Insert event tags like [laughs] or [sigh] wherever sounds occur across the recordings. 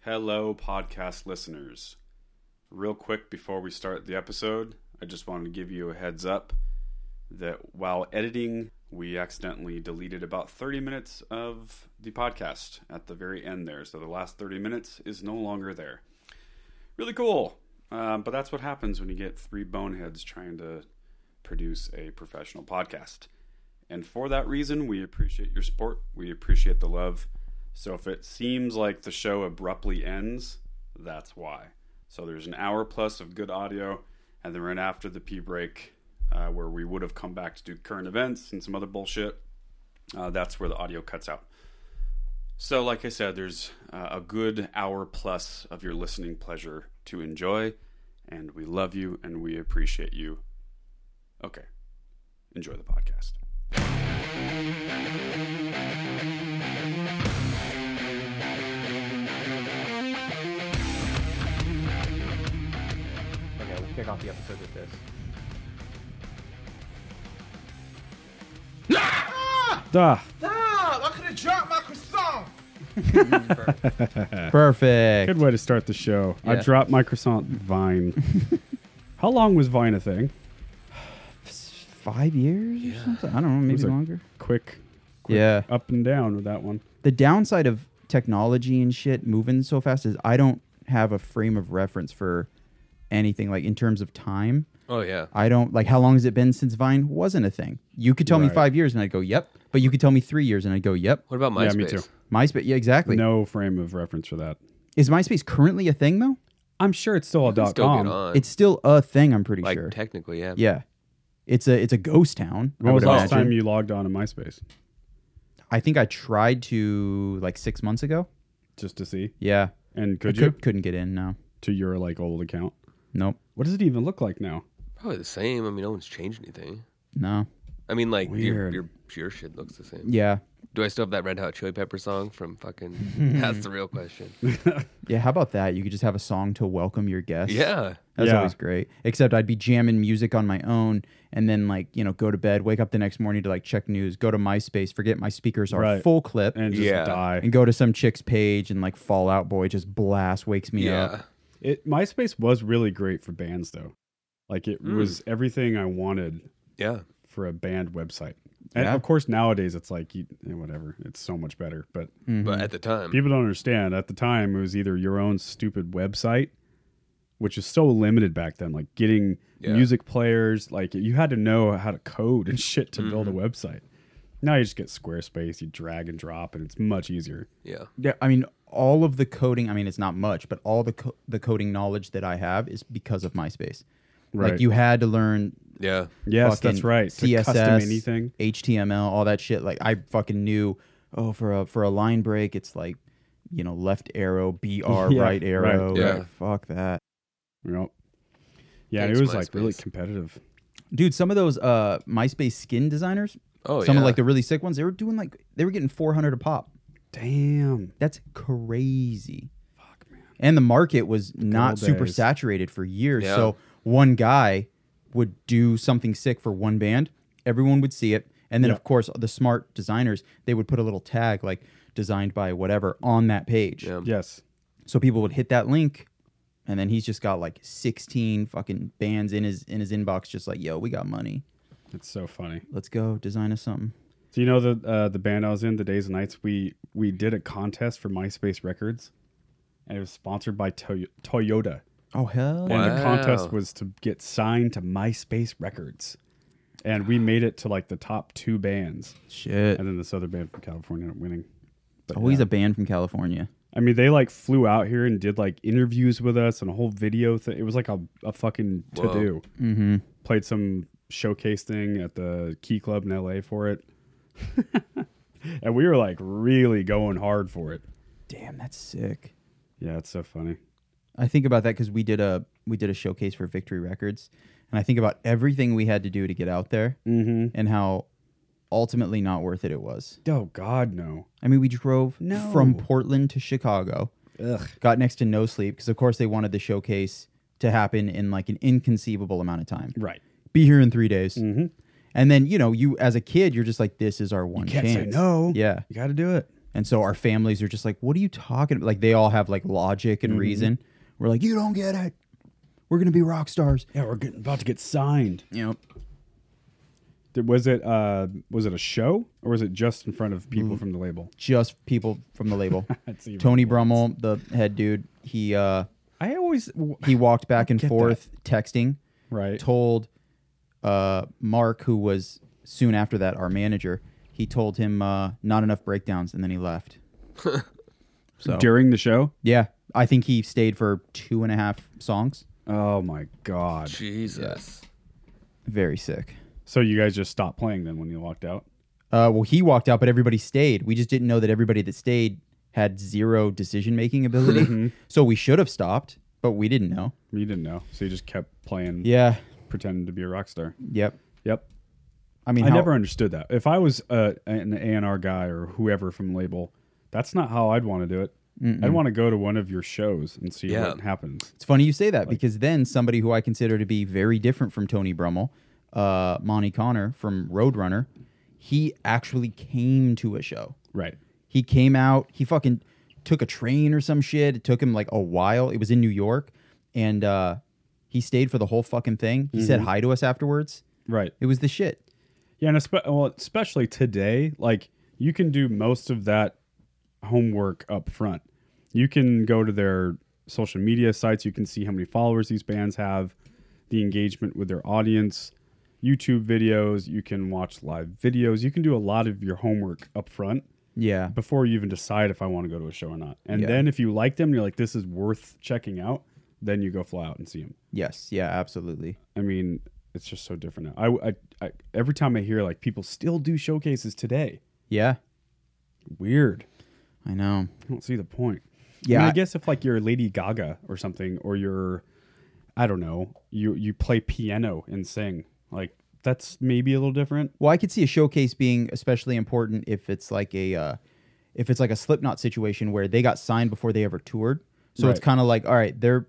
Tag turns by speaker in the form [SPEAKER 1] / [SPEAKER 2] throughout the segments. [SPEAKER 1] Hello, podcast listeners. Real quick before we start the episode, I just wanted to give you a heads up that while editing, we accidentally deleted about 30 minutes of the podcast at the very end there. So the last 30 minutes is no longer there. Really cool. Um, but that's what happens when you get three boneheads trying to produce a professional podcast. And for that reason, we appreciate your support. We appreciate the love. So if it seems like the show abruptly ends, that's why. So there's an hour plus of good audio, and then right after the pee break, uh, where we would have come back to do current events and some other bullshit, uh, that's where the audio cuts out. So, like I said, there's uh, a good hour plus of your listening pleasure to enjoy, and we love you and we appreciate you. Okay, enjoy the podcast.
[SPEAKER 2] Okay, we'll kick off the episode with this.
[SPEAKER 3] Ah,
[SPEAKER 4] Stop! I could have dropped my croissant.
[SPEAKER 3] good
[SPEAKER 5] Perfect.
[SPEAKER 3] way to start the show. I
[SPEAKER 5] Yeah.
[SPEAKER 3] dropped my croissant
[SPEAKER 5] [laughs]
[SPEAKER 3] Vine. How long was Vine a thing?
[SPEAKER 5] Five years or something? I don't know, maybe
[SPEAKER 3] Those are-
[SPEAKER 5] longer.
[SPEAKER 3] Quick, quick
[SPEAKER 5] Yeah.
[SPEAKER 3] up and down with that one.
[SPEAKER 5] The downside of technology and shit moving so fast is I don't have a frame of reference for anything like in terms of time.
[SPEAKER 4] Oh yeah.
[SPEAKER 5] I don't like how long has it been since Vine wasn't a thing. You could tell me
[SPEAKER 3] Right.
[SPEAKER 5] five years and I'd go, yep. But you could tell me three years and I'd go, yep.
[SPEAKER 4] What about MySpace?
[SPEAKER 3] Yeah, me too.
[SPEAKER 5] MySpace, yeah, exactly.
[SPEAKER 3] No frame of reference for that.
[SPEAKER 5] Is MySpace currently a thing though?
[SPEAKER 3] I'm sure it's still a dot
[SPEAKER 4] Still
[SPEAKER 3] com.
[SPEAKER 4] get on.
[SPEAKER 5] It's still a thing. I'm pretty
[SPEAKER 4] like
[SPEAKER 5] sure.
[SPEAKER 4] technically, yeah.
[SPEAKER 5] yeah, it's a it's a ghost town. I
[SPEAKER 3] When was
[SPEAKER 5] would
[SPEAKER 3] the last
[SPEAKER 5] imagine.
[SPEAKER 3] time you logged on to MySpace?
[SPEAKER 5] I think I tried to like six months ago.
[SPEAKER 3] Just to see.
[SPEAKER 5] Yeah,
[SPEAKER 3] And could
[SPEAKER 5] I
[SPEAKER 3] you?
[SPEAKER 5] Could, not get in. No,
[SPEAKER 3] To your like old account.
[SPEAKER 5] nope,
[SPEAKER 3] What does it even look like now?
[SPEAKER 4] Probably the same. I mean, no one's changed anything.
[SPEAKER 5] no.
[SPEAKER 4] I mean, like your,
[SPEAKER 3] Weird.
[SPEAKER 4] your your shit looks the same.
[SPEAKER 5] Yeah,
[SPEAKER 4] Do I still have that Red Hot Chili Pepper song from
[SPEAKER 5] [laughs]
[SPEAKER 4] fucking? that's the real question.
[SPEAKER 5] yeah. How about that? You could just have a song to welcome your guests.
[SPEAKER 4] yeah.
[SPEAKER 5] that's
[SPEAKER 3] Yeah.
[SPEAKER 5] always great. Except I'd be jamming music on my own, and then like you know, go to bed, wake up the next morning to like check news, go to MySpace, forget my speakers are
[SPEAKER 3] Right.
[SPEAKER 5] full clip, and,
[SPEAKER 3] And just
[SPEAKER 4] Yeah.
[SPEAKER 3] die.
[SPEAKER 5] go to some chick's page and like Fallout Boy just blast wakes me
[SPEAKER 4] Yeah.
[SPEAKER 5] up.
[SPEAKER 3] It MySpace was really great for bands though. Like it
[SPEAKER 4] Mm.
[SPEAKER 3] was everything I wanted
[SPEAKER 4] Yeah.
[SPEAKER 3] for a band website. And
[SPEAKER 5] Yeah.
[SPEAKER 3] of course nowadays it's like you, eh, whatever. It's so much better. But
[SPEAKER 5] Mhm.
[SPEAKER 4] But at the time,
[SPEAKER 3] People don't understand. At the time, it was either your own stupid website, which was so limited back then, like getting
[SPEAKER 4] Yeah.
[SPEAKER 3] music players. Like you had to know how to code and [laughs] shit to build a website. Now you just get Squarespace, you drag and drop, and it's much easier.
[SPEAKER 4] yeah.
[SPEAKER 5] Yeah, I mean, all of the coding. I mean, it's not much, but all the co- the coding knowledge that I have is because of MySpace.
[SPEAKER 3] Right.
[SPEAKER 5] Like you had to learn.
[SPEAKER 4] Yeah.
[SPEAKER 3] Yes,
[SPEAKER 5] fucking
[SPEAKER 3] that's right. To
[SPEAKER 5] CSS,
[SPEAKER 3] custom anything.
[SPEAKER 5] HTML, all that shit. Like I fucking knew. Oh, for a for a line break, it's like, you know, left arrow,
[SPEAKER 3] [laughs]
[SPEAKER 5] BR,
[SPEAKER 3] Yeah, right,
[SPEAKER 5] right arrow.
[SPEAKER 4] yeah.
[SPEAKER 5] Like, fuck that,
[SPEAKER 3] You know? Yeah,
[SPEAKER 4] Thanks,
[SPEAKER 3] it was like really
[SPEAKER 4] MySpace.
[SPEAKER 3] competitive.
[SPEAKER 5] dude. Some of those uh MySpace skin designers,
[SPEAKER 4] Oh
[SPEAKER 5] some
[SPEAKER 4] yeah.
[SPEAKER 5] of like the really sick ones, they were doing like they were getting four hundred a pop.
[SPEAKER 3] Damn.
[SPEAKER 5] That's crazy.
[SPEAKER 3] Fuck, man.
[SPEAKER 5] and the market was not
[SPEAKER 3] old
[SPEAKER 5] super
[SPEAKER 3] days.
[SPEAKER 5] saturated for years.
[SPEAKER 4] Yeah.
[SPEAKER 5] So one guy would do something sick for one band, everyone would see it, and then
[SPEAKER 3] Yeah.
[SPEAKER 5] of course the smart designers they would put a little tag like designed by whatever on that page.
[SPEAKER 4] Yeah.
[SPEAKER 3] Yes.
[SPEAKER 5] So people would hit that link, and then he's just got like sixteen fucking bands in his in his inbox, just like yo, we got money,
[SPEAKER 3] It's so funny.
[SPEAKER 5] let's go design us something.
[SPEAKER 3] So you know the uh, the band I was in, the Days and Nights. We we did a contest for MySpace Records, and it was sponsored by Toy- Toyota.
[SPEAKER 5] Oh hell,
[SPEAKER 4] Wow.
[SPEAKER 3] And the contest was to get signed to MySpace Records, and we made it to like the top two bands,
[SPEAKER 5] shit!
[SPEAKER 3] and then this other band from California ended up winning. But
[SPEAKER 5] Always
[SPEAKER 3] yeah.
[SPEAKER 5] a band from California.
[SPEAKER 3] I mean, they like flew out here and did like interviews with us and a whole video thing. It was like a, a fucking to
[SPEAKER 4] Whoa.
[SPEAKER 3] do.
[SPEAKER 5] Mm-hmm.
[SPEAKER 3] Played some showcase thing at the Key Club in LA for
[SPEAKER 5] [laughs]
[SPEAKER 3] it. and we were like really going hard for it.
[SPEAKER 5] Damn, that's sick.
[SPEAKER 3] Yeah, it's so funny.
[SPEAKER 5] I think about that because we did a we did a showcase for Victory Records, and I think about everything we had to do to get out there
[SPEAKER 3] Mm-hmm.
[SPEAKER 5] and how ultimately not worth it it was.
[SPEAKER 3] Oh God, no.
[SPEAKER 5] I mean, we drove
[SPEAKER 3] No.
[SPEAKER 5] from Portland to Chicago,
[SPEAKER 3] Ugh.
[SPEAKER 5] got next to no sleep because of course they wanted the showcase to happen in like an inconceivable amount of time.
[SPEAKER 3] Right.
[SPEAKER 5] Be here in three days,
[SPEAKER 3] Mhm.
[SPEAKER 5] and then you know you as a kid you're just like this is our one
[SPEAKER 3] Can't
[SPEAKER 5] chance.
[SPEAKER 3] say no.
[SPEAKER 5] Yeah,
[SPEAKER 3] You got to do it.
[SPEAKER 5] And so our families are just like, what are you talking about? Like they all have like logic
[SPEAKER 3] Mm-hmm.
[SPEAKER 5] and reason. We're like, you don't get it. We're gonna be rock stars.
[SPEAKER 3] Yeah, we're getting, about to get signed.
[SPEAKER 5] You know,
[SPEAKER 3] Did, was it uh was it a show or was it just in front of
[SPEAKER 5] Mm-hmm.
[SPEAKER 3] people from the label?
[SPEAKER 5] just people from the label.
[SPEAKER 3] [laughs] That's even
[SPEAKER 5] Tony
[SPEAKER 3] worse.
[SPEAKER 5] Brummel, the head dude, he uh
[SPEAKER 3] I always
[SPEAKER 5] he walked back and
[SPEAKER 3] get
[SPEAKER 5] forth texting.
[SPEAKER 3] [laughs] right.
[SPEAKER 5] Told uh Mark, who was soon after that our manager, he told him uh not enough breakdowns and then he left. so
[SPEAKER 3] during the show.
[SPEAKER 5] yeah. I think he stayed for two and a half songs.
[SPEAKER 3] Oh my god!
[SPEAKER 4] Jesus.
[SPEAKER 5] Very sick.
[SPEAKER 3] So you guys just stopped playing then when you walked out?
[SPEAKER 5] Uh, well, he walked out, but everybody stayed. We just didn't know that everybody that stayed had zero decision making
[SPEAKER 3] Mm-hmm.
[SPEAKER 5] ability. so we should have stopped, but we didn't know.
[SPEAKER 3] You didn't know, so you just kept playing,
[SPEAKER 5] Yeah.
[SPEAKER 3] pretending to be a rock star.
[SPEAKER 5] Yep.
[SPEAKER 3] Yep.
[SPEAKER 5] I mean,
[SPEAKER 3] I
[SPEAKER 5] how-
[SPEAKER 3] never understood that. If I was uh, an A&R guy or whoever from label, that's not how I'd want to do it. I'd want to go to one of your shows and see
[SPEAKER 4] Yeah.
[SPEAKER 3] what happens.
[SPEAKER 5] It's funny you say that because then somebody who I consider to be very different from Tony Brummel, uh, Monty Connor from Roadrunner, he actually came to a show.
[SPEAKER 3] Right.
[SPEAKER 5] He came out. He fucking took a train or some shit. It took him like a while. It was in New York, and uh, he stayed for the whole fucking thing. He
[SPEAKER 3] Mm-hmm.
[SPEAKER 5] said hi to us afterwards.
[SPEAKER 3] Right.
[SPEAKER 5] It was the shit.
[SPEAKER 3] Yeah, and espe- well, especially today, like you can do most of that homework up front. You can go to their social media sites. You can see how many followers these bands have, the engagement with their audience, YouTube videos. You can watch live videos. You can do a lot of your homework up front
[SPEAKER 5] Yeah,
[SPEAKER 3] before you even decide if I want to go to a show or not. And
[SPEAKER 5] Yeah.
[SPEAKER 3] then if you like them, and you're like, this is worth checking out. Then you go fly out and see them.
[SPEAKER 5] Yes, yeah, absolutely.
[SPEAKER 3] I mean, it's just so different now. I, I, I every time I hear like people still do showcases today.
[SPEAKER 5] Yeah,
[SPEAKER 3] Weird.
[SPEAKER 5] I know.
[SPEAKER 3] I don't see the point.
[SPEAKER 5] Yeah,
[SPEAKER 3] I, mean, I
[SPEAKER 5] I-
[SPEAKER 3] guess if like you're Lady Gaga or something, or you're, I don't know, you you play piano and sing, like that's maybe a little different.
[SPEAKER 5] Well, I could see a showcase being especially important if it's like a uh, if it's like a Slipknot situation where they got signed before they ever toured. So it's
[SPEAKER 3] Right.
[SPEAKER 5] kind of like, all right, they're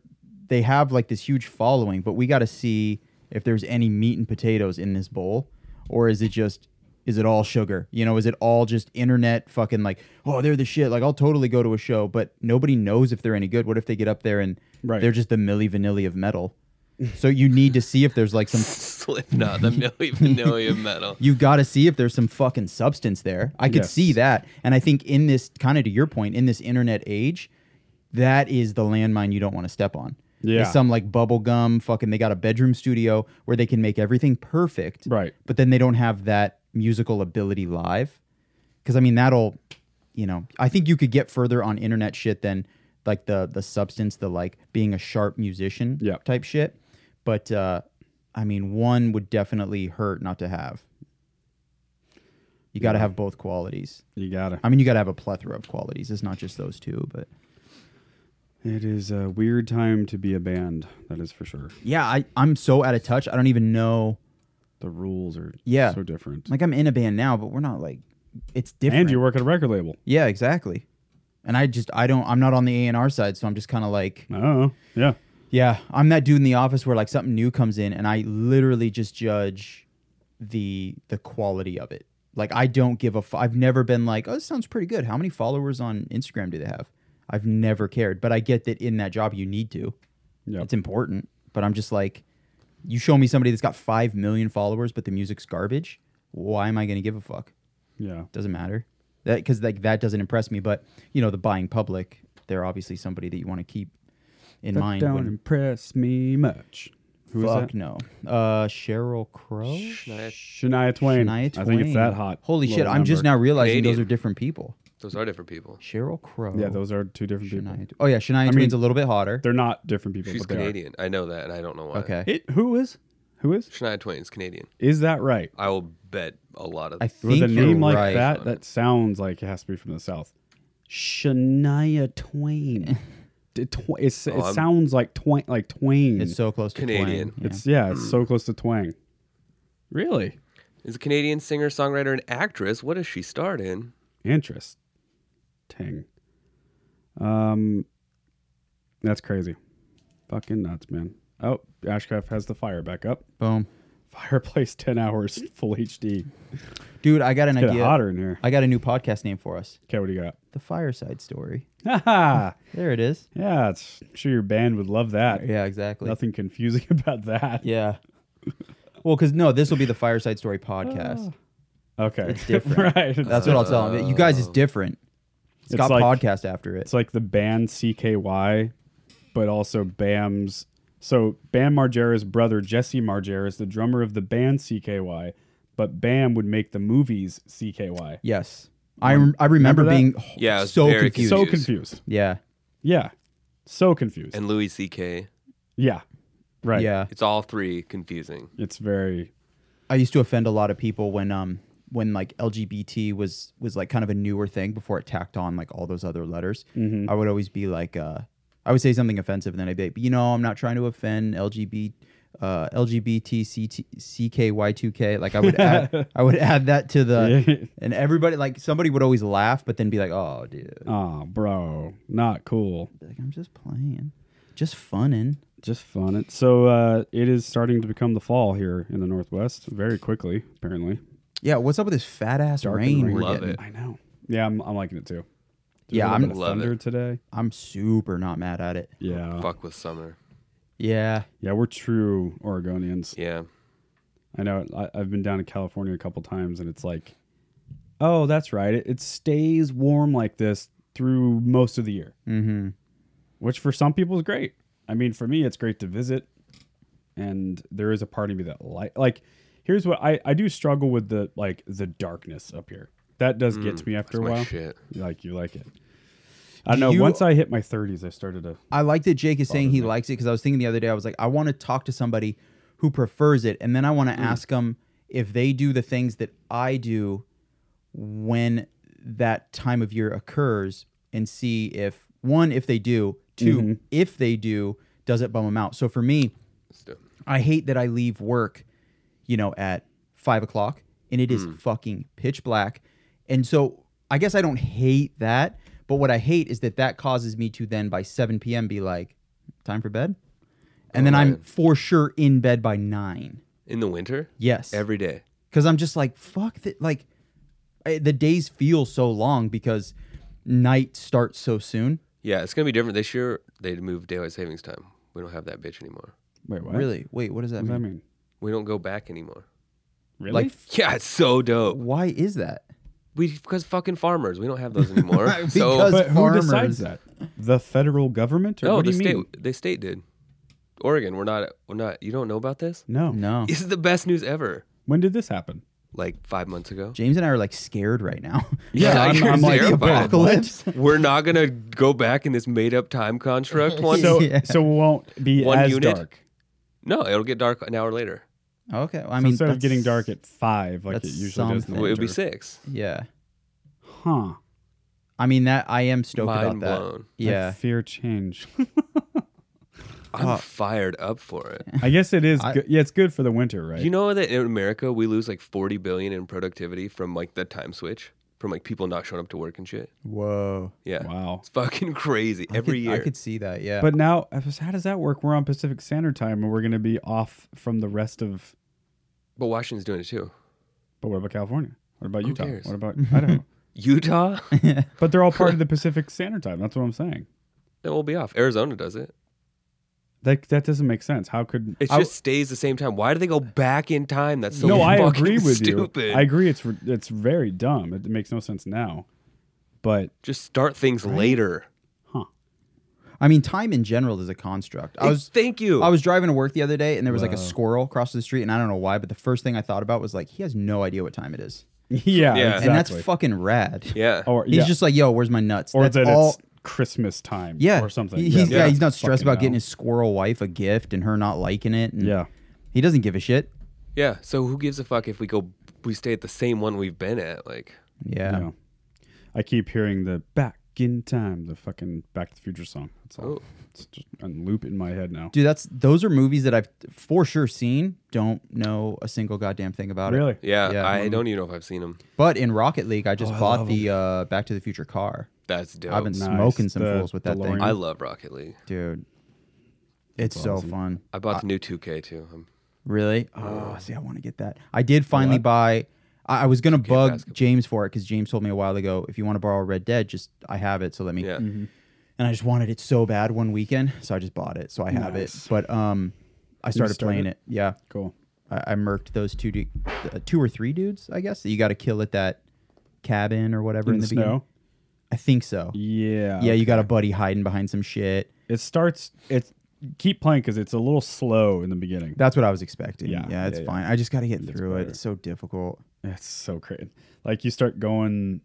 [SPEAKER 5] they have like this huge following, but we got to see if there's any meat and potatoes in this bowl, or is it just is it all sugar? You know, is it all just internet fucking like, oh, they're the shit. Like, I'll totally go to a show, but nobody knows if they're any good. What if they get up there and
[SPEAKER 3] Right.
[SPEAKER 5] they're just the Milli Vanilli of metal? So you need to see if there's like
[SPEAKER 4] [laughs]
[SPEAKER 5] some
[SPEAKER 4] Slipknot, the
[SPEAKER 5] [laughs]
[SPEAKER 4] Milli Vanilli of metal.
[SPEAKER 5] you got to see if there's some fucking substance there. I could
[SPEAKER 3] Yes.
[SPEAKER 5] see that. And I think in this kind of to your point, in this internet age, that is the landmine you don't want to step on.
[SPEAKER 3] Yeah.
[SPEAKER 5] Is some like bubblegum fucking they got a bedroom studio where they can make everything perfect.
[SPEAKER 3] Right.
[SPEAKER 5] But then they don't have that musical ability live. Cuz I mean that'll you know, I think you could get further on internet shit than like the the substance, the like being a sharp musician
[SPEAKER 3] Yeah.
[SPEAKER 5] type shit. But uh I mean, one would definitely hurt not to have. You got to have both qualities.
[SPEAKER 3] You gotta.
[SPEAKER 5] I mean, you got to have a plethora of qualities. It's not just those two, but
[SPEAKER 3] It is a weird time to be a band. That is for sure.
[SPEAKER 5] yeah, I I'm so out of touch. I don't even know.
[SPEAKER 3] The rules are
[SPEAKER 5] Yeah.
[SPEAKER 3] so different.
[SPEAKER 5] Like I'm in a band now, but we're not like it's different.
[SPEAKER 3] and you work at a record label.
[SPEAKER 5] yeah, exactly. And I just I don't I'm not on the A and R side, so I'm just kind of like
[SPEAKER 3] Oh, yeah.
[SPEAKER 5] Yeah, I'm that dude in the office where like something new comes in and I literally just judge the the quality of it. Like I don't give a f- I've never been like, "Oh, this sounds pretty good. How many followers on Instagram do they have?" I've never cared, but I get that in that job you need to.
[SPEAKER 3] Yeah.
[SPEAKER 5] It's important, but I'm just like you show me somebody that's got 5 million followers but the music's garbage, why am I going to give a fuck?
[SPEAKER 3] Yeah.
[SPEAKER 5] Doesn't matter. That cuz like that doesn't impress me, but you know, the buying public, they're obviously somebody that you want to keep in
[SPEAKER 3] That
[SPEAKER 5] mind
[SPEAKER 3] don't
[SPEAKER 5] when-
[SPEAKER 3] impress me much. Who is
[SPEAKER 5] Fuck
[SPEAKER 3] that?
[SPEAKER 5] no. Uh, Cheryl Crow.
[SPEAKER 3] Shania Twain.
[SPEAKER 5] Shania
[SPEAKER 3] I think it's
[SPEAKER 5] Twain.
[SPEAKER 3] that hot.
[SPEAKER 5] Holy shit!
[SPEAKER 3] little
[SPEAKER 5] I'm just now
[SPEAKER 3] number.
[SPEAKER 5] realizing those
[SPEAKER 4] Canadian.
[SPEAKER 5] are different people.
[SPEAKER 4] Those are different people.
[SPEAKER 5] Cheryl Crow.
[SPEAKER 3] Yeah, those are two different people.
[SPEAKER 5] Shania. Oh yeah, Shania
[SPEAKER 3] mean-
[SPEAKER 5] Twain's a little bit hotter.
[SPEAKER 3] They're not different people.
[SPEAKER 4] She's
[SPEAKER 3] but they are.
[SPEAKER 4] Canadian. I know that, and I don't know why.
[SPEAKER 5] Okay.
[SPEAKER 3] It who is who is
[SPEAKER 4] Shania Twain's Canadian.
[SPEAKER 3] is that right?
[SPEAKER 4] I will bet a lot of.
[SPEAKER 5] I think
[SPEAKER 3] With a
[SPEAKER 5] you're
[SPEAKER 3] name like
[SPEAKER 5] right.
[SPEAKER 3] that, that sounds like it has to be from the south. Shania Twain. D- tw- it's, [laughs] it
[SPEAKER 4] Oh, I'm-
[SPEAKER 3] sounds like Twain, like Twain.
[SPEAKER 5] It's so close to
[SPEAKER 4] Canadian.
[SPEAKER 5] Twain. Yeah.
[SPEAKER 3] It's- yeah, it's so close to twang. Really
[SPEAKER 4] is a Canadian singer, songwriter, and actress. What has she starred in?
[SPEAKER 3] interesting. Um, that's crazy. Fucking nuts, man. Oh, Ashcraft has the fire back up. [laughs]
[SPEAKER 5] Boom.
[SPEAKER 3] Fireplace 10 hours full HD.
[SPEAKER 5] Dude, I got an
[SPEAKER 3] Get
[SPEAKER 5] idea.
[SPEAKER 3] hotter in here.
[SPEAKER 5] I got a new podcast name for us.
[SPEAKER 3] Okay, what do you got? [laughs]
[SPEAKER 5] The Fireside Story.
[SPEAKER 3] Haha.
[SPEAKER 5] There it is.
[SPEAKER 3] yeah, it's, I'm sure your band would love that.
[SPEAKER 5] Yeah, exactly.
[SPEAKER 3] Nothing confusing [laughs] about that.
[SPEAKER 5] Yeah. Well, because no, this will be the Fireside Story podcast.
[SPEAKER 3] Okay.
[SPEAKER 5] It's
[SPEAKER 3] [laughs]
[SPEAKER 5] different.
[SPEAKER 3] right. It's,
[SPEAKER 5] That's what I'll tell them. You guys, it's different.
[SPEAKER 3] Oh. It's
[SPEAKER 5] it's got
[SPEAKER 3] like-
[SPEAKER 5] podcast after it.
[SPEAKER 3] it's like the band CKY, but also Bam's. So Bam Margera's brother, Jesse Margera, is the drummer of the band CKY, but Bam would make the movies CKY.
[SPEAKER 5] Yes. I, rem- I remember,
[SPEAKER 3] Remember that?
[SPEAKER 5] being h-
[SPEAKER 4] Yeah, I was
[SPEAKER 5] so
[SPEAKER 4] very
[SPEAKER 5] confused.
[SPEAKER 3] So
[SPEAKER 4] Confused.
[SPEAKER 3] confused.
[SPEAKER 5] yeah.
[SPEAKER 3] Yeah. So confused.
[SPEAKER 4] And Louis C.K.
[SPEAKER 3] yeah. Right.
[SPEAKER 5] Yeah.
[SPEAKER 4] It's all three confusing.
[SPEAKER 3] It's very
[SPEAKER 5] I used to offend a lot of people when um when like LGBT was was like kind of a newer thing before it tacked on like all those other letters.
[SPEAKER 3] mm-hmm.
[SPEAKER 5] [laughs] I would always be like uh I would say something offensive and then I'd be like, you know, I'm not trying to offend LGBT uh LGBT CKY2K. Like I would
[SPEAKER 3] [laughs]
[SPEAKER 5] add I would add that to the and everybody like somebody would always laugh but then be like, "Oh, dude.
[SPEAKER 3] Oh, bro, not cool.
[SPEAKER 5] Like I'm just playing. Just funnin'."
[SPEAKER 3] Just fun. It so uh, it is starting to become the fall here in the northwest very quickly. Apparently,
[SPEAKER 5] Yeah, what's up with this fat ass
[SPEAKER 3] Dark and
[SPEAKER 5] rain
[SPEAKER 3] rainy.
[SPEAKER 5] we're
[SPEAKER 4] Love
[SPEAKER 5] getting?
[SPEAKER 4] it.
[SPEAKER 3] I know. Yeah, I'm, I'm liking it too. There's a little
[SPEAKER 5] Yeah, I'm-
[SPEAKER 3] bit of
[SPEAKER 4] Love
[SPEAKER 3] thunder
[SPEAKER 4] it.
[SPEAKER 3] today.
[SPEAKER 5] I'm super not mad at it.
[SPEAKER 3] Yeah,
[SPEAKER 4] Fuck with summer.
[SPEAKER 5] Yeah.
[SPEAKER 3] yeah, we're true Oregonians.
[SPEAKER 4] Yeah.
[SPEAKER 3] I know. I, I've been down to California a couple times, and it's like, oh, that's right. It, it stays warm like this through most of the year,
[SPEAKER 5] Mhm.
[SPEAKER 3] which for some people is great. I mean, for me, it's great to visit, and there is a part of me that like like. Here's what I I do struggle with the like the darkness up here. That does get to me after a
[SPEAKER 4] Mm, my
[SPEAKER 3] while.
[SPEAKER 4] shit.
[SPEAKER 3] Like you like it. I don't
[SPEAKER 5] Do
[SPEAKER 3] know.
[SPEAKER 5] you-
[SPEAKER 3] once I hit my 30s, I started to.
[SPEAKER 5] I like that Jake is saying he
[SPEAKER 3] me.
[SPEAKER 5] likes it because I was thinking the other day, I was like, I want to talk to somebody who prefers it. And then I want to ask them if they do the things that I do when that time of year occurs and see if, one, if they do, 2 if they do, does it bum them out? So for me,
[SPEAKER 4] Let's do it.
[SPEAKER 5] I hate that I leave work, you know, at five o'clock and it
[SPEAKER 3] Hmm.
[SPEAKER 5] is fucking pitch black. And so I guess I don't hate that, but what I hate is that that causes me to then by 7 p.m. be like, time for bed. And then I'm
[SPEAKER 4] Right.
[SPEAKER 5] for sure in bed by nine.
[SPEAKER 4] In the winter?
[SPEAKER 5] Yes.
[SPEAKER 4] Every day.
[SPEAKER 5] Cause I'm just like, fuck that. Like I, the days feel so long because night starts so soon.
[SPEAKER 4] Yeah, it's gonna be different this year. They moved daylight savings time. We don't have that bitch anymore.
[SPEAKER 3] Wait, what?
[SPEAKER 5] Really? Wait, what does that
[SPEAKER 3] What does
[SPEAKER 5] mean?
[SPEAKER 3] that mean?
[SPEAKER 4] We don't go back anymore.
[SPEAKER 3] Really?
[SPEAKER 5] Like,
[SPEAKER 4] Yeah, it's so dope.
[SPEAKER 5] why is that?
[SPEAKER 4] We because fucking farmers. We don't have those
[SPEAKER 3] [laughs]
[SPEAKER 4] anymore.
[SPEAKER 5] Because-
[SPEAKER 4] so
[SPEAKER 3] but who decides
[SPEAKER 5] farmers.
[SPEAKER 3] that? The federal government? Or
[SPEAKER 4] no,
[SPEAKER 3] what do
[SPEAKER 4] the
[SPEAKER 3] you
[SPEAKER 4] state
[SPEAKER 3] mean?
[SPEAKER 4] the state did. Oregon, we're not we're not. You don't know about this?
[SPEAKER 3] No.
[SPEAKER 5] No.
[SPEAKER 4] This is the best news ever.
[SPEAKER 3] When did this happen?
[SPEAKER 4] Like five months ago.
[SPEAKER 5] James and I are like scared right now. [laughs]
[SPEAKER 4] Yeah,
[SPEAKER 5] Like,
[SPEAKER 4] I'm- I'm
[SPEAKER 5] the
[SPEAKER 4] terrified.
[SPEAKER 5] apocalypse.
[SPEAKER 4] We're not gonna go back in this made up time construct. One,
[SPEAKER 3] So
[SPEAKER 5] Yeah.
[SPEAKER 3] so it won't be
[SPEAKER 4] [laughs] One
[SPEAKER 3] as
[SPEAKER 4] unit?
[SPEAKER 3] dark.
[SPEAKER 4] no, it'll get dark an hour later.
[SPEAKER 5] [laughs] Okay, well,
[SPEAKER 3] I
[SPEAKER 5] I mean,
[SPEAKER 3] mean, instead of
[SPEAKER 5] that's-
[SPEAKER 3] getting dark at five, like it
[SPEAKER 5] that's
[SPEAKER 3] usually does. In
[SPEAKER 5] something.
[SPEAKER 3] the
[SPEAKER 4] Well, it'll be
[SPEAKER 3] winter.
[SPEAKER 4] six.
[SPEAKER 5] yeah.
[SPEAKER 3] Huh?
[SPEAKER 5] I mean that I am stoked
[SPEAKER 4] Mind
[SPEAKER 5] about that.
[SPEAKER 4] blown.
[SPEAKER 3] I
[SPEAKER 5] Yeah,
[SPEAKER 3] fear
[SPEAKER 5] [laughs]
[SPEAKER 3] change.
[SPEAKER 4] I'm
[SPEAKER 5] Oh.
[SPEAKER 4] fired up for it.
[SPEAKER 3] I guess it is.
[SPEAKER 5] I-
[SPEAKER 3] good. Yeah, it's good for the winter, right?
[SPEAKER 4] You know that in America we lose like 40 billion in productivity from like the time switch, from like people not showing up to work and shit.
[SPEAKER 5] whoa.
[SPEAKER 4] Yeah,
[SPEAKER 3] wow.
[SPEAKER 4] it's fucking crazy
[SPEAKER 5] I
[SPEAKER 4] every
[SPEAKER 5] could-
[SPEAKER 4] year.
[SPEAKER 5] I could see that. Yeah,
[SPEAKER 3] But now, how does that work? We're on Pacific Standard Time, and we're going to be off from the rest of.
[SPEAKER 4] But Washington's doing it too.
[SPEAKER 3] But what about California? What about
[SPEAKER 4] Who
[SPEAKER 3] Utah?
[SPEAKER 4] cares?
[SPEAKER 3] What
[SPEAKER 5] [laughs]
[SPEAKER 3] about I don't know.
[SPEAKER 4] Utah,
[SPEAKER 3] But they're all part
[SPEAKER 4] [laughs]
[SPEAKER 3] of the Pacific Standard Time. That's what I'm saying.
[SPEAKER 4] then we'll be off. Arizona does it.
[SPEAKER 3] That that doesn't make sense. How could
[SPEAKER 4] It just stays the same time. Why do they go back in time? That's so
[SPEAKER 3] no? I
[SPEAKER 4] fucking
[SPEAKER 3] agree with
[SPEAKER 4] stupid.
[SPEAKER 3] you. I agree. It's re- it's very dumb. It makes no sense now. But [laughs]
[SPEAKER 4] Just start things later.
[SPEAKER 5] [laughs] I mean, time in general is a construct. I was
[SPEAKER 4] Thank you.
[SPEAKER 5] I was driving to work the other day, and there was like a
[SPEAKER 3] Wow.
[SPEAKER 5] squirrel across the street, and I don't know why, but the first thing I thought about was like, he has no idea what time it is,
[SPEAKER 3] yeah,
[SPEAKER 4] Yeah.
[SPEAKER 3] exactly.
[SPEAKER 5] and that's fucking rad.
[SPEAKER 4] yeah.
[SPEAKER 3] or
[SPEAKER 5] [laughs] He's
[SPEAKER 3] yeah.
[SPEAKER 5] just like, yo, where's my nuts?
[SPEAKER 3] or
[SPEAKER 5] that's
[SPEAKER 3] that
[SPEAKER 5] all.
[SPEAKER 3] it's Christmas time.
[SPEAKER 5] yeah,
[SPEAKER 3] or something.
[SPEAKER 5] He- he's, yeah,
[SPEAKER 4] Yeah.
[SPEAKER 5] he's not stressed
[SPEAKER 3] Fucking
[SPEAKER 5] about getting
[SPEAKER 3] hell.
[SPEAKER 5] his squirrel wife a gift and her not liking it. and
[SPEAKER 3] Yeah.
[SPEAKER 5] he doesn't give a shit.
[SPEAKER 4] Yeah. So who gives a fuck if we go? We stay at the same one we've been at. Like,
[SPEAKER 5] Yeah.
[SPEAKER 3] No. I keep hearing the back in time, the fucking Back to the Future song. It's all
[SPEAKER 4] Oh.
[SPEAKER 3] it's just on loop in my head now.
[SPEAKER 5] Dude, that's those are movies that I've for sure seen. Don't know a single goddamn thing about it.
[SPEAKER 3] really?
[SPEAKER 4] yeah.
[SPEAKER 5] Yeah,
[SPEAKER 4] I don't even know if I've seen them.
[SPEAKER 5] But in Rocket League, I just
[SPEAKER 3] Oh,
[SPEAKER 5] bought the uh, Back to the Future car.
[SPEAKER 4] That's dope.
[SPEAKER 5] I've been
[SPEAKER 3] Nice.
[SPEAKER 5] smoking some
[SPEAKER 3] The
[SPEAKER 5] fools with that
[SPEAKER 3] DeLorean.
[SPEAKER 5] thing,
[SPEAKER 4] I love Rocket League.
[SPEAKER 5] dude. It's so fun.
[SPEAKER 4] I bought the new 2K too. I'm
[SPEAKER 5] Really? Oh, see, I want to get that. I did finally buy. I, I was gonna bug
[SPEAKER 4] basketball.
[SPEAKER 5] James for it because James told me a while ago if you want to borrow Red Dead, just I have it. So let
[SPEAKER 3] Mm-hmm.
[SPEAKER 5] me.
[SPEAKER 4] Yeah.
[SPEAKER 5] And I just wanted it so bad one weekend, so I just bought it. So I have
[SPEAKER 3] Nice.
[SPEAKER 5] it. But um, I started
[SPEAKER 3] start
[SPEAKER 5] playing
[SPEAKER 3] it?
[SPEAKER 5] it. Yeah,
[SPEAKER 3] Cool.
[SPEAKER 5] I, I murked those two, du- uh, two or three dudes. I guess that you got to kill at that cabin or whatever
[SPEAKER 3] In,
[SPEAKER 5] in,
[SPEAKER 3] the,
[SPEAKER 5] beginning.
[SPEAKER 3] snow.
[SPEAKER 5] I think so.
[SPEAKER 3] Yeah.
[SPEAKER 5] yeah, you got a buddy hiding behind some shit.
[SPEAKER 3] It starts. It's keep playing because it's a little slow in the beginning.
[SPEAKER 5] That's what I was expecting.
[SPEAKER 3] Yeah,
[SPEAKER 5] Yeah,
[SPEAKER 3] yeah,
[SPEAKER 5] it's
[SPEAKER 3] yeah.
[SPEAKER 5] fine. I just got to get
[SPEAKER 3] That's
[SPEAKER 5] through it.
[SPEAKER 3] better.
[SPEAKER 5] It's so difficult.
[SPEAKER 3] That's so great. Like you start going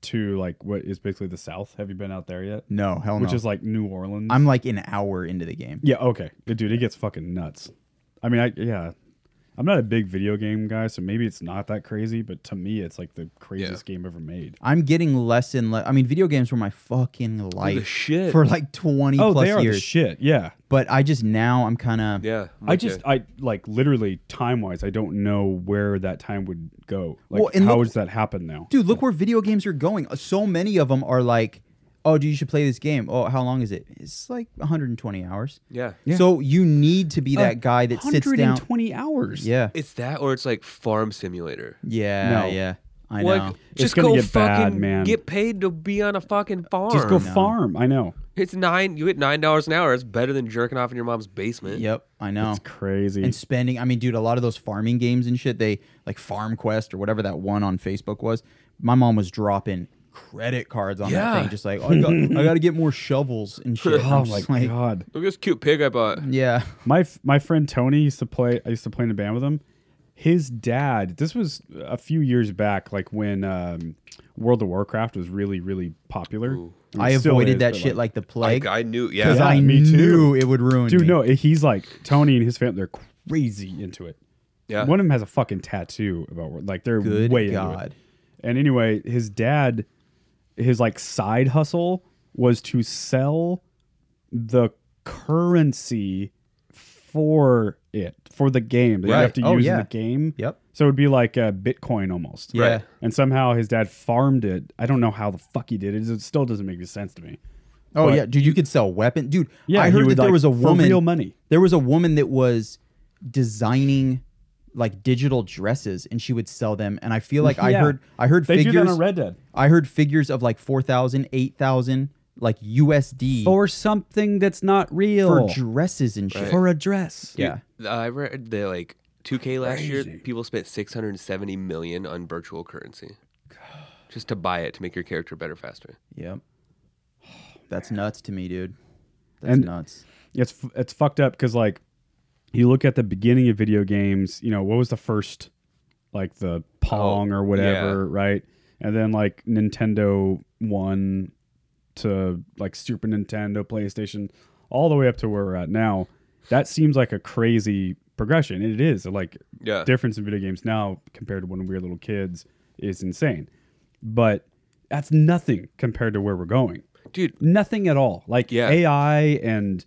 [SPEAKER 3] to like what is basically the South. Have you been out there yet?
[SPEAKER 5] No, hell no.
[SPEAKER 3] Which is like New Orleans.
[SPEAKER 5] I'm like an hour into the game.
[SPEAKER 3] Yeah, okay. Dude, it gets fucking nuts. I mean, I yeah. I'm not a big video game guy, so maybe it's not that crazy, but to me it's like the craziest game ever made.
[SPEAKER 5] I'm getting less and less. I mean, video games were my fucking life
[SPEAKER 4] shit.
[SPEAKER 5] for like 20
[SPEAKER 3] Oh,
[SPEAKER 5] plus
[SPEAKER 3] they are
[SPEAKER 5] years.
[SPEAKER 3] the shit. Yeah.
[SPEAKER 5] but I just now I'm kind of
[SPEAKER 4] Yeah. I'm
[SPEAKER 3] I
[SPEAKER 4] with
[SPEAKER 3] just
[SPEAKER 4] ya.
[SPEAKER 3] I like literally time-wise, I don't know where that time would go. Like
[SPEAKER 5] Well, and
[SPEAKER 3] how
[SPEAKER 5] look-
[SPEAKER 3] does that happen now?
[SPEAKER 5] dude, look where video games are going. Uh, So many of them are like, oh, dude, you should play this game. Oh, how long is it? It's like 120 hours.
[SPEAKER 4] Yeah.
[SPEAKER 5] So you need to be that guy that sits down.
[SPEAKER 3] 120 hours.
[SPEAKER 5] Yeah.
[SPEAKER 4] It's that or it's like farm simulator.
[SPEAKER 5] Yeah.
[SPEAKER 3] No.
[SPEAKER 5] Yeah. I
[SPEAKER 4] Like,
[SPEAKER 5] know.
[SPEAKER 3] It's
[SPEAKER 4] just
[SPEAKER 3] gonna
[SPEAKER 4] go
[SPEAKER 3] get bad,
[SPEAKER 4] fucking
[SPEAKER 3] man.
[SPEAKER 4] get paid to be on a fucking farm.
[SPEAKER 3] Just go farm. I know.
[SPEAKER 4] [laughs] It's nine. You get nine dollars an hour. It's better than jerking off in your mom's basement.
[SPEAKER 5] Yep. I know.
[SPEAKER 3] It's crazy.
[SPEAKER 5] and spending. I mean, dude, a lot of those farming games and shit, they like Farm Quest or whatever that one on Facebook was. My mom was dropping credit cards on that
[SPEAKER 4] Yeah.
[SPEAKER 5] thing, just like oh, I, got, I got to get more shovels and shit.
[SPEAKER 3] [laughs] oh
[SPEAKER 5] I'm
[SPEAKER 3] my
[SPEAKER 5] just like,
[SPEAKER 3] god.
[SPEAKER 4] Look at this cute pig I bought.
[SPEAKER 5] yeah,
[SPEAKER 3] My f- my friend Tony used to play. I used to play in a band with him. His dad. This was a few years back, like when um, World of Warcraft was really really popular. mean,
[SPEAKER 5] I
[SPEAKER 3] it still
[SPEAKER 5] avoided
[SPEAKER 3] is,
[SPEAKER 5] that
[SPEAKER 3] but,
[SPEAKER 5] shit like, the plague
[SPEAKER 4] Like I knew. Yeah.
[SPEAKER 5] because
[SPEAKER 3] Yeah,
[SPEAKER 5] I
[SPEAKER 3] me too.
[SPEAKER 5] knew it would ruin.
[SPEAKER 3] dude.
[SPEAKER 5] me.
[SPEAKER 3] No, he's like Tony and his family. They're crazy into it.
[SPEAKER 4] Yeah.
[SPEAKER 3] One of them has a fucking tattoo about War- like they're
[SPEAKER 5] Good
[SPEAKER 3] way into it.
[SPEAKER 5] God.
[SPEAKER 3] And anyway, his dad, his like side hustle was to sell the currency for it for the game that you
[SPEAKER 5] Right.
[SPEAKER 3] have to
[SPEAKER 5] Oh,
[SPEAKER 3] use in
[SPEAKER 5] yeah.
[SPEAKER 3] the game.
[SPEAKER 5] Yep.
[SPEAKER 3] So it'd be like a Bitcoin almost.
[SPEAKER 5] Yeah.
[SPEAKER 4] Right.
[SPEAKER 3] And somehow his dad farmed it. I don't know how the fuck he did it. It still doesn't make any sense to me.
[SPEAKER 5] Oh
[SPEAKER 3] But-
[SPEAKER 5] yeah, dude, you could sell weapon, dude.
[SPEAKER 3] Yeah,
[SPEAKER 5] I
[SPEAKER 3] he
[SPEAKER 5] heard
[SPEAKER 3] would,
[SPEAKER 5] that there
[SPEAKER 3] like,
[SPEAKER 5] was a
[SPEAKER 3] for
[SPEAKER 5] woman.
[SPEAKER 3] real money.
[SPEAKER 5] There was a woman that was designing like digital dresses, and she would sell them. And I feel like I
[SPEAKER 3] Yeah.
[SPEAKER 5] heard, I heard
[SPEAKER 3] They
[SPEAKER 5] figures.
[SPEAKER 3] do that on Red Dead
[SPEAKER 5] I heard figures of like 4,000, 8,000 like USD
[SPEAKER 3] something that's not real
[SPEAKER 5] E. for dresses and shit.
[SPEAKER 4] For
[SPEAKER 3] a dress.
[SPEAKER 5] Yeah.
[SPEAKER 4] I read that like 2K last year, people spent 670 million on virtual currency. Just to buy it to make your character better faster.
[SPEAKER 5] Yep. [sighs] That's nuts to me, dude. That's
[SPEAKER 3] And-
[SPEAKER 5] nuts.
[SPEAKER 3] it's f- it's fucked up because like you look at the beginning of video games you know what was the first like the pong or whatever right and then like nintendo one to like super nintendo playstation all the way up to where we're at now that seems like a crazy progression and it is like
[SPEAKER 4] Yeah.
[SPEAKER 3] difference in video games now compared to when we were little kids is insane but that's nothing compared to where we're going
[SPEAKER 4] Dude,
[SPEAKER 3] nothing at all. Like
[SPEAKER 4] Yeah.
[SPEAKER 3] AI and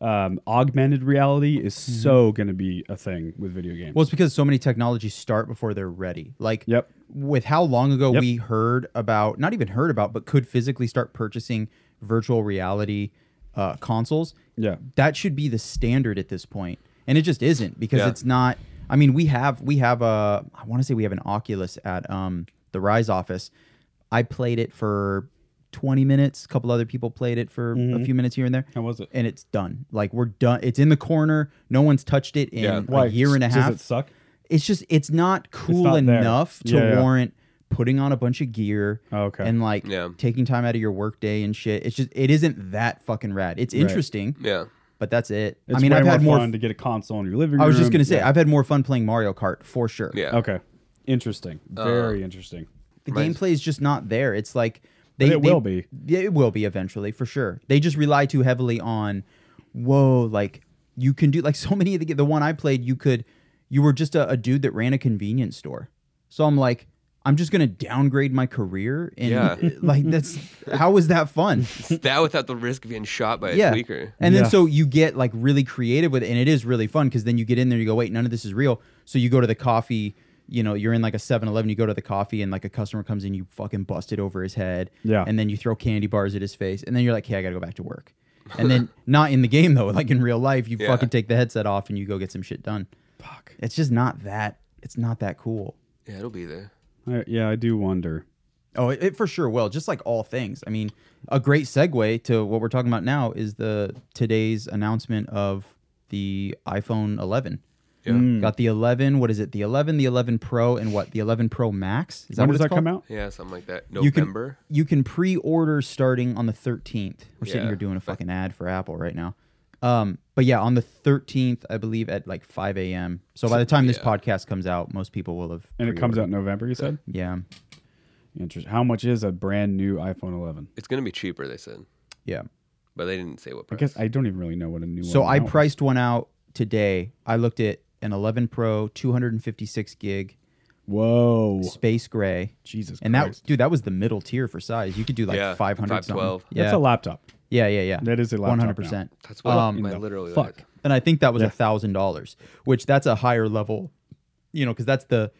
[SPEAKER 3] um, augmented reality is so going to be a thing with video games.
[SPEAKER 5] Mm-hmm. Well, it's because so many technologies start before they're ready. Like,
[SPEAKER 3] Yep.
[SPEAKER 5] with how long ago
[SPEAKER 3] Yep.
[SPEAKER 5] we heard about, not even heard about, but could physically start purchasing virtual reality uh, consoles.
[SPEAKER 3] Yeah.
[SPEAKER 5] That should be the standard at this point. And it just isn't because
[SPEAKER 4] Yeah.
[SPEAKER 5] it's not. I mean, we have, we have a, I want to say we have an Oculus at um, the Rise office. I played it for 20 minutes. A couple other people played it for
[SPEAKER 3] Mm-hmm.
[SPEAKER 5] a few minutes here and there.
[SPEAKER 3] How was it?
[SPEAKER 5] And it's done. Like, we're done. It's in the corner. No one's touched it in
[SPEAKER 4] Yeah.
[SPEAKER 5] a
[SPEAKER 3] Why?
[SPEAKER 5] year and a
[SPEAKER 3] Does
[SPEAKER 5] half
[SPEAKER 3] it suck?
[SPEAKER 5] it's just it's not cool
[SPEAKER 3] not there.
[SPEAKER 5] enough to
[SPEAKER 3] Yeah, yeah.
[SPEAKER 5] warrant putting on a bunch of gear
[SPEAKER 3] Oh, Okay.
[SPEAKER 5] and like
[SPEAKER 4] Yeah.
[SPEAKER 5] taking time out of your workday and shit. It's just it isn't that fucking rad. It's interesting, [laughs]
[SPEAKER 4] yeah.
[SPEAKER 5] but that's it.
[SPEAKER 3] It's
[SPEAKER 5] I mean,
[SPEAKER 3] way
[SPEAKER 5] I've
[SPEAKER 3] more
[SPEAKER 5] had more.
[SPEAKER 3] fun to get a console in your living room.
[SPEAKER 5] I was just gonna say
[SPEAKER 3] Yeah.
[SPEAKER 5] I've had more fun playing Mario Kart for sure.
[SPEAKER 4] Yeah.
[SPEAKER 3] Okay. Interesting. Very interesting.
[SPEAKER 5] The
[SPEAKER 4] Right.
[SPEAKER 5] gameplay is just not there. It's like they
[SPEAKER 3] it
[SPEAKER 5] they-
[SPEAKER 3] will be.
[SPEAKER 5] Yeah, it will be eventually for sure. They just rely too heavily on whoa, like you can do like [laughs] so many of the the one I played, you could you were just a, a dude that ran a convenience store. So I'm like, I'm just gonna downgrade my career and
[SPEAKER 4] Yeah.
[SPEAKER 5] [laughs] like that's how is that fun?
[SPEAKER 4] that without the risk of getting shot by a
[SPEAKER 5] yeah.
[SPEAKER 4] tweaker.
[SPEAKER 5] And then
[SPEAKER 3] Yeah.
[SPEAKER 5] so you get like really creative with it, and it is really fun because then you get in there, you go, wait, none of this is real. So you go to the coffee, you know, you're in like a 7 Eleven, you go to the coffee, and like a customer comes in, you fucking bust it over his head.
[SPEAKER 3] Yeah.
[SPEAKER 5] And then you throw candy bars at his face, and then you're like, hey, I gotta go back to work. And then not in the game though, like in real life, you
[SPEAKER 4] Yeah.
[SPEAKER 5] fucking take the headset off and you go get some shit done.
[SPEAKER 3] Fuck.
[SPEAKER 5] It's just not that. It's not that cool.
[SPEAKER 4] Yeah, it'll be there.
[SPEAKER 3] I, yeah, I do wonder.
[SPEAKER 5] Oh, it, it for sure will. Just like all things. I mean, a great segue to what we're talking about now is the today's announcement of the iPhone 11.
[SPEAKER 4] Yeah.
[SPEAKER 3] Hmm.
[SPEAKER 5] Got the 11. What is it? The 11, the 11 Pro, and what? The 11 Pro Max. Is that
[SPEAKER 3] when
[SPEAKER 5] what
[SPEAKER 3] does
[SPEAKER 5] it's
[SPEAKER 3] that
[SPEAKER 5] called?
[SPEAKER 3] come out?
[SPEAKER 4] Yeah, something like that.
[SPEAKER 5] You can-
[SPEAKER 4] November.
[SPEAKER 5] You can pre-order starting on the 13th. We're sitting
[SPEAKER 4] Yeah.
[SPEAKER 5] here doing a fucking ad for Apple right now. Um, but yeah, on the 13th, I believe at like 5 a.m. So by the time this
[SPEAKER 4] Yeah.
[SPEAKER 5] podcast comes out, most people will have.
[SPEAKER 3] And it comes
[SPEAKER 5] pre-ordered.
[SPEAKER 3] out in November, you said?
[SPEAKER 5] Yeah,
[SPEAKER 3] Interesting. How much is a brand new iPhone 11?
[SPEAKER 4] It's gonna be cheaper, they said,
[SPEAKER 5] yeah.
[SPEAKER 4] but they didn't say what
[SPEAKER 3] I
[SPEAKER 4] price.
[SPEAKER 3] guess I don't even really know what a new
[SPEAKER 5] So
[SPEAKER 3] one
[SPEAKER 5] I
[SPEAKER 3] now is.
[SPEAKER 5] priced one out today. I looked at an 11 Pro, 256 gig,
[SPEAKER 3] Whoa.
[SPEAKER 5] space gray,
[SPEAKER 3] Jesus
[SPEAKER 5] and
[SPEAKER 3] Christ.
[SPEAKER 5] that dude, that was the middle tier for size. You could do like
[SPEAKER 4] Yeah,
[SPEAKER 5] 500, something.
[SPEAKER 4] 512.
[SPEAKER 5] Yeah,
[SPEAKER 3] That's a laptop.
[SPEAKER 5] yeah, yeah, yeah.
[SPEAKER 3] That is a laptop now.
[SPEAKER 5] 100. percent
[SPEAKER 4] That's what
[SPEAKER 5] Um,
[SPEAKER 4] I
[SPEAKER 3] the
[SPEAKER 4] literally
[SPEAKER 3] fuck?
[SPEAKER 4] like.
[SPEAKER 5] and I think that was a thousand dollars, which that's a higher level, you know, because that's the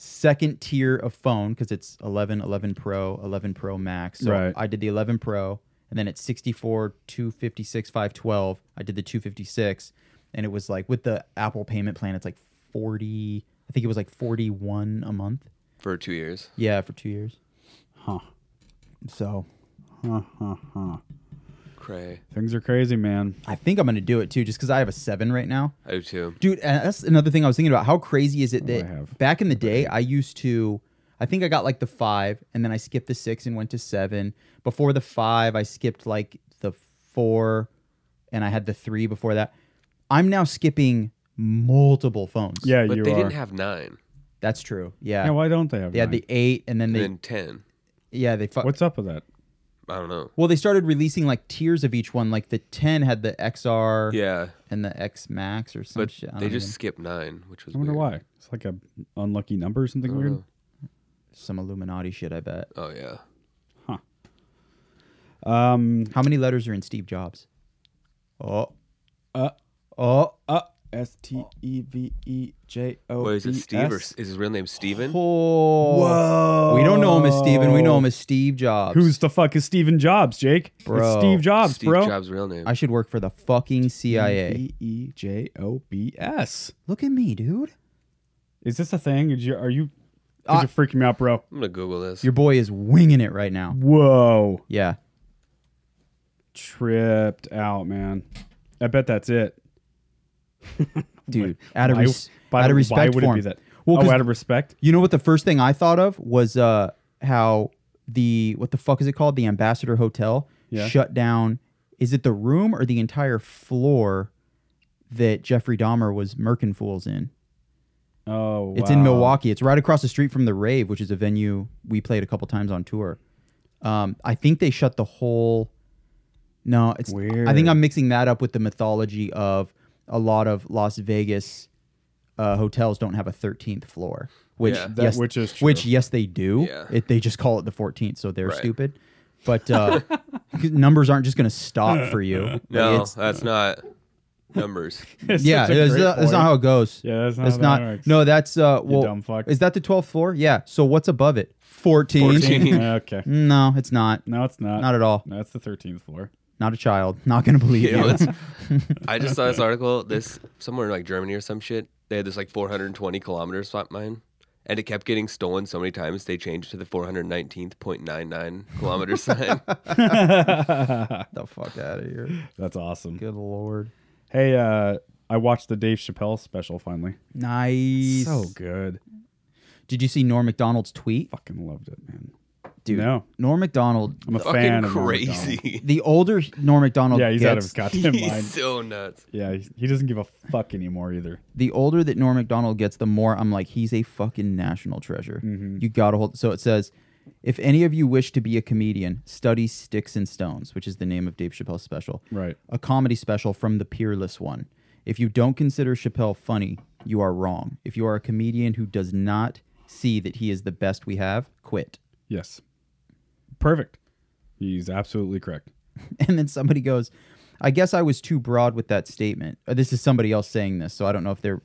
[SPEAKER 5] second tier of phone because it's 11, 11 Pro, 11 Pro Max. So
[SPEAKER 3] Right.
[SPEAKER 5] I did the 11 Pro, and then at 64, 256, 512, I did the 256, and it was like with the Apple payment plan, it's like 40, I think it was like 41 a month.
[SPEAKER 4] for two years.
[SPEAKER 5] Yeah, for two years.
[SPEAKER 3] Huh.
[SPEAKER 5] So
[SPEAKER 3] Huh, huh, huh.
[SPEAKER 4] Cray.
[SPEAKER 3] Things are crazy, man.
[SPEAKER 5] I think I'm going to do it too, just because I have a seven right now.
[SPEAKER 4] I do too.
[SPEAKER 5] dude and that's another thing i was thinking about how crazy is it
[SPEAKER 3] do I
[SPEAKER 5] that
[SPEAKER 3] have?
[SPEAKER 5] back in the day i used to i think i got like the five and then i skipped the six and went to seven before the five i skipped like the four and i had the three before that i'm now skipping multiple phones
[SPEAKER 3] Yeah,
[SPEAKER 4] But
[SPEAKER 3] you
[SPEAKER 4] they
[SPEAKER 3] are.
[SPEAKER 4] didn't have nine.
[SPEAKER 5] that's true yeah,
[SPEAKER 3] yeah, why don't they have
[SPEAKER 5] they had
[SPEAKER 3] nine?
[SPEAKER 5] the uh, eight and then
[SPEAKER 4] And
[SPEAKER 5] they
[SPEAKER 4] then ten.
[SPEAKER 5] yeah they fu-
[SPEAKER 3] What's up with that?
[SPEAKER 4] I don't know.
[SPEAKER 5] well they started releasing like tiers of each one like the 10 had the xr
[SPEAKER 4] Yeah,
[SPEAKER 5] and the x max or some
[SPEAKER 4] but
[SPEAKER 5] shit I
[SPEAKER 4] they
[SPEAKER 5] don't
[SPEAKER 4] just
[SPEAKER 5] even-
[SPEAKER 4] skipped nine, which was
[SPEAKER 3] I wonder
[SPEAKER 4] weird.
[SPEAKER 3] why. It's like a unlucky number or something
[SPEAKER 4] I
[SPEAKER 3] weird.
[SPEAKER 4] don't
[SPEAKER 5] some illuminati shit i bet
[SPEAKER 4] know. Oh yeah,
[SPEAKER 5] Uh-huh.
[SPEAKER 3] Um,
[SPEAKER 5] How many letters are in Steve Jobs? Oh,
[SPEAKER 3] uh,
[SPEAKER 5] oh,
[SPEAKER 3] uh, S T E V E J O.
[SPEAKER 4] what is it? Steve or is his real name Steven?
[SPEAKER 5] oh.
[SPEAKER 3] Whoa.
[SPEAKER 5] We don't know him as Steven. We know him as Steve Jobs.
[SPEAKER 3] Who's the fuck is Steven Jobs, Jake?
[SPEAKER 5] Bro.
[SPEAKER 3] It's Steve Jobs,
[SPEAKER 4] Steve
[SPEAKER 3] bro.
[SPEAKER 4] Jobs' real name.
[SPEAKER 5] I should work for the fucking CIA.
[SPEAKER 3] E E J O B S.
[SPEAKER 5] Look at me, dude.
[SPEAKER 3] Is this a thing? Did you, are you?
[SPEAKER 5] Uh,
[SPEAKER 3] You're freaking me out, bro.
[SPEAKER 4] I'm gonna Google this.
[SPEAKER 5] Your boy is winging it right now.
[SPEAKER 3] Whoa.
[SPEAKER 5] Yeah.
[SPEAKER 3] Tripped out, man. I bet that's it.
[SPEAKER 5] Dude, out of,
[SPEAKER 3] Why-
[SPEAKER 5] res-
[SPEAKER 3] why-
[SPEAKER 5] out of respect
[SPEAKER 3] why would
[SPEAKER 5] for
[SPEAKER 3] it be
[SPEAKER 5] him.
[SPEAKER 3] that?
[SPEAKER 5] Well,
[SPEAKER 3] oh,
[SPEAKER 5] 'cause-
[SPEAKER 3] out of respect.
[SPEAKER 5] You know what the first thing I thought of was uh how the what the fuck is it called? The Ambassador Hotel
[SPEAKER 3] Yeah.
[SPEAKER 5] shut down. Is it the room or the entire floor that Jeffrey Dahmer was murking fools in?
[SPEAKER 3] Oh,
[SPEAKER 5] It's in
[SPEAKER 3] wow.
[SPEAKER 5] Milwaukee. It's right across the street from the Rave, which is a venue we played a couple times on tour. Um, I think they shut the whole. No, it's. I
[SPEAKER 3] Weird.
[SPEAKER 5] think I'm mixing that up with the mythology of a lot of Las Vegas uh, hotels don't have a 13th floor, which
[SPEAKER 4] Yeah.
[SPEAKER 3] That-
[SPEAKER 5] yes,
[SPEAKER 3] which is true.
[SPEAKER 5] which yes they do.
[SPEAKER 4] Yeah.
[SPEAKER 5] It, they just call it the 14th, so they're
[SPEAKER 4] Right.
[SPEAKER 5] stupid. [laughs] But uh, numbers aren't just going to stop for you.
[SPEAKER 3] [laughs]
[SPEAKER 5] Like,
[SPEAKER 4] no,
[SPEAKER 5] it's-
[SPEAKER 4] that's not
[SPEAKER 5] [laughs]
[SPEAKER 4] numbers.
[SPEAKER 3] [laughs] It's
[SPEAKER 5] yeah,
[SPEAKER 3] such a
[SPEAKER 5] that's
[SPEAKER 3] great
[SPEAKER 5] not, that's
[SPEAKER 3] point.
[SPEAKER 5] not how it goes.
[SPEAKER 3] Yeah, that's not.
[SPEAKER 5] That's
[SPEAKER 3] how
[SPEAKER 5] not.
[SPEAKER 3] that works.
[SPEAKER 5] No, that's uh. Well,
[SPEAKER 3] dumb fuck. [laughs]
[SPEAKER 5] is that the twelfth floor? Yeah. So what's above it? Fourteen.
[SPEAKER 4] 14.
[SPEAKER 3] okay.
[SPEAKER 5] [laughs] no, it's not.
[SPEAKER 3] No, it's not.
[SPEAKER 5] Not at all.
[SPEAKER 3] No, it's the thirteenth
[SPEAKER 5] [laughs]
[SPEAKER 3] floor. [laughs]
[SPEAKER 5] Not a child. Not gonna believe
[SPEAKER 4] You know,
[SPEAKER 5] you.
[SPEAKER 4] it's, I just saw this article. This somewhere in like Germany or some shit. They had this like 420 kilometers flat mine, and it kept getting stolen so many times. They changed to the 419.99
[SPEAKER 5] [laughs]
[SPEAKER 4] kilometer sign.
[SPEAKER 5] Get [laughs] the fuck out of here.
[SPEAKER 3] That's awesome.
[SPEAKER 5] Good lord.
[SPEAKER 3] Hey, uh, I watched the Dave Chappelle special finally.
[SPEAKER 5] Nice.
[SPEAKER 3] So good.
[SPEAKER 5] Did you see Norm Macdonald's tweet?
[SPEAKER 3] Fucking loved it, man.
[SPEAKER 5] Dude.
[SPEAKER 3] No,
[SPEAKER 5] Norm Macdonald.
[SPEAKER 3] I'm a
[SPEAKER 4] Fucking
[SPEAKER 3] fan. of Norm Macdonald.
[SPEAKER 4] crazy.
[SPEAKER 5] The older Norm Macdonald
[SPEAKER 3] Yeah, he's
[SPEAKER 5] gets,
[SPEAKER 3] out of his goddamn
[SPEAKER 4] [laughs] He's
[SPEAKER 3] mind.
[SPEAKER 4] so nuts.
[SPEAKER 3] Yeah, he, he doesn't give a fuck anymore either.
[SPEAKER 5] the older that Norm McDonald gets, the more I'm like, he's a fucking national treasure. You gotta hold. So it says, if any of you wish to be a comedian, study Sticks and Stones, which is the name of Dave Chappelle's special,
[SPEAKER 3] Right.
[SPEAKER 5] A comedy special from the Peerless One. If you don't consider Chappelle funny, you are wrong. If you are a comedian who does not see that he is the best we have, quit.
[SPEAKER 3] Yes. Perfect. He's absolutely correct.
[SPEAKER 5] [laughs] And then somebody goes, I guess I was too broad with that statement. Uh, This is somebody else saying this, so I don't know if they're.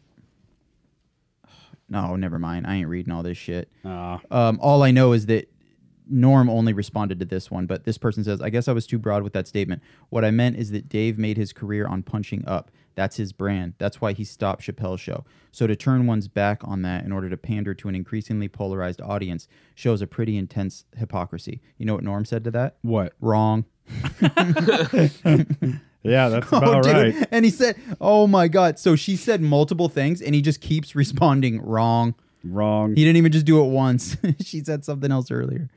[SPEAKER 5] [sighs] No, never mind. I ain't reading all this shit.
[SPEAKER 3] Uh,
[SPEAKER 5] Um, all I know is that Norm only responded to this one, but this person says, I guess I was too broad with that statement. What I meant is that Dave made his career on punching up. That's his brand. That's why he stopped Chappelle's show. So to turn one's back on that in order to pander to an increasingly polarized audience shows a pretty intense hypocrisy. You know what Norm said to that?
[SPEAKER 3] What?
[SPEAKER 5] Wrong.
[SPEAKER 3] Yeah, that's
[SPEAKER 5] [laughs]
[SPEAKER 3] about right.
[SPEAKER 5] Oh, And he said, Oh my God. So she said multiple things and he just keeps responding wrong.
[SPEAKER 3] Wrong.
[SPEAKER 5] He didn't even just do it once. [laughs] she said something
[SPEAKER 3] [laughs]
[SPEAKER 5] else earlier.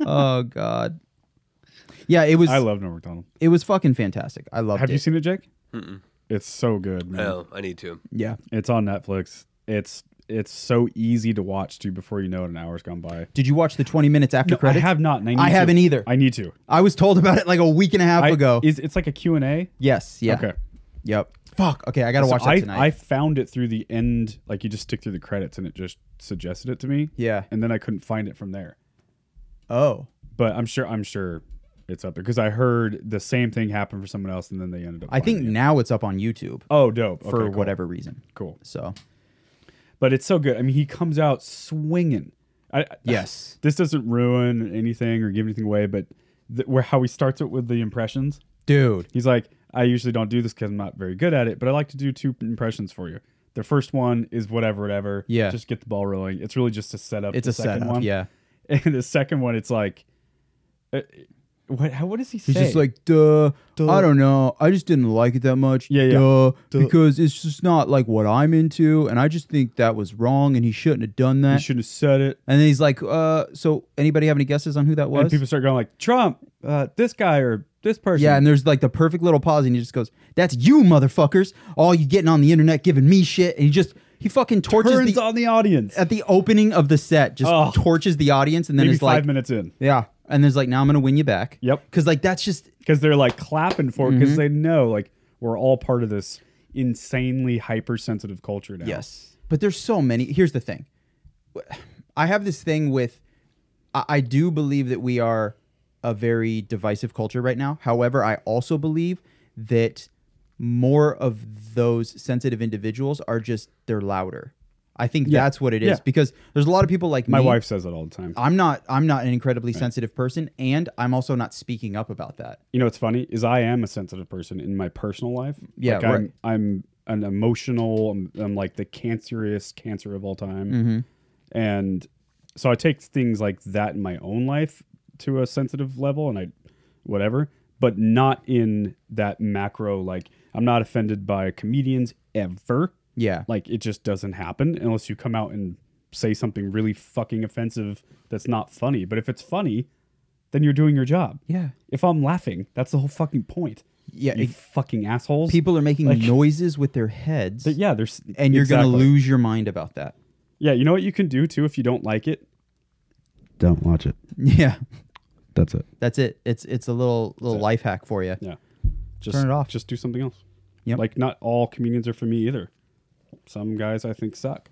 [SPEAKER 5] oh God. Yeah, it was
[SPEAKER 3] I love Norm Macdonald.
[SPEAKER 5] it was fucking fantastic. I loved
[SPEAKER 3] Have
[SPEAKER 5] it.
[SPEAKER 3] you seen it, Jake? It's so good, man.
[SPEAKER 4] Oh, I need to.
[SPEAKER 5] yeah.
[SPEAKER 3] It's on Netflix. It's it's so easy to watch too. Before you know it, an hour's gone by.
[SPEAKER 5] Did you watch the 20 minutes after
[SPEAKER 3] I
[SPEAKER 5] credits?
[SPEAKER 3] have not. and I, need
[SPEAKER 5] I
[SPEAKER 3] to.
[SPEAKER 5] haven't either.
[SPEAKER 3] I need to.
[SPEAKER 5] I was told about it like a week and a half
[SPEAKER 3] I,
[SPEAKER 5] ago.
[SPEAKER 3] Is, it's like a Q and A.
[SPEAKER 5] yes, yeah.
[SPEAKER 3] Okay.
[SPEAKER 5] Yep. Fuck. Okay, I gotta
[SPEAKER 3] So
[SPEAKER 5] watch that
[SPEAKER 3] I,
[SPEAKER 5] tonight.
[SPEAKER 3] I found it through the end. Like you just stick through the credits, and it just suggested it to me.
[SPEAKER 5] yeah.
[SPEAKER 3] And then I couldn't find it from there.
[SPEAKER 5] Oh.
[SPEAKER 3] But I'm sure. I'm sure it's up there because I heard the same thing happen for someone else, and then they ended up.
[SPEAKER 5] I think
[SPEAKER 3] finding it.
[SPEAKER 5] now it's up on YouTube
[SPEAKER 3] Oh, dope.
[SPEAKER 5] for
[SPEAKER 3] Okay, cool.
[SPEAKER 5] whatever reason.
[SPEAKER 3] Cool.
[SPEAKER 5] So
[SPEAKER 3] But it's so good. I mean, he comes out swinging. I, I-
[SPEAKER 5] yes.
[SPEAKER 3] this doesn't ruin anything or give anything away, but th- where how he starts it with the impressions.
[SPEAKER 5] Dude.
[SPEAKER 3] He's like, I usually don't do this because I'm not very good at it, but I like to do two impressions for you. The first one is whatever, whatever.
[SPEAKER 5] Yeah.
[SPEAKER 3] Just get the ball rolling. It's really just a setup.
[SPEAKER 5] It's
[SPEAKER 3] the
[SPEAKER 5] a
[SPEAKER 3] second
[SPEAKER 5] setup.
[SPEAKER 3] One.
[SPEAKER 5] Yeah.
[SPEAKER 3] [laughs] And the second one, it's like, uh, what? How, what does he say?
[SPEAKER 5] He's just like, duh, I don't know. I just didn't like it that much.
[SPEAKER 3] Yeah, yeah.
[SPEAKER 5] Duh, Because it's just not like what I'm into. And I just think that was wrong and he shouldn't have done
[SPEAKER 3] you
[SPEAKER 5] that.
[SPEAKER 3] shouldn't have said it.
[SPEAKER 5] and then he's like, uh, so anybody have any guesses on who that
[SPEAKER 3] And
[SPEAKER 5] was?
[SPEAKER 3] people start going like, Trump, uh, this guy or this person.
[SPEAKER 5] yeah, and there's like the perfect little pause, and he just goes, "That's you, motherfuckers! All you getting on the internet, giving me shit." And he just he fucking torches
[SPEAKER 3] turns
[SPEAKER 5] the,
[SPEAKER 3] on the audience.
[SPEAKER 5] at the opening of the set, just
[SPEAKER 3] Oh.
[SPEAKER 5] torches the audience, and then
[SPEAKER 3] Maybe
[SPEAKER 5] is
[SPEAKER 3] five
[SPEAKER 5] like,
[SPEAKER 3] minutes in.
[SPEAKER 5] "Yeah," and there's like, "Now I'm gonna win you back."
[SPEAKER 3] Yep.
[SPEAKER 5] Because like that's just
[SPEAKER 3] because they're like clapping for it because
[SPEAKER 5] Mm-hmm.
[SPEAKER 3] they know like we're all part of this insanely hypersensitive culture now.
[SPEAKER 5] Yes. But there's so many. Here's the thing. I have this thing with I, I do believe that we are a very divisive culture right now. However, I also believe that more of those sensitive individuals are just they're louder. I think
[SPEAKER 3] Yeah.
[SPEAKER 5] that's what it is
[SPEAKER 3] Yeah.
[SPEAKER 5] because there's a lot of people like
[SPEAKER 3] my
[SPEAKER 5] me.
[SPEAKER 3] wife says that all the time.
[SPEAKER 5] I'm not I'm not an incredibly sensitive person and I'm also not speaking up about that.
[SPEAKER 3] you know what's funny is I am a sensitive person in my personal life.
[SPEAKER 5] Yeah,
[SPEAKER 3] like I'm, I'm an emotional. I'm, I'm like the cancerous cancer of all time,
[SPEAKER 5] Mm-hmm.
[SPEAKER 3] and so I take things like that in my own life to a sensitive level, and I whatever, but not in that macro. Like I'm not offended by comedians ever.
[SPEAKER 5] Yeah.
[SPEAKER 3] Like it just doesn't happen unless you come out and say something really fucking offensive that's not funny. But if it's funny, then you're doing your job.
[SPEAKER 5] Yeah.
[SPEAKER 3] If I'm laughing, that's the whole fucking point.
[SPEAKER 5] Yeah,
[SPEAKER 3] You
[SPEAKER 5] it-
[SPEAKER 3] fucking assholes.
[SPEAKER 5] People are making
[SPEAKER 3] Like-
[SPEAKER 5] noises with their heads
[SPEAKER 3] But yeah, there's
[SPEAKER 5] and you're going
[SPEAKER 3] exactly.
[SPEAKER 5] to lose your mind about that.
[SPEAKER 3] Yeah, you know what you can do too if you don't like it.
[SPEAKER 6] Don't watch it.
[SPEAKER 5] [laughs] Yeah.
[SPEAKER 6] That's it.
[SPEAKER 5] That's it. It's it's a little little
[SPEAKER 3] it.
[SPEAKER 5] life hack for you.
[SPEAKER 3] Yeah, just
[SPEAKER 5] it off.
[SPEAKER 3] Just do something else.
[SPEAKER 5] Yep.
[SPEAKER 3] Like not all comedians are for me either. Some guys I think suck,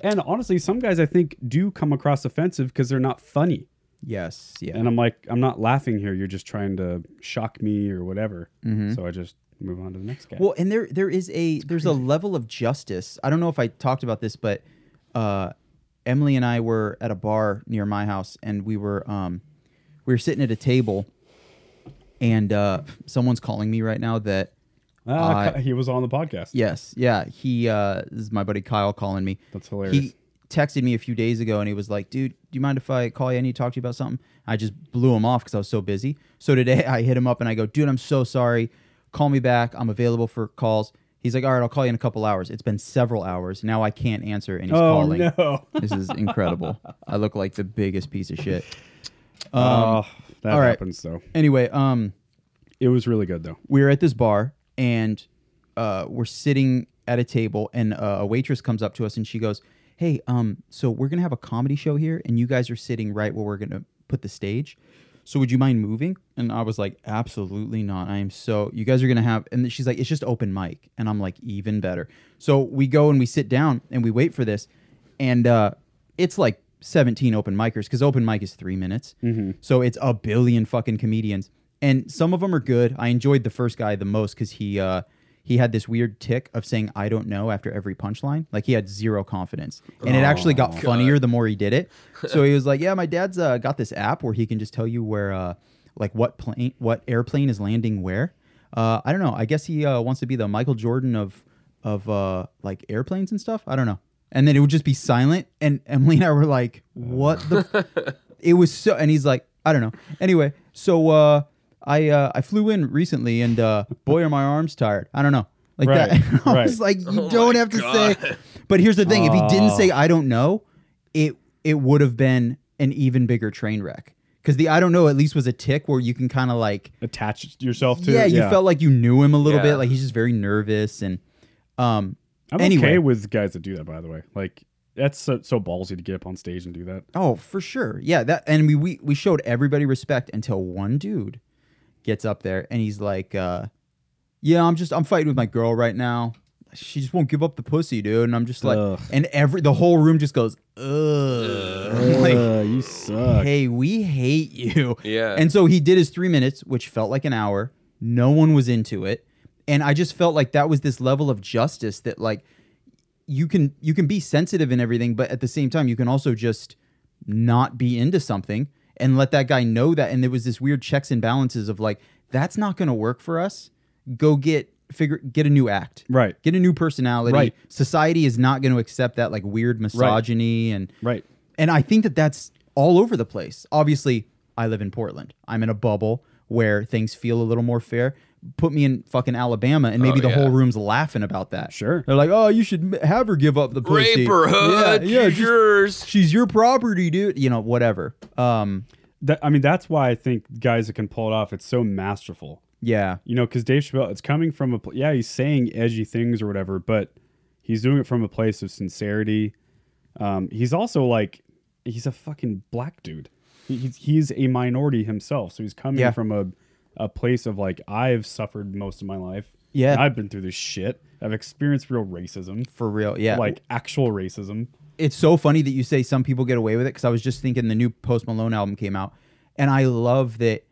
[SPEAKER 3] and honestly, some guys I think do come across offensive because they're not funny.
[SPEAKER 5] Yes. Yeah.
[SPEAKER 3] And I'm like, I'm not laughing here. You're just trying to shock me or whatever. So I just move on to the next guy.
[SPEAKER 5] Mm-hmm. well, and there there is a there's a level of justice. I don't know if I talked about this, but uh, Emily and I were at a bar near my house, and we were um, we were sitting at a table, and uh, someone's calling me right now that
[SPEAKER 3] Ah, [laughs]
[SPEAKER 5] I-
[SPEAKER 3] he was on the podcast.
[SPEAKER 5] Yes, yeah. He uh, this is my buddy Kyle calling me.
[SPEAKER 3] That's hilarious.
[SPEAKER 5] He texted me a few days ago and he was like, "Dude, do you mind if I call you? I need to talk to you about something." I just blew him off because I was so busy. So today [laughs] I hit him up and I go, "Dude, I'm so sorry. Call me back. I'm available for calls." He's like, "All right, I'll call you in a couple hours." It's been several hours now. I can't answer and he's
[SPEAKER 3] oh
[SPEAKER 5] calling. [laughs] Um,
[SPEAKER 3] no.
[SPEAKER 5] This is incredible. I look like the biggest piece of shit.
[SPEAKER 3] [laughs] oh, that
[SPEAKER 5] all right.
[SPEAKER 3] happens though.
[SPEAKER 5] Anyway, um.
[SPEAKER 3] It was really good though.
[SPEAKER 5] we were at this bar and uh, we're sitting at a table and uh, a waitress comes up to us and she goes hey um so we're gonna have a comedy show here and you guys are sitting right where we're gonna put the stage so would you mind moving and i was like absolutely not i am so you guys are gonna have and she's like it's just open mic and i'm like even better so we go and we sit down and we wait for this and uh, it's like 17 open micers because open mic is three minutes. So it's a billion fucking comedians, and some of them are good. I enjoyed the first guy the most because he uh, he had this weird tick of saying I don't know after every punchline. Like he had zero confidence. And it actually got funnier the more he did it. So he was like, "Yeah, my dad's uh, got this app where he can just tell you where uh like what plane what airplane is landing where." Uh I don't know. I guess he uh, wants to be the Michael Jordan of of uh like airplanes and stuff. I don't know. And then it would just be silent and Emily and I were like, "What the
[SPEAKER 4] [laughs]
[SPEAKER 5] it was so and he's like i don't know anyway so uh i uh i flew in recently and uh boy are my arms tired i don't know like that
[SPEAKER 3] Right,
[SPEAKER 5] [laughs] i
[SPEAKER 3] right.
[SPEAKER 5] was like you
[SPEAKER 4] Oh
[SPEAKER 5] don't
[SPEAKER 4] my
[SPEAKER 5] have to
[SPEAKER 4] God. [laughs]
[SPEAKER 5] say but here's the thing if he didn't
[SPEAKER 3] Oh.
[SPEAKER 5] say i don't know it it would have been an even bigger train wreck because the i don't know at least was a tick where you can kind of like
[SPEAKER 3] Attach yourself to
[SPEAKER 5] yeah
[SPEAKER 3] it.
[SPEAKER 5] you felt like you knew him a little
[SPEAKER 4] Yeah.
[SPEAKER 5] bit like he's just very nervous and um
[SPEAKER 3] I'm
[SPEAKER 5] anyway.
[SPEAKER 3] okay with guys that do that, by the way. Like, that's so, so ballsy to get up on stage and do that.
[SPEAKER 5] Oh, for sure. Yeah, that and we we, we showed everybody respect until one dude gets up there and he's like, uh, yeah, I'm just I'm fighting with my girl right now. She just won't give up the pussy, dude. And I'm just like
[SPEAKER 3] Ugh.
[SPEAKER 5] and every the whole room just goes, Ugh. I'm [laughs] [laughs] like,
[SPEAKER 3] you suck.
[SPEAKER 5] hey, we hate you.
[SPEAKER 4] Yeah.
[SPEAKER 5] And so he did his three minutes, which felt like an hour. No one was into it. And I just felt like that was this level of justice that like you can you can be sensitive and everything, but at the same time you can also just not be into something and let that guy know that. And there was this weird checks and balances of like, that's not gonna work for us. Go get figure get a new act.
[SPEAKER 3] Right.
[SPEAKER 5] Get a new personality.
[SPEAKER 3] Right.
[SPEAKER 5] Society is not going to accept that like weird misogyny and
[SPEAKER 3] Right.
[SPEAKER 5] and I think that that's all over the place. Obviously, I live in Portland. I'm in a bubble where things feel a little more fair. Put me in fucking Alabama, and maybe
[SPEAKER 4] Oh,
[SPEAKER 5] the
[SPEAKER 4] yeah.
[SPEAKER 5] whole room's laughing about that.
[SPEAKER 3] Sure.
[SPEAKER 5] they're like, "Oh, you should m- have her give up the pussy.
[SPEAKER 4] Rape her, huh? She's
[SPEAKER 5] just-
[SPEAKER 4] yours.
[SPEAKER 5] she's your property, dude. You know, whatever. Um,
[SPEAKER 3] That, I mean, that's why I think guys that can pull it off, it's so masterful.
[SPEAKER 5] yeah,
[SPEAKER 3] You know, because Dave Chappelle, it's coming from a pl- yeah, he's saying edgy things or whatever, but he's doing it from a place of sincerity. Um, he's also like, he's a fucking black dude. He- He's, he's a minority himself, so he's coming
[SPEAKER 5] Yeah.
[SPEAKER 3] from a a place of like I've suffered most of my life.
[SPEAKER 5] Yeah.
[SPEAKER 3] And I've been through this shit. I've experienced real racism,
[SPEAKER 5] for real. Yeah,
[SPEAKER 3] like actual racism.
[SPEAKER 5] it's so funny that you say some people get away with it because I was just thinking the new Post Malone album came out, and I love that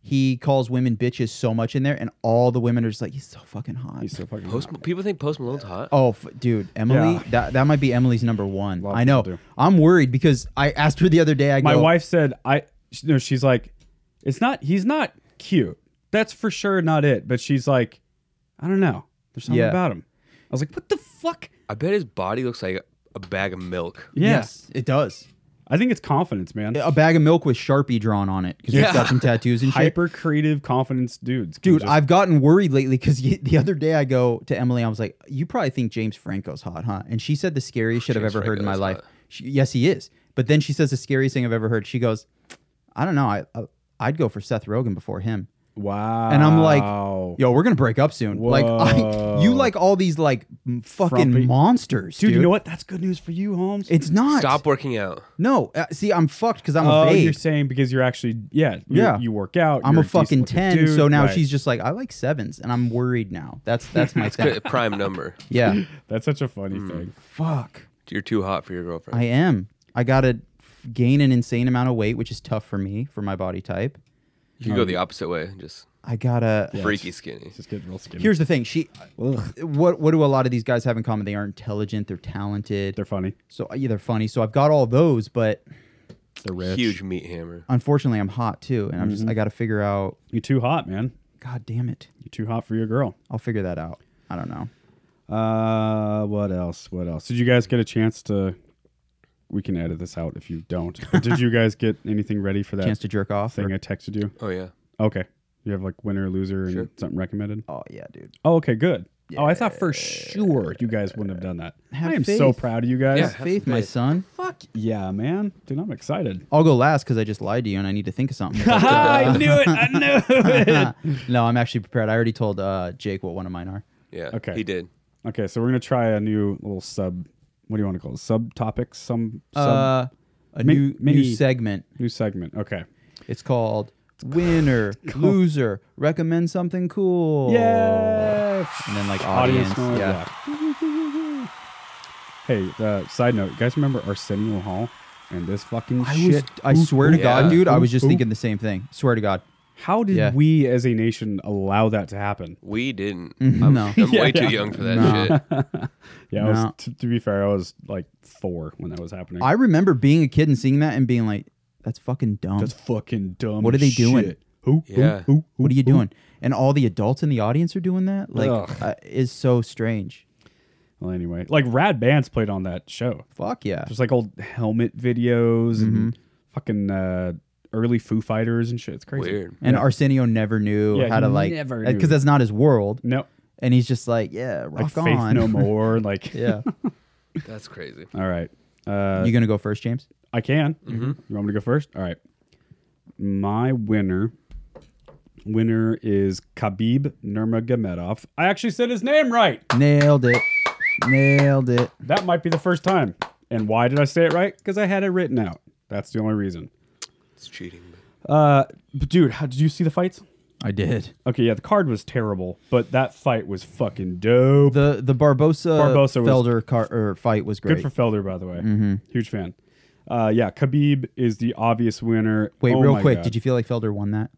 [SPEAKER 5] he calls women bitches so much in there, and all the women are just like, he's so fucking hot.
[SPEAKER 3] He's so fucking
[SPEAKER 4] Post, people think Post Malone's hot.
[SPEAKER 5] Oh, f- dude, Emily,
[SPEAKER 3] Yeah.
[SPEAKER 5] that that might be Emily's number one.
[SPEAKER 3] Lot of
[SPEAKER 5] I know.
[SPEAKER 3] people do.
[SPEAKER 5] I'm worried because I asked her the other day. I
[SPEAKER 3] my
[SPEAKER 5] go,
[SPEAKER 3] wife said i sh- no she's like it's not he's not cute that's for sure not it but she's like i don't know there's something
[SPEAKER 5] Yeah.
[SPEAKER 3] about him i was like what the fuck
[SPEAKER 4] I bet his body looks like a bag of milk.
[SPEAKER 3] yeah
[SPEAKER 5] Yes, it does.
[SPEAKER 3] i think it's confidence man
[SPEAKER 5] A bag of milk with Sharpie drawn on it because it's
[SPEAKER 4] Yeah.
[SPEAKER 5] got some
[SPEAKER 3] [laughs]
[SPEAKER 5] tattoos and shit.
[SPEAKER 3] hyper creative confidence dudes can
[SPEAKER 5] Dude,
[SPEAKER 3] just-
[SPEAKER 5] I've gotten worried lately because the other day I go to Emily, I was like, "You probably think James Franco's hot, huh?" And she said the scariest shit I've
[SPEAKER 4] James
[SPEAKER 5] ever heard in my
[SPEAKER 4] Franco's
[SPEAKER 5] life.
[SPEAKER 4] hot.
[SPEAKER 5] She, yes, he is. But then she says the scariest thing I've ever heard. She goes, "I don't know. I, I I'd go for Seth Rogen before him."
[SPEAKER 3] wow
[SPEAKER 5] and I'm like, Yo, we're gonna break up soon. Like, I,
[SPEAKER 3] Whoa.
[SPEAKER 5] you like all these like m- fucking
[SPEAKER 3] Frumpy.
[SPEAKER 5] monsters,
[SPEAKER 3] dude,
[SPEAKER 5] dude.
[SPEAKER 3] you know what that's good news for you holmes
[SPEAKER 5] It's not.
[SPEAKER 4] Stop working out.
[SPEAKER 5] No, uh, see, I'm fucked because I'm
[SPEAKER 3] oh
[SPEAKER 5] a babe.
[SPEAKER 3] you're saying because you're actually yeah you-
[SPEAKER 5] Yeah.
[SPEAKER 3] you work out
[SPEAKER 5] I'm
[SPEAKER 3] you're
[SPEAKER 5] a fucking
[SPEAKER 3] decent-looking
[SPEAKER 5] ten.
[SPEAKER 3] dude.
[SPEAKER 5] so now
[SPEAKER 3] Right.
[SPEAKER 5] she's just like, I like sevens, and I'm worried now. That's that's my thing.
[SPEAKER 4] Good- Prime number.
[SPEAKER 5] Yeah.
[SPEAKER 3] that's such a funny
[SPEAKER 5] Hmm.
[SPEAKER 3] thing
[SPEAKER 5] Fuck.
[SPEAKER 4] You're too hot for your girlfriend.
[SPEAKER 5] I am. I gotta f- gain an insane amount of weight, which is tough for me for my body type.
[SPEAKER 4] you could go the opposite way, just
[SPEAKER 5] I gotta.
[SPEAKER 4] freaky skinny.
[SPEAKER 3] just getting real skinny
[SPEAKER 5] Here's the thing. She. What what do a lot of these guys have in common? They are intelligent. They're talented.
[SPEAKER 3] they're funny
[SPEAKER 5] so yeah, they're funny. So I've got all those, but
[SPEAKER 3] they're rich
[SPEAKER 4] Huge meat hammer.
[SPEAKER 5] unfortunately, I'm hot too, and I'm
[SPEAKER 3] Mm-hmm.
[SPEAKER 5] just I gotta figure out.
[SPEAKER 3] you're too hot man
[SPEAKER 5] God damn it!
[SPEAKER 3] you're too hot for your girl
[SPEAKER 5] I'll figure that out. I don't know.
[SPEAKER 3] Uh, what else? What else? Did you guys get a chance to? We can edit this out if you don't. But did you guys get anything ready for that
[SPEAKER 5] Chance to jerk off. or-
[SPEAKER 3] thing I texted you?
[SPEAKER 4] Oh yeah.
[SPEAKER 3] Okay, you have like winner, loser, and something recommended.
[SPEAKER 5] oh yeah, dude.
[SPEAKER 3] Oh, okay, good. Oh, I thought for sure you guys wouldn't have done that.
[SPEAKER 5] Have
[SPEAKER 3] I am
[SPEAKER 5] faith.
[SPEAKER 3] so proud of you guys.
[SPEAKER 4] Yeah. Have
[SPEAKER 5] Faith,
[SPEAKER 4] some
[SPEAKER 5] my
[SPEAKER 4] faith.
[SPEAKER 5] son.
[SPEAKER 3] Fuck yeah, man, dude, I'm excited.
[SPEAKER 5] I'll go last because I just lied to you and I need to think of something.
[SPEAKER 3] [laughs]
[SPEAKER 5] uh,
[SPEAKER 3] I knew it. I knew
[SPEAKER 5] [laughs] no, I'm actually prepared. I already told uh, Jake what one of mine are.
[SPEAKER 4] Yeah.
[SPEAKER 3] Okay.
[SPEAKER 4] He did.
[SPEAKER 3] [laughs] okay, so we're gonna try a new little sub. What do you want to call it? Subtopics. Some sub
[SPEAKER 5] Uh, a
[SPEAKER 3] Mi-
[SPEAKER 5] new new
[SPEAKER 3] mini-
[SPEAKER 5] segment.
[SPEAKER 3] new segment. Okay.
[SPEAKER 5] It's called
[SPEAKER 3] [laughs]
[SPEAKER 5] Winner, Loser, Recommend Something Cool. And then like audience.
[SPEAKER 3] noise,
[SPEAKER 5] yeah.
[SPEAKER 3] yeah. [laughs] Hey, uh, side note, you guys remember Arsenio Hall and this fucking
[SPEAKER 5] I was.
[SPEAKER 3] shit?
[SPEAKER 5] I swear to
[SPEAKER 4] ooh,
[SPEAKER 5] God,
[SPEAKER 4] ooh,
[SPEAKER 5] dude, I
[SPEAKER 3] ooh,
[SPEAKER 5] was just
[SPEAKER 3] ooh.
[SPEAKER 5] thinking the same thing. Swear to God.
[SPEAKER 3] How did
[SPEAKER 5] Yeah.
[SPEAKER 3] we as a nation allow that to happen?
[SPEAKER 4] We
[SPEAKER 3] [laughs]
[SPEAKER 4] didn't.
[SPEAKER 5] Mhm.
[SPEAKER 4] I'm,
[SPEAKER 5] No.
[SPEAKER 4] I'm way
[SPEAKER 3] Yeah.
[SPEAKER 4] too young for that
[SPEAKER 5] No.
[SPEAKER 4] shit.
[SPEAKER 3] Yeah, I was-
[SPEAKER 5] No.
[SPEAKER 3] to, to be fair, I was like four when that was happening.
[SPEAKER 5] I remember being a kid and seeing that and being like, "That's fucking dumb.
[SPEAKER 3] That's fucking dumb.
[SPEAKER 5] What are they
[SPEAKER 3] shit.
[SPEAKER 5] doing?
[SPEAKER 3] Who? who,
[SPEAKER 4] Yeah.
[SPEAKER 3] who, who,
[SPEAKER 5] what are you
[SPEAKER 3] who?
[SPEAKER 5] doing?" And all the adults in the audience are doing that. Like,
[SPEAKER 3] Ugh.
[SPEAKER 5] uh, is so strange.
[SPEAKER 3] Well, anyway, like rad bands played on that show.
[SPEAKER 5] Fuck yeah.
[SPEAKER 3] There's like old helmet videos
[SPEAKER 5] Mm-hmm.
[SPEAKER 3] and fucking uh, early Foo Fighters and shit. It's [laughs] crazy.
[SPEAKER 4] Weird.
[SPEAKER 5] And Arsenio never knew
[SPEAKER 3] Yeah,
[SPEAKER 5] how to
[SPEAKER 3] he
[SPEAKER 5] like,
[SPEAKER 3] never knew.
[SPEAKER 5] because that's not his world.
[SPEAKER 3] No,
[SPEAKER 5] And he's just like, "Yeah,
[SPEAKER 3] like
[SPEAKER 5] rock
[SPEAKER 3] Faith
[SPEAKER 5] on." [laughs]
[SPEAKER 3] No More. Like,
[SPEAKER 5] yeah.
[SPEAKER 4] That's crazy.
[SPEAKER 3] all right. Uh,
[SPEAKER 5] you gonna go first, James?
[SPEAKER 3] I can. You want me to go first? All right. My winner winner is Khabib Nurmagomedov. I actually said his name right.
[SPEAKER 5] Nailed it. Nailed it.
[SPEAKER 3] That might be the first time. And why did I say it right? Because I had it written out. That's the only reason.
[SPEAKER 4] It's cheating. But
[SPEAKER 3] Uh, but dude, how, did you see the fights?
[SPEAKER 5] I did.
[SPEAKER 3] Okay, yeah, the card was terrible, but that fight was fucking dope.
[SPEAKER 5] The the Barbosa,
[SPEAKER 3] Barbosa was-
[SPEAKER 5] Felder car, er, fight was great.
[SPEAKER 3] Good for Felder, by the way. Huge fan. Uh, yeah, Khabib is the obvious winner.
[SPEAKER 5] Wait,
[SPEAKER 3] Oh
[SPEAKER 5] real
[SPEAKER 3] my
[SPEAKER 5] quick,
[SPEAKER 3] God.
[SPEAKER 5] did you feel like Felder won that?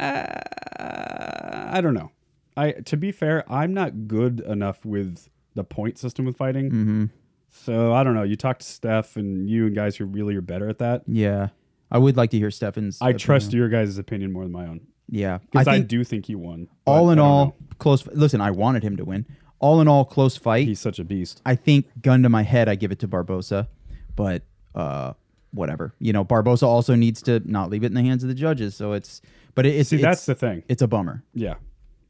[SPEAKER 3] Uh, I don't know. I to be fair, I'm not good enough with the point system with fighting.
[SPEAKER 5] Mm-hmm.
[SPEAKER 3] So I don't know. You talk to Steph and you and guys who really are better at that.
[SPEAKER 5] Yeah, I would like to hear Stefan's.
[SPEAKER 3] I trust your guys' opinion more than my own
[SPEAKER 5] Yeah, I
[SPEAKER 3] because I,
[SPEAKER 5] think
[SPEAKER 3] do think he won. but
[SPEAKER 5] all in
[SPEAKER 3] I don't
[SPEAKER 5] all,
[SPEAKER 3] know.
[SPEAKER 5] close. Listen, I wanted him to win. All in all, close fight.
[SPEAKER 3] he's such a beast.
[SPEAKER 5] I think gun to my head, I give it to Barbosa, but uh, whatever. You know, Barbosa also needs to not leave it in the hands of the judges. So it's, but it, it's
[SPEAKER 3] See,
[SPEAKER 5] it's,
[SPEAKER 3] that's the thing.
[SPEAKER 5] it's a bummer.
[SPEAKER 3] Yeah,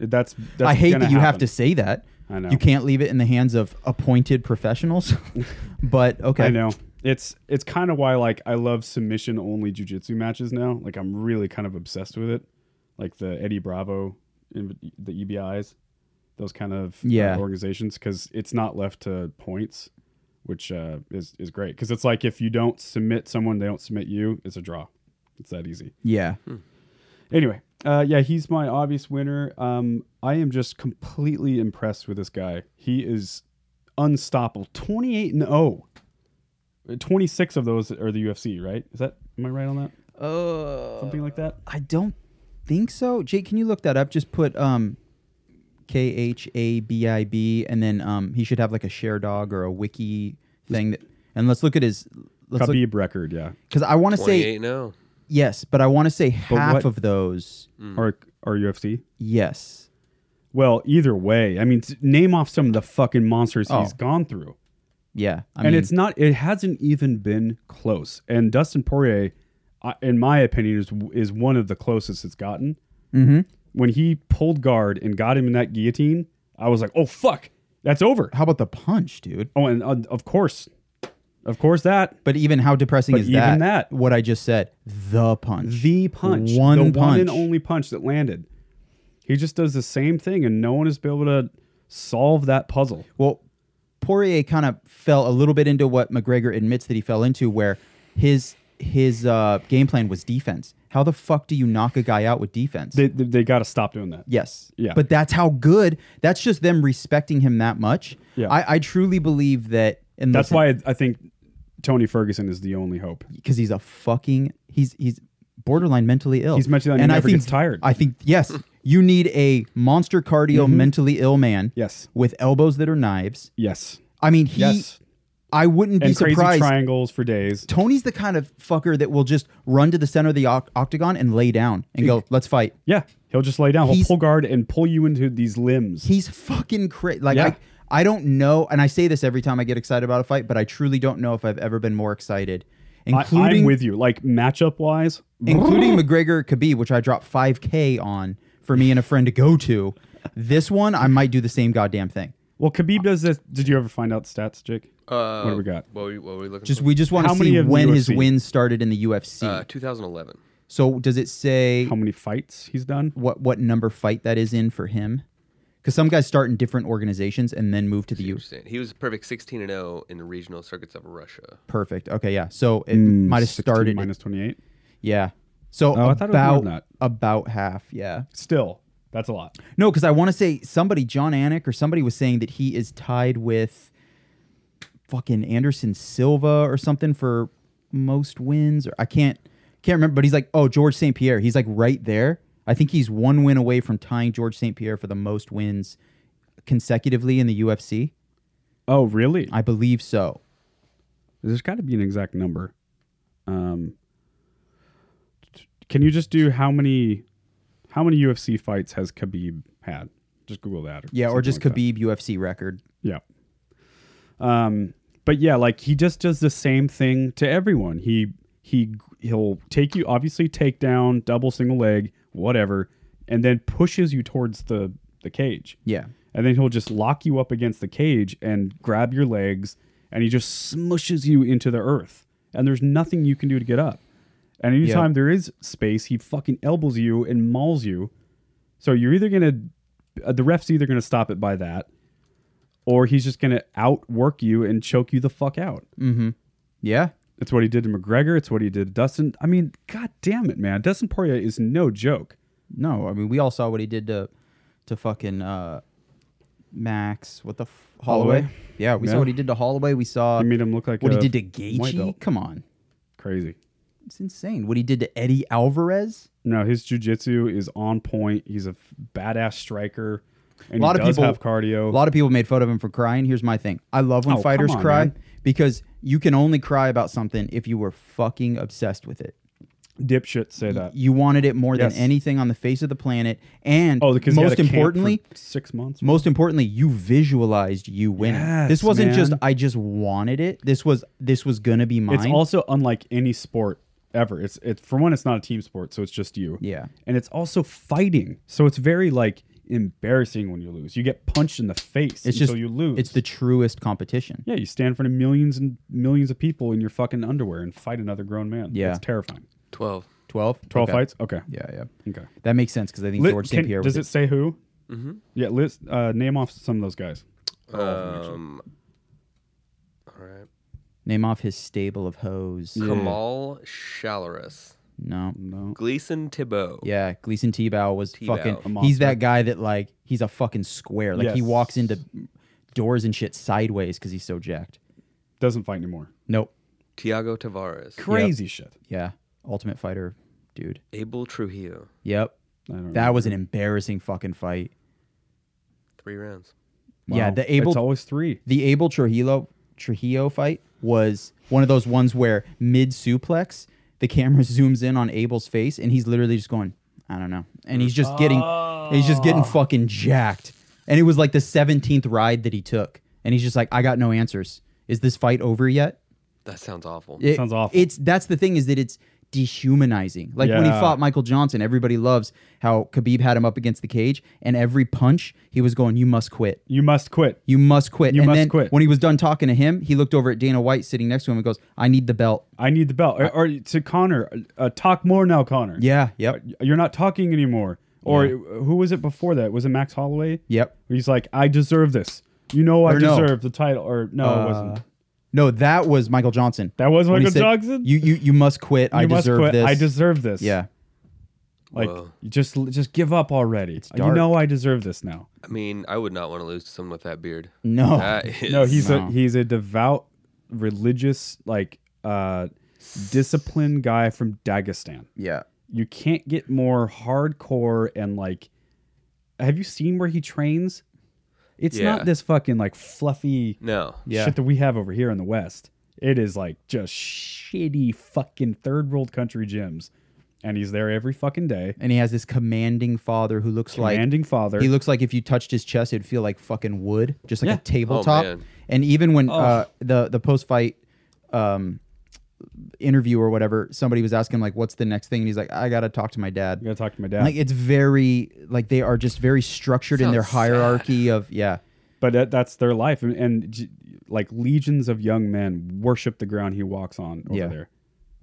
[SPEAKER 3] that's. that's
[SPEAKER 5] I hate
[SPEAKER 3] gonna
[SPEAKER 5] that you have
[SPEAKER 3] happen.
[SPEAKER 5] to say that.
[SPEAKER 3] I know.
[SPEAKER 5] You can't leave it in the hands of appointed professionals. [laughs] but okay.
[SPEAKER 3] I know. It's it's kind of why like I love submission only jujitsu matches now. Like I'm really kind of obsessed with it. Like the Eddie Bravo, in the EBIs, those kind of uh,
[SPEAKER 5] Yeah.
[SPEAKER 3] organizations because it's not left to points, which uh, is is great because it's like if you don't submit someone, they don't submit you. It's a draw. It's that easy.
[SPEAKER 5] Yeah.
[SPEAKER 3] Anyway, uh, yeah, he's my obvious winner. Um, I am just completely impressed with this guy. He is unstoppable. 28 and 0. 26 of those are the UFC, right? Is that am I right on that?
[SPEAKER 5] Uh,
[SPEAKER 3] Something like that?
[SPEAKER 5] I don't think so. Jake, can you look that up? Just put um K H A B I B and then um he should have like a share dog or a wiki thing that and let's look at his let's
[SPEAKER 3] Khabib record, yeah.
[SPEAKER 5] because I want to say
[SPEAKER 4] 28 no.
[SPEAKER 5] yes, but I want to say half
[SPEAKER 3] what-
[SPEAKER 5] of those
[SPEAKER 3] Or or UFC?
[SPEAKER 5] yes.
[SPEAKER 3] Well, either way, I mean, t- name off some of the fucking monsters he's
[SPEAKER 5] Oh.
[SPEAKER 3] gone through.
[SPEAKER 5] Yeah. I
[SPEAKER 3] and
[SPEAKER 5] mean,
[SPEAKER 3] it's not it hasn't even been close and dustin poirier I- in my opinion is is one of the closest it's gotten when he pulled guard and got him in that guillotine i was like oh fuck that's over
[SPEAKER 5] how about the punch, dude?
[SPEAKER 3] oh and uh, of course of course that
[SPEAKER 5] But even how depressing
[SPEAKER 3] But
[SPEAKER 5] is
[SPEAKER 3] even
[SPEAKER 5] that?
[SPEAKER 3] that-
[SPEAKER 5] What I just said, the punch.
[SPEAKER 3] the punch
[SPEAKER 5] One
[SPEAKER 3] the one
[SPEAKER 5] punch.
[SPEAKER 3] and only punch that landed he just does the same thing and no one has been able to solve that puzzle
[SPEAKER 5] Well, Poirier kind of fell a little bit into what McGregor admits that he fell into, where his his uh, game plan was defense. How the fuck do you knock a guy out with defense?
[SPEAKER 3] they, they, they got to stop doing that
[SPEAKER 5] yes.
[SPEAKER 3] Yeah.
[SPEAKER 5] But that's how good. That's just them respecting him that much.
[SPEAKER 3] Yeah.
[SPEAKER 5] I, I truly believe that. And
[SPEAKER 3] that's why I, I think tony ferguson is the only hope
[SPEAKER 5] because he's a fucking he's he's borderline mentally ill.
[SPEAKER 3] He's mentally ill and he
[SPEAKER 5] I
[SPEAKER 3] never
[SPEAKER 5] think,
[SPEAKER 3] gets tired. Mm-hmm.
[SPEAKER 5] I think
[SPEAKER 3] [laughs]
[SPEAKER 5] yes, you need a monster cardio, mentally ill man.
[SPEAKER 3] Yes.
[SPEAKER 5] With elbows that are knives.
[SPEAKER 3] yes
[SPEAKER 5] I mean, he.
[SPEAKER 3] yes
[SPEAKER 5] I wouldn't be
[SPEAKER 3] and crazy
[SPEAKER 5] surprised
[SPEAKER 3] triangles for days
[SPEAKER 5] Tony's the kind of fucker that will just run to the center of the oc- octagon and lay down and go, "Let's fight."
[SPEAKER 3] Yeah, he'll just lay down. He'll
[SPEAKER 5] He's-
[SPEAKER 3] pull guard and pull you into these limbs.
[SPEAKER 5] He's fucking crazy. Like
[SPEAKER 3] Yeah.
[SPEAKER 5] I, I don't know, and I say this every time I get excited about a fight, but I truly don't know if I've ever been more excited,
[SPEAKER 3] I, I'm
[SPEAKER 5] including
[SPEAKER 3] with you. Like matchup wise,
[SPEAKER 5] including McGregor Khabib, which I dropped 5K on for me and a friend to go to. This one, I might do the same goddamn thing.
[SPEAKER 3] well, Khabib does this. Did you ever find out stats, Jake?
[SPEAKER 4] Uh,
[SPEAKER 3] do we got?
[SPEAKER 4] What were, you- what were we looking
[SPEAKER 5] Just
[SPEAKER 4] for?
[SPEAKER 5] we just want
[SPEAKER 3] How
[SPEAKER 5] to
[SPEAKER 3] many
[SPEAKER 5] see
[SPEAKER 3] of the
[SPEAKER 5] when his
[SPEAKER 3] UFC?
[SPEAKER 5] wins started in the UFC.
[SPEAKER 4] uh, 2011.
[SPEAKER 5] so does it say
[SPEAKER 3] How many fights he's done?
[SPEAKER 5] what what number fight that is in for him because some guys start in different organizations and then move to the U.
[SPEAKER 4] Interesting. He was a perfect 16 and 0 in the regional circuits of Russia.
[SPEAKER 5] Perfect. Okay, yeah. So it might have
[SPEAKER 3] 16
[SPEAKER 5] started.
[SPEAKER 3] Mm, Hmm, minus 28.
[SPEAKER 5] yeah. So
[SPEAKER 3] Oh, I thought it was more
[SPEAKER 5] about
[SPEAKER 3] than that.
[SPEAKER 5] about half. Yeah.
[SPEAKER 3] Still, that's a lot.
[SPEAKER 5] No, because I want to say somebody, John Anik or somebody, was saying that he is tied with fucking Anderson Silva or something for most wins. Or I can't Can't remember, but he's like, oh, George St. Pierre. He's like right there. I think he's one win away from tying George St. Pierre for the most wins consecutively in the UFC.
[SPEAKER 3] Oh, really?
[SPEAKER 5] I believe so.
[SPEAKER 3] There's got to be an exact number. Um, can you just do how many how many UFC fights has Khabib had? Just Google that. Or
[SPEAKER 5] Yeah, or
[SPEAKER 3] something
[SPEAKER 5] just
[SPEAKER 3] like that.
[SPEAKER 5] Khabib UFC record.
[SPEAKER 3] Yeah. Um, but yeah, like he just does the same thing to everyone. He he he'll take you obviously take down, double single leg, whatever, and then pushes you towards the the cage.
[SPEAKER 5] Yeah.
[SPEAKER 3] And then he'll just lock you up against the cage and grab your legs and he just smushes you into the earth. And there's nothing you can do to get up. And anytime there is space, he fucking elbows you and mauls you. So you're either gonna uh, the ref's either gonna stop it by that or he's just going to outwork you and choke you the fuck out.
[SPEAKER 5] Yeah.
[SPEAKER 3] It's what he did to McGregor. It's what he did to Dustin. I mean, god damn it, man. Dustin Poirier is no joke.
[SPEAKER 5] No, I mean we all saw what he did to to fucking uh Max. What the f- Holloway?
[SPEAKER 3] Holloway?
[SPEAKER 5] Yeah, we
[SPEAKER 3] Yeah.
[SPEAKER 5] saw what he did to Holloway. We saw
[SPEAKER 3] I made him look like uh,
[SPEAKER 5] what
[SPEAKER 3] a
[SPEAKER 5] he did to
[SPEAKER 3] white belt.
[SPEAKER 5] Gaethje. Come on,
[SPEAKER 3] Crazy.
[SPEAKER 5] it's insane. What he did to Eddie Alvarez.
[SPEAKER 3] No, his jujitsu is on point. He's a f- badass striker. And
[SPEAKER 5] a lot
[SPEAKER 3] he
[SPEAKER 5] of
[SPEAKER 3] does
[SPEAKER 5] people
[SPEAKER 3] have cardio.
[SPEAKER 5] A lot of people made fun of him for crying. Here's my thing: I love when
[SPEAKER 3] Oh,
[SPEAKER 5] fighters
[SPEAKER 3] come on,
[SPEAKER 5] cry
[SPEAKER 3] man.
[SPEAKER 5] because you can only cry about something if you were fucking obsessed with it.
[SPEAKER 3] Dipshit say that.
[SPEAKER 5] You wanted it more
[SPEAKER 3] Uh, Yes.
[SPEAKER 5] than anything on the face of the planet, and
[SPEAKER 3] Oh, because he had
[SPEAKER 5] most
[SPEAKER 3] a camp for
[SPEAKER 5] importantly,
[SPEAKER 3] six months.
[SPEAKER 5] most importantly you visualized you winning
[SPEAKER 3] Yes,
[SPEAKER 5] this wasn't just
[SPEAKER 3] man.
[SPEAKER 5] i just wanted it this was this was gonna be mine
[SPEAKER 3] It's also unlike any sport ever. It's it's for one, it's not a team sport, so it's just you.
[SPEAKER 5] Yeah.
[SPEAKER 3] And it's also fighting. So it's very like embarrassing when you lose. You get punched in the face
[SPEAKER 5] it's
[SPEAKER 3] until
[SPEAKER 5] just
[SPEAKER 3] you lose.
[SPEAKER 5] it's the truest competition
[SPEAKER 3] Yeah, you stand in front of millions and millions of people in your fucking underwear and fight another grown man.
[SPEAKER 5] Yeah.
[SPEAKER 3] It's terrifying.
[SPEAKER 4] 12.
[SPEAKER 5] 12
[SPEAKER 3] Twelve
[SPEAKER 5] Okay.
[SPEAKER 3] fights? Okay.
[SPEAKER 5] yeah yeah
[SPEAKER 3] Okay.
[SPEAKER 5] that makes sense because i think
[SPEAKER 3] Lit-
[SPEAKER 5] george
[SPEAKER 3] can-
[SPEAKER 5] st pierre
[SPEAKER 3] does
[SPEAKER 5] was
[SPEAKER 3] it say who?
[SPEAKER 4] Mm-hmm.
[SPEAKER 3] Yeah, list uh, name off some of those guys.
[SPEAKER 4] Um, all right.
[SPEAKER 5] name off his stable of hoes
[SPEAKER 4] Kamal Shalaris.
[SPEAKER 5] no
[SPEAKER 3] No.
[SPEAKER 4] Gleason Thibault.
[SPEAKER 5] yeah gleason tebow was
[SPEAKER 4] Tebow, a
[SPEAKER 5] fucking he's
[SPEAKER 3] monster.
[SPEAKER 5] that guy that like he's a fucking square like he
[SPEAKER 3] Yes.
[SPEAKER 5] walks into doors and shit sideways because he's so jacked
[SPEAKER 3] Doesn't fight anymore.
[SPEAKER 5] nope
[SPEAKER 4] Tiago Tavares.
[SPEAKER 3] Crazy shit.
[SPEAKER 5] yeah ultimate fighter dude
[SPEAKER 4] Abel Trujillo.
[SPEAKER 5] yep
[SPEAKER 3] I don't know.
[SPEAKER 5] that was an embarrassing fucking fight
[SPEAKER 4] Three rounds.
[SPEAKER 5] yeah
[SPEAKER 3] Wow.
[SPEAKER 5] the able
[SPEAKER 3] It's always three.
[SPEAKER 5] the Abel Trujillo Trujillo fight was one of those ones where mid suplex the camera [laughs] zooms in on Abel's face and he's literally just going, I don't know, and he's just getting he's just
[SPEAKER 3] Oh.
[SPEAKER 5] getting fucking jacked. And it was like the seventeenth ride that he took, and he's just like, I got no answers. Is this fight over yet?
[SPEAKER 4] That sounds awful.
[SPEAKER 5] It-
[SPEAKER 3] Sounds awful.
[SPEAKER 5] It's that's the thing is that it's dehumanizing. Like when he
[SPEAKER 3] Yeah.
[SPEAKER 5] fought Michael Johnson, everybody loves how Khabib had him up against the cage, and every punch he was going, "You must quit."
[SPEAKER 3] You must quit.
[SPEAKER 5] You must quit.
[SPEAKER 3] You
[SPEAKER 5] and
[SPEAKER 3] must
[SPEAKER 5] then
[SPEAKER 3] quit.
[SPEAKER 5] When he was done talking to him, he looked over at Dana White sitting next to him and goes, I need the belt.
[SPEAKER 3] I need the belt. Or, or to Connor, uh, talk more now, Connor.
[SPEAKER 5] Yeah. Yep.
[SPEAKER 3] You're not talking anymore. Or who was it before that? Was it Max Holloway?
[SPEAKER 5] Yep.
[SPEAKER 3] He's like, I deserve this. You know, I
[SPEAKER 5] Or no.
[SPEAKER 3] deserve the title. Or no, it wasn't.
[SPEAKER 5] No, that was Michael Johnson.
[SPEAKER 3] That was
[SPEAKER 5] When he
[SPEAKER 3] Michael
[SPEAKER 5] said,
[SPEAKER 3] Johnson?
[SPEAKER 5] You, you you must quit. I
[SPEAKER 3] You must
[SPEAKER 5] deserve
[SPEAKER 3] quit.
[SPEAKER 5] this.
[SPEAKER 3] I deserve this.
[SPEAKER 5] Yeah.
[SPEAKER 3] Like
[SPEAKER 4] Whoa.
[SPEAKER 3] just just give up already. You
[SPEAKER 5] dark.
[SPEAKER 3] know I deserve this now.
[SPEAKER 4] I mean, I would not want to lose to someone with that beard.
[SPEAKER 5] No.
[SPEAKER 4] That
[SPEAKER 3] [laughs]
[SPEAKER 4] is
[SPEAKER 3] No, he's
[SPEAKER 5] No.
[SPEAKER 3] a he's a devout religious like uh disciplined guy from Dagestan.
[SPEAKER 5] Yeah.
[SPEAKER 3] You can't get more hardcore and like have you seen where he trains? It's
[SPEAKER 4] Yeah.
[SPEAKER 3] not this fucking like fluffy
[SPEAKER 4] no.
[SPEAKER 5] Yeah.
[SPEAKER 3] shit that we have over here in the West. It is like just shitty fucking third world country gyms. And he's there every fucking day.
[SPEAKER 5] And he has this commanding father who looks like
[SPEAKER 3] Commanding father.
[SPEAKER 5] he looks like if you touched his chest, it'd feel like fucking wood, just like
[SPEAKER 3] Yeah.
[SPEAKER 5] a tabletop.
[SPEAKER 4] man.
[SPEAKER 5] and even when uh, the the post fight um, interview or whatever, somebody was asking him like, "What's the next thing?" And he's like, "I gotta talk to my dad."
[SPEAKER 3] I gotta talk to my dad.
[SPEAKER 5] Like it's very like they are just very structured in their
[SPEAKER 4] Sounds
[SPEAKER 5] hierarchy of yeah.
[SPEAKER 3] but that, that's their life and, and j- like legions of young men worship the ground he walks on over
[SPEAKER 5] Yeah.
[SPEAKER 3] there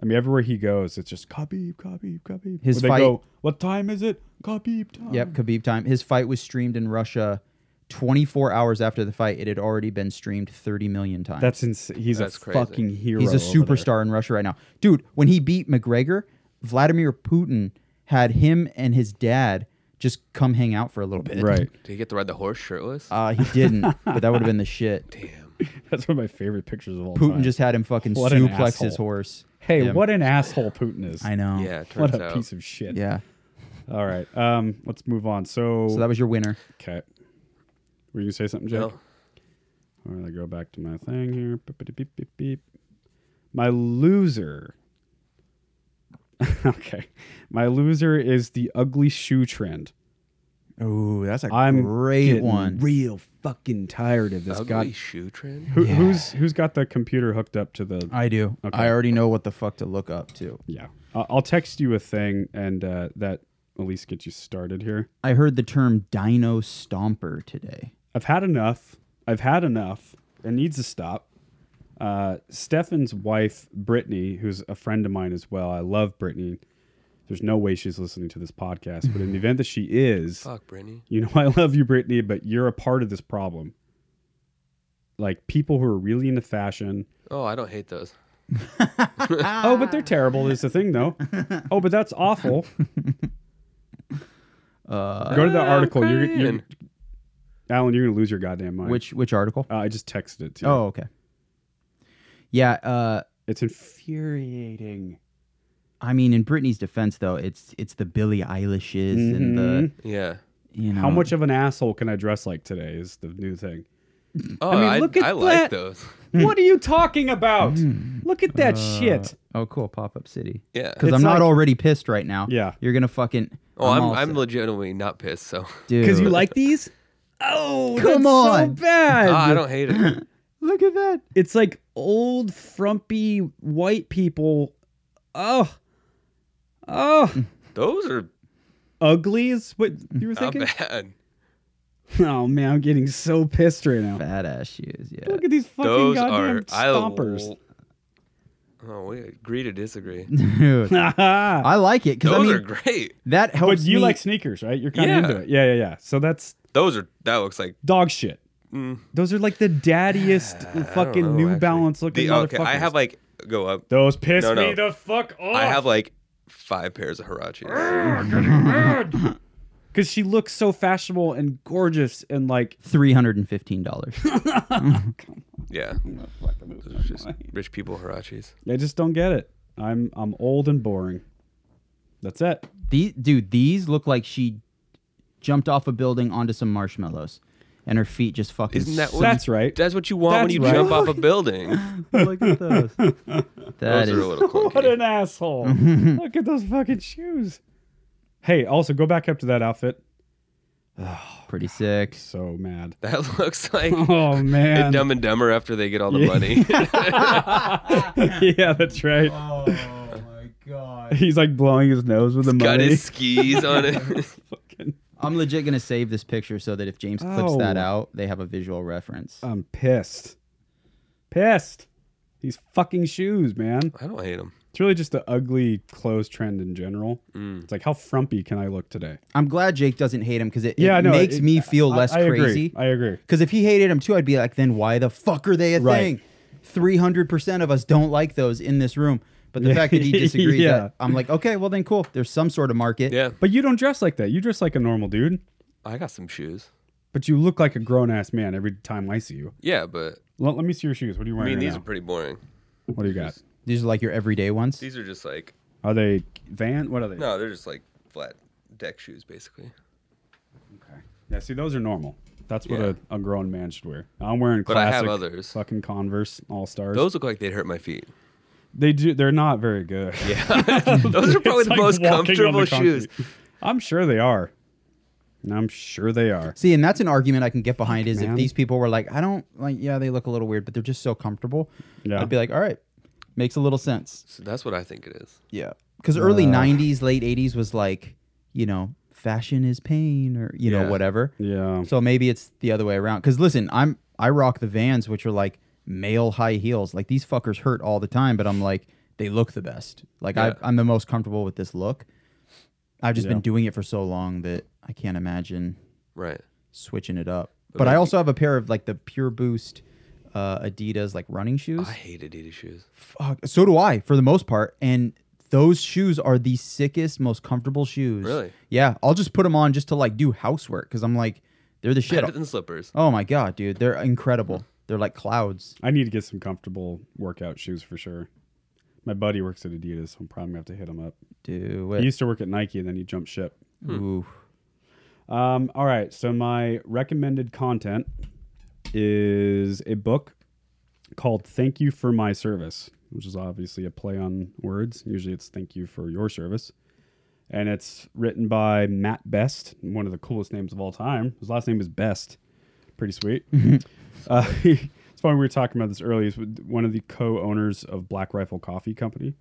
[SPEAKER 3] i mean everywhere he goes it's just copy copy copy
[SPEAKER 5] His
[SPEAKER 3] Or they
[SPEAKER 5] fight-
[SPEAKER 3] go what time is it copy time
[SPEAKER 5] Yep, Khabib time. His fight was streamed in Russia 24 hours after the fight. It had already been streamed 30 million times.
[SPEAKER 3] that's insane he's
[SPEAKER 4] That's
[SPEAKER 3] a
[SPEAKER 4] crazy.
[SPEAKER 3] fucking hero
[SPEAKER 5] He's a
[SPEAKER 3] over there.
[SPEAKER 5] superstar in Russia right now. Dude, when he beat McGregor, Vladimir Putin had him and his dad just come hang out for a little bit.
[SPEAKER 3] right [laughs]
[SPEAKER 4] Did he get to ride the horse shirtless?
[SPEAKER 5] [laughs] Uh, he didn't, but that
[SPEAKER 3] [laughs]
[SPEAKER 5] would have been the shit.
[SPEAKER 4] Damn.
[SPEAKER 3] that's one of my favorite pictures of all
[SPEAKER 5] Putin
[SPEAKER 3] time
[SPEAKER 5] just had him fucking
[SPEAKER 3] What an
[SPEAKER 5] suplex
[SPEAKER 3] asshole.
[SPEAKER 5] his horse.
[SPEAKER 3] Hey,
[SPEAKER 5] Yeah.
[SPEAKER 3] what an asshole Putin is.
[SPEAKER 5] I know.
[SPEAKER 4] Yeah, it turns
[SPEAKER 3] What a
[SPEAKER 4] out.
[SPEAKER 3] piece of shit.
[SPEAKER 5] Yeah.
[SPEAKER 3] All right. Um, let's move on. So,
[SPEAKER 5] So that was your winner.
[SPEAKER 3] okay. Were you gonna say something, Jack?
[SPEAKER 4] No.
[SPEAKER 3] All right, I go back to my thing here. Beep, beep, beep, beep, beep. My loser. [laughs] okay. My loser is the ugly shoe trend.
[SPEAKER 5] Oh, that's a
[SPEAKER 3] I'm
[SPEAKER 5] great
[SPEAKER 3] getting
[SPEAKER 5] one.
[SPEAKER 3] Real fucking tired of this
[SPEAKER 4] Ugly
[SPEAKER 3] guy.
[SPEAKER 4] shoe trend.
[SPEAKER 3] Who,
[SPEAKER 5] Yeah. Uh,
[SPEAKER 3] Who's who's got the computer hooked up to the?
[SPEAKER 5] I do.
[SPEAKER 3] Okay.
[SPEAKER 5] I already know what the fuck to look up to.
[SPEAKER 3] yeah, I'll, I'll text you a thing, and uh, that at least gets you started here.
[SPEAKER 5] I heard the term dino stomper today.
[SPEAKER 3] I've had enough. I've had enough. It needs to stop. Uh, Stefan's wife, Brittany, who's a friend of mine as well. I love Brittany. There's no way she's listening to this podcast, but in the event that she is,
[SPEAKER 4] Fuck, Brittany.
[SPEAKER 3] you know, [laughs] I love you, Brittany, but you're a part of this problem. Like people who are really into fashion.
[SPEAKER 4] Oh, I don't hate those.
[SPEAKER 3] Oh, but they're terrible is the thing,
[SPEAKER 5] [laughs]
[SPEAKER 3] though. Oh, but that's awful.
[SPEAKER 5] Uh,
[SPEAKER 3] Uh, Go to
[SPEAKER 5] Oh,
[SPEAKER 3] the article. You're, you're
[SPEAKER 4] Brian.
[SPEAKER 3] Alan. You're gonna lose your goddamn mind.
[SPEAKER 5] Which which article?
[SPEAKER 3] uh, I just texted it to you.
[SPEAKER 5] Oh, okay. Yeah, uh
[SPEAKER 3] it's infuriating.
[SPEAKER 5] I mean in Britney's defense though, it's it's the Billie Eilishes and the
[SPEAKER 4] Yeah.
[SPEAKER 5] you know
[SPEAKER 3] How much of an asshole can I dress like today is the new thing.
[SPEAKER 4] Oh, I,
[SPEAKER 3] mean, look at
[SPEAKER 4] I like
[SPEAKER 3] that.
[SPEAKER 4] those.
[SPEAKER 5] Hmm.
[SPEAKER 3] What are you talking about? Look at that shit.
[SPEAKER 5] Oh cool, pop up city.
[SPEAKER 3] [laughs]
[SPEAKER 4] Yeah.
[SPEAKER 5] Because
[SPEAKER 3] It's
[SPEAKER 5] I'm not
[SPEAKER 3] like-
[SPEAKER 5] already pissed right now.
[SPEAKER 3] Yeah.
[SPEAKER 5] You're gonna fucking
[SPEAKER 4] Oh, I'm
[SPEAKER 5] all
[SPEAKER 4] I'm
[SPEAKER 5] set.
[SPEAKER 4] legitimately not pissed. So
[SPEAKER 5] dude.
[SPEAKER 3] Because you like these? Oh,
[SPEAKER 5] Come
[SPEAKER 3] that's
[SPEAKER 5] on.
[SPEAKER 3] so bad.
[SPEAKER 4] Ah, I don't hate
[SPEAKER 3] [laughs]
[SPEAKER 4] it.
[SPEAKER 5] Look at that.
[SPEAKER 3] It's like old frumpy white people. Oh,
[SPEAKER 5] Hmm.
[SPEAKER 3] oh,
[SPEAKER 4] Those are
[SPEAKER 3] ugly is what you were
[SPEAKER 4] not
[SPEAKER 3] thinking.
[SPEAKER 4] bad.
[SPEAKER 3] [laughs] Oh man, I'm getting so pissed right now.
[SPEAKER 5] Fat ass shoes, [laughs] yeah.
[SPEAKER 3] Look at these fucking
[SPEAKER 4] Those
[SPEAKER 3] goddamn
[SPEAKER 4] are I
[SPEAKER 3] stompers.
[SPEAKER 4] Oh, we agree to disagree.
[SPEAKER 3] [laughs]
[SPEAKER 5] Dude.
[SPEAKER 3] but
[SPEAKER 5] I like it because
[SPEAKER 4] Those
[SPEAKER 5] I mean
[SPEAKER 4] are great.
[SPEAKER 5] that helps
[SPEAKER 3] you
[SPEAKER 5] me-
[SPEAKER 3] like sneakers, right? You're kind of
[SPEAKER 4] Yeah.
[SPEAKER 3] into it. Yeah, yeah, yeah. So that's
[SPEAKER 4] Those are that looks like
[SPEAKER 3] dog shit.
[SPEAKER 4] mm,
[SPEAKER 3] Those are like the daddiest
[SPEAKER 4] [sighs] I don't
[SPEAKER 3] fucking
[SPEAKER 4] know,
[SPEAKER 3] New
[SPEAKER 4] actually.
[SPEAKER 3] Balance looking
[SPEAKER 4] The-
[SPEAKER 3] motherfuckers.
[SPEAKER 4] okay, I have like go up.
[SPEAKER 3] those piss
[SPEAKER 4] No, no.
[SPEAKER 3] me the fuck off.
[SPEAKER 4] I have like five pairs of
[SPEAKER 3] [laughs]
[SPEAKER 4] Hirachis.
[SPEAKER 3] because she looks so fashionable and gorgeous and like
[SPEAKER 5] three hundred and fifteen dollars.
[SPEAKER 4] yeah, those are just rich people Hirachis.
[SPEAKER 3] I just don't get it. I'm I'm old and boring. That's it.
[SPEAKER 5] These, dude, these look like she jumped off a building onto some marshmallows, and her feet just fucking.
[SPEAKER 4] Isn't that what-
[SPEAKER 3] That's right.
[SPEAKER 4] That's what you want when
[SPEAKER 3] That's
[SPEAKER 4] you
[SPEAKER 3] right.
[SPEAKER 4] jump off
[SPEAKER 3] [laughs]
[SPEAKER 4] a building.
[SPEAKER 5] look at those? [laughs] That
[SPEAKER 4] Those
[SPEAKER 5] is
[SPEAKER 4] are a little
[SPEAKER 3] What
[SPEAKER 4] clunky.
[SPEAKER 3] an [laughs] asshole! Look at those fucking shoes. Hey, also go back up to that outfit.
[SPEAKER 5] pretty sick.
[SPEAKER 3] So mad.
[SPEAKER 4] [laughs] That looks like
[SPEAKER 3] [laughs] Oh
[SPEAKER 4] in
[SPEAKER 3] man.
[SPEAKER 4] Dumb and Dumber after they get all the money.
[SPEAKER 3] [laughs]
[SPEAKER 4] [laughs]
[SPEAKER 3] yeah, that's right.
[SPEAKER 5] [laughs] Oh my god!
[SPEAKER 3] He's like blowing his nose with the
[SPEAKER 4] Got
[SPEAKER 3] money.
[SPEAKER 4] his skis on it.
[SPEAKER 3] [laughs]
[SPEAKER 4] [laughs]
[SPEAKER 3] Fucking-
[SPEAKER 5] I'm legit gonna save this picture so that if James clips
[SPEAKER 3] Ow.
[SPEAKER 5] that out, they have a visual reference.
[SPEAKER 3] I'm pissed. Pissed. These fucking shoes, man.
[SPEAKER 4] I don't hate them.
[SPEAKER 3] It's really just the ugly clothes trend in general.
[SPEAKER 4] Mm.
[SPEAKER 3] It's like how frumpy can I look today?
[SPEAKER 5] I'm glad Jake doesn't hate him because it,
[SPEAKER 3] Yeah, I
[SPEAKER 5] it
[SPEAKER 3] know.
[SPEAKER 5] makes
[SPEAKER 3] It-
[SPEAKER 5] me feel less
[SPEAKER 3] I, I
[SPEAKER 5] crazy.
[SPEAKER 3] Agree. I agree.
[SPEAKER 5] Because if he hated him too, I'd be like, then why the fuck are they a
[SPEAKER 3] Right.
[SPEAKER 5] thing? Three hundred percent of us don't like those in this room. But the
[SPEAKER 3] Yeah.
[SPEAKER 5] fact that
[SPEAKER 3] [laughs]
[SPEAKER 5] he disagrees,
[SPEAKER 3] Yeah.
[SPEAKER 5] that- I'm like, okay, well then, cool. There's some sort of market.
[SPEAKER 4] Yeah,
[SPEAKER 3] But you don't dress like that. You dress like a normal dude,
[SPEAKER 4] I got some shoes.
[SPEAKER 3] but you look like a grown ass man every time I see you.
[SPEAKER 4] Yeah, but
[SPEAKER 3] Let, let me see your shoes. What are you
[SPEAKER 4] I
[SPEAKER 3] wearing?
[SPEAKER 4] mean
[SPEAKER 3] right
[SPEAKER 4] these
[SPEAKER 3] now?
[SPEAKER 4] are pretty boring.
[SPEAKER 3] what do you got?
[SPEAKER 5] These are like your everyday ones.
[SPEAKER 4] These are just like
[SPEAKER 3] Are they van? What are they?
[SPEAKER 4] no, they're just like flat deck shoes basically.
[SPEAKER 3] Okay. Yeah, see, those are normal. That's what
[SPEAKER 4] Yeah.
[SPEAKER 3] a, a grown man should wear. I'm wearing
[SPEAKER 4] But I
[SPEAKER 3] classic
[SPEAKER 4] have others.
[SPEAKER 3] fucking Converse All Stars.
[SPEAKER 4] Those look like they'd hurt
[SPEAKER 3] [laughs]
[SPEAKER 4] my feet.
[SPEAKER 3] They do. They're not very good.
[SPEAKER 4] [laughs] Those are probably
[SPEAKER 3] It's
[SPEAKER 4] the
[SPEAKER 3] like
[SPEAKER 4] most
[SPEAKER 3] walking on the
[SPEAKER 4] comfortable shoes.
[SPEAKER 3] concrete. I'm sure they are. I'm sure they are.
[SPEAKER 5] See, and that's an argument I can get behind is
[SPEAKER 3] man.
[SPEAKER 5] if these people were like, I don't like, yeah, they look a little weird, but they're just so comfortable.
[SPEAKER 3] Yeah.
[SPEAKER 5] I'd be like, all right, makes a little sense.
[SPEAKER 4] So that's what I think it is.
[SPEAKER 5] Yeah. Because early 90s, late 80s was like, you know, fashion is pain or, you
[SPEAKER 4] Yeah.
[SPEAKER 5] know, whatever.
[SPEAKER 3] Yeah.
[SPEAKER 5] So maybe it's the other way around. Because listen, I'm I rock the Vans, which are like male high heels. Like these fuckers hurt all the time, but I'm like they look the best. Like
[SPEAKER 4] Yeah.
[SPEAKER 5] I, I'm the most comfortable with this look. I've just
[SPEAKER 3] Yeah.
[SPEAKER 5] been doing it for so long that I can't imagine
[SPEAKER 4] Right.
[SPEAKER 5] switching it up. But I also have a pair of like the Pure Boost uh, Adidas like running shoes.
[SPEAKER 4] I hate Adidas shoes.
[SPEAKER 5] Fuck, so do I for the most part, and. Those shoes are the sickest, most comfortable shoes.
[SPEAKER 4] Really?
[SPEAKER 5] Yeah, I'll just put them on just to like do housework because I'm like, they're the shit.
[SPEAKER 4] Better than slippers.
[SPEAKER 5] [laughs] Oh my god, dude, they're incredible. They're like clouds.
[SPEAKER 3] I need to get some comfortable workout shoes for sure. My buddy works at Adidas, so I'm probably gonna have to hit him up.
[SPEAKER 5] Do
[SPEAKER 3] He
[SPEAKER 5] it.
[SPEAKER 3] used to work at Nike, and then he jumped ship.
[SPEAKER 4] Hmm.
[SPEAKER 5] Ooh.
[SPEAKER 3] Um, all right, so my recommended content is a book called "Thank You for My Service," which is obviously a play on words. Usually, it's "Thank You for Your Service," and it's written by Matt Best, one of the coolest names of all time. His last name is Best, pretty sweet. uh, [laughs] it's funny we were talking about this earlier. He's with- one of the co-owners of Black Rifle Coffee Company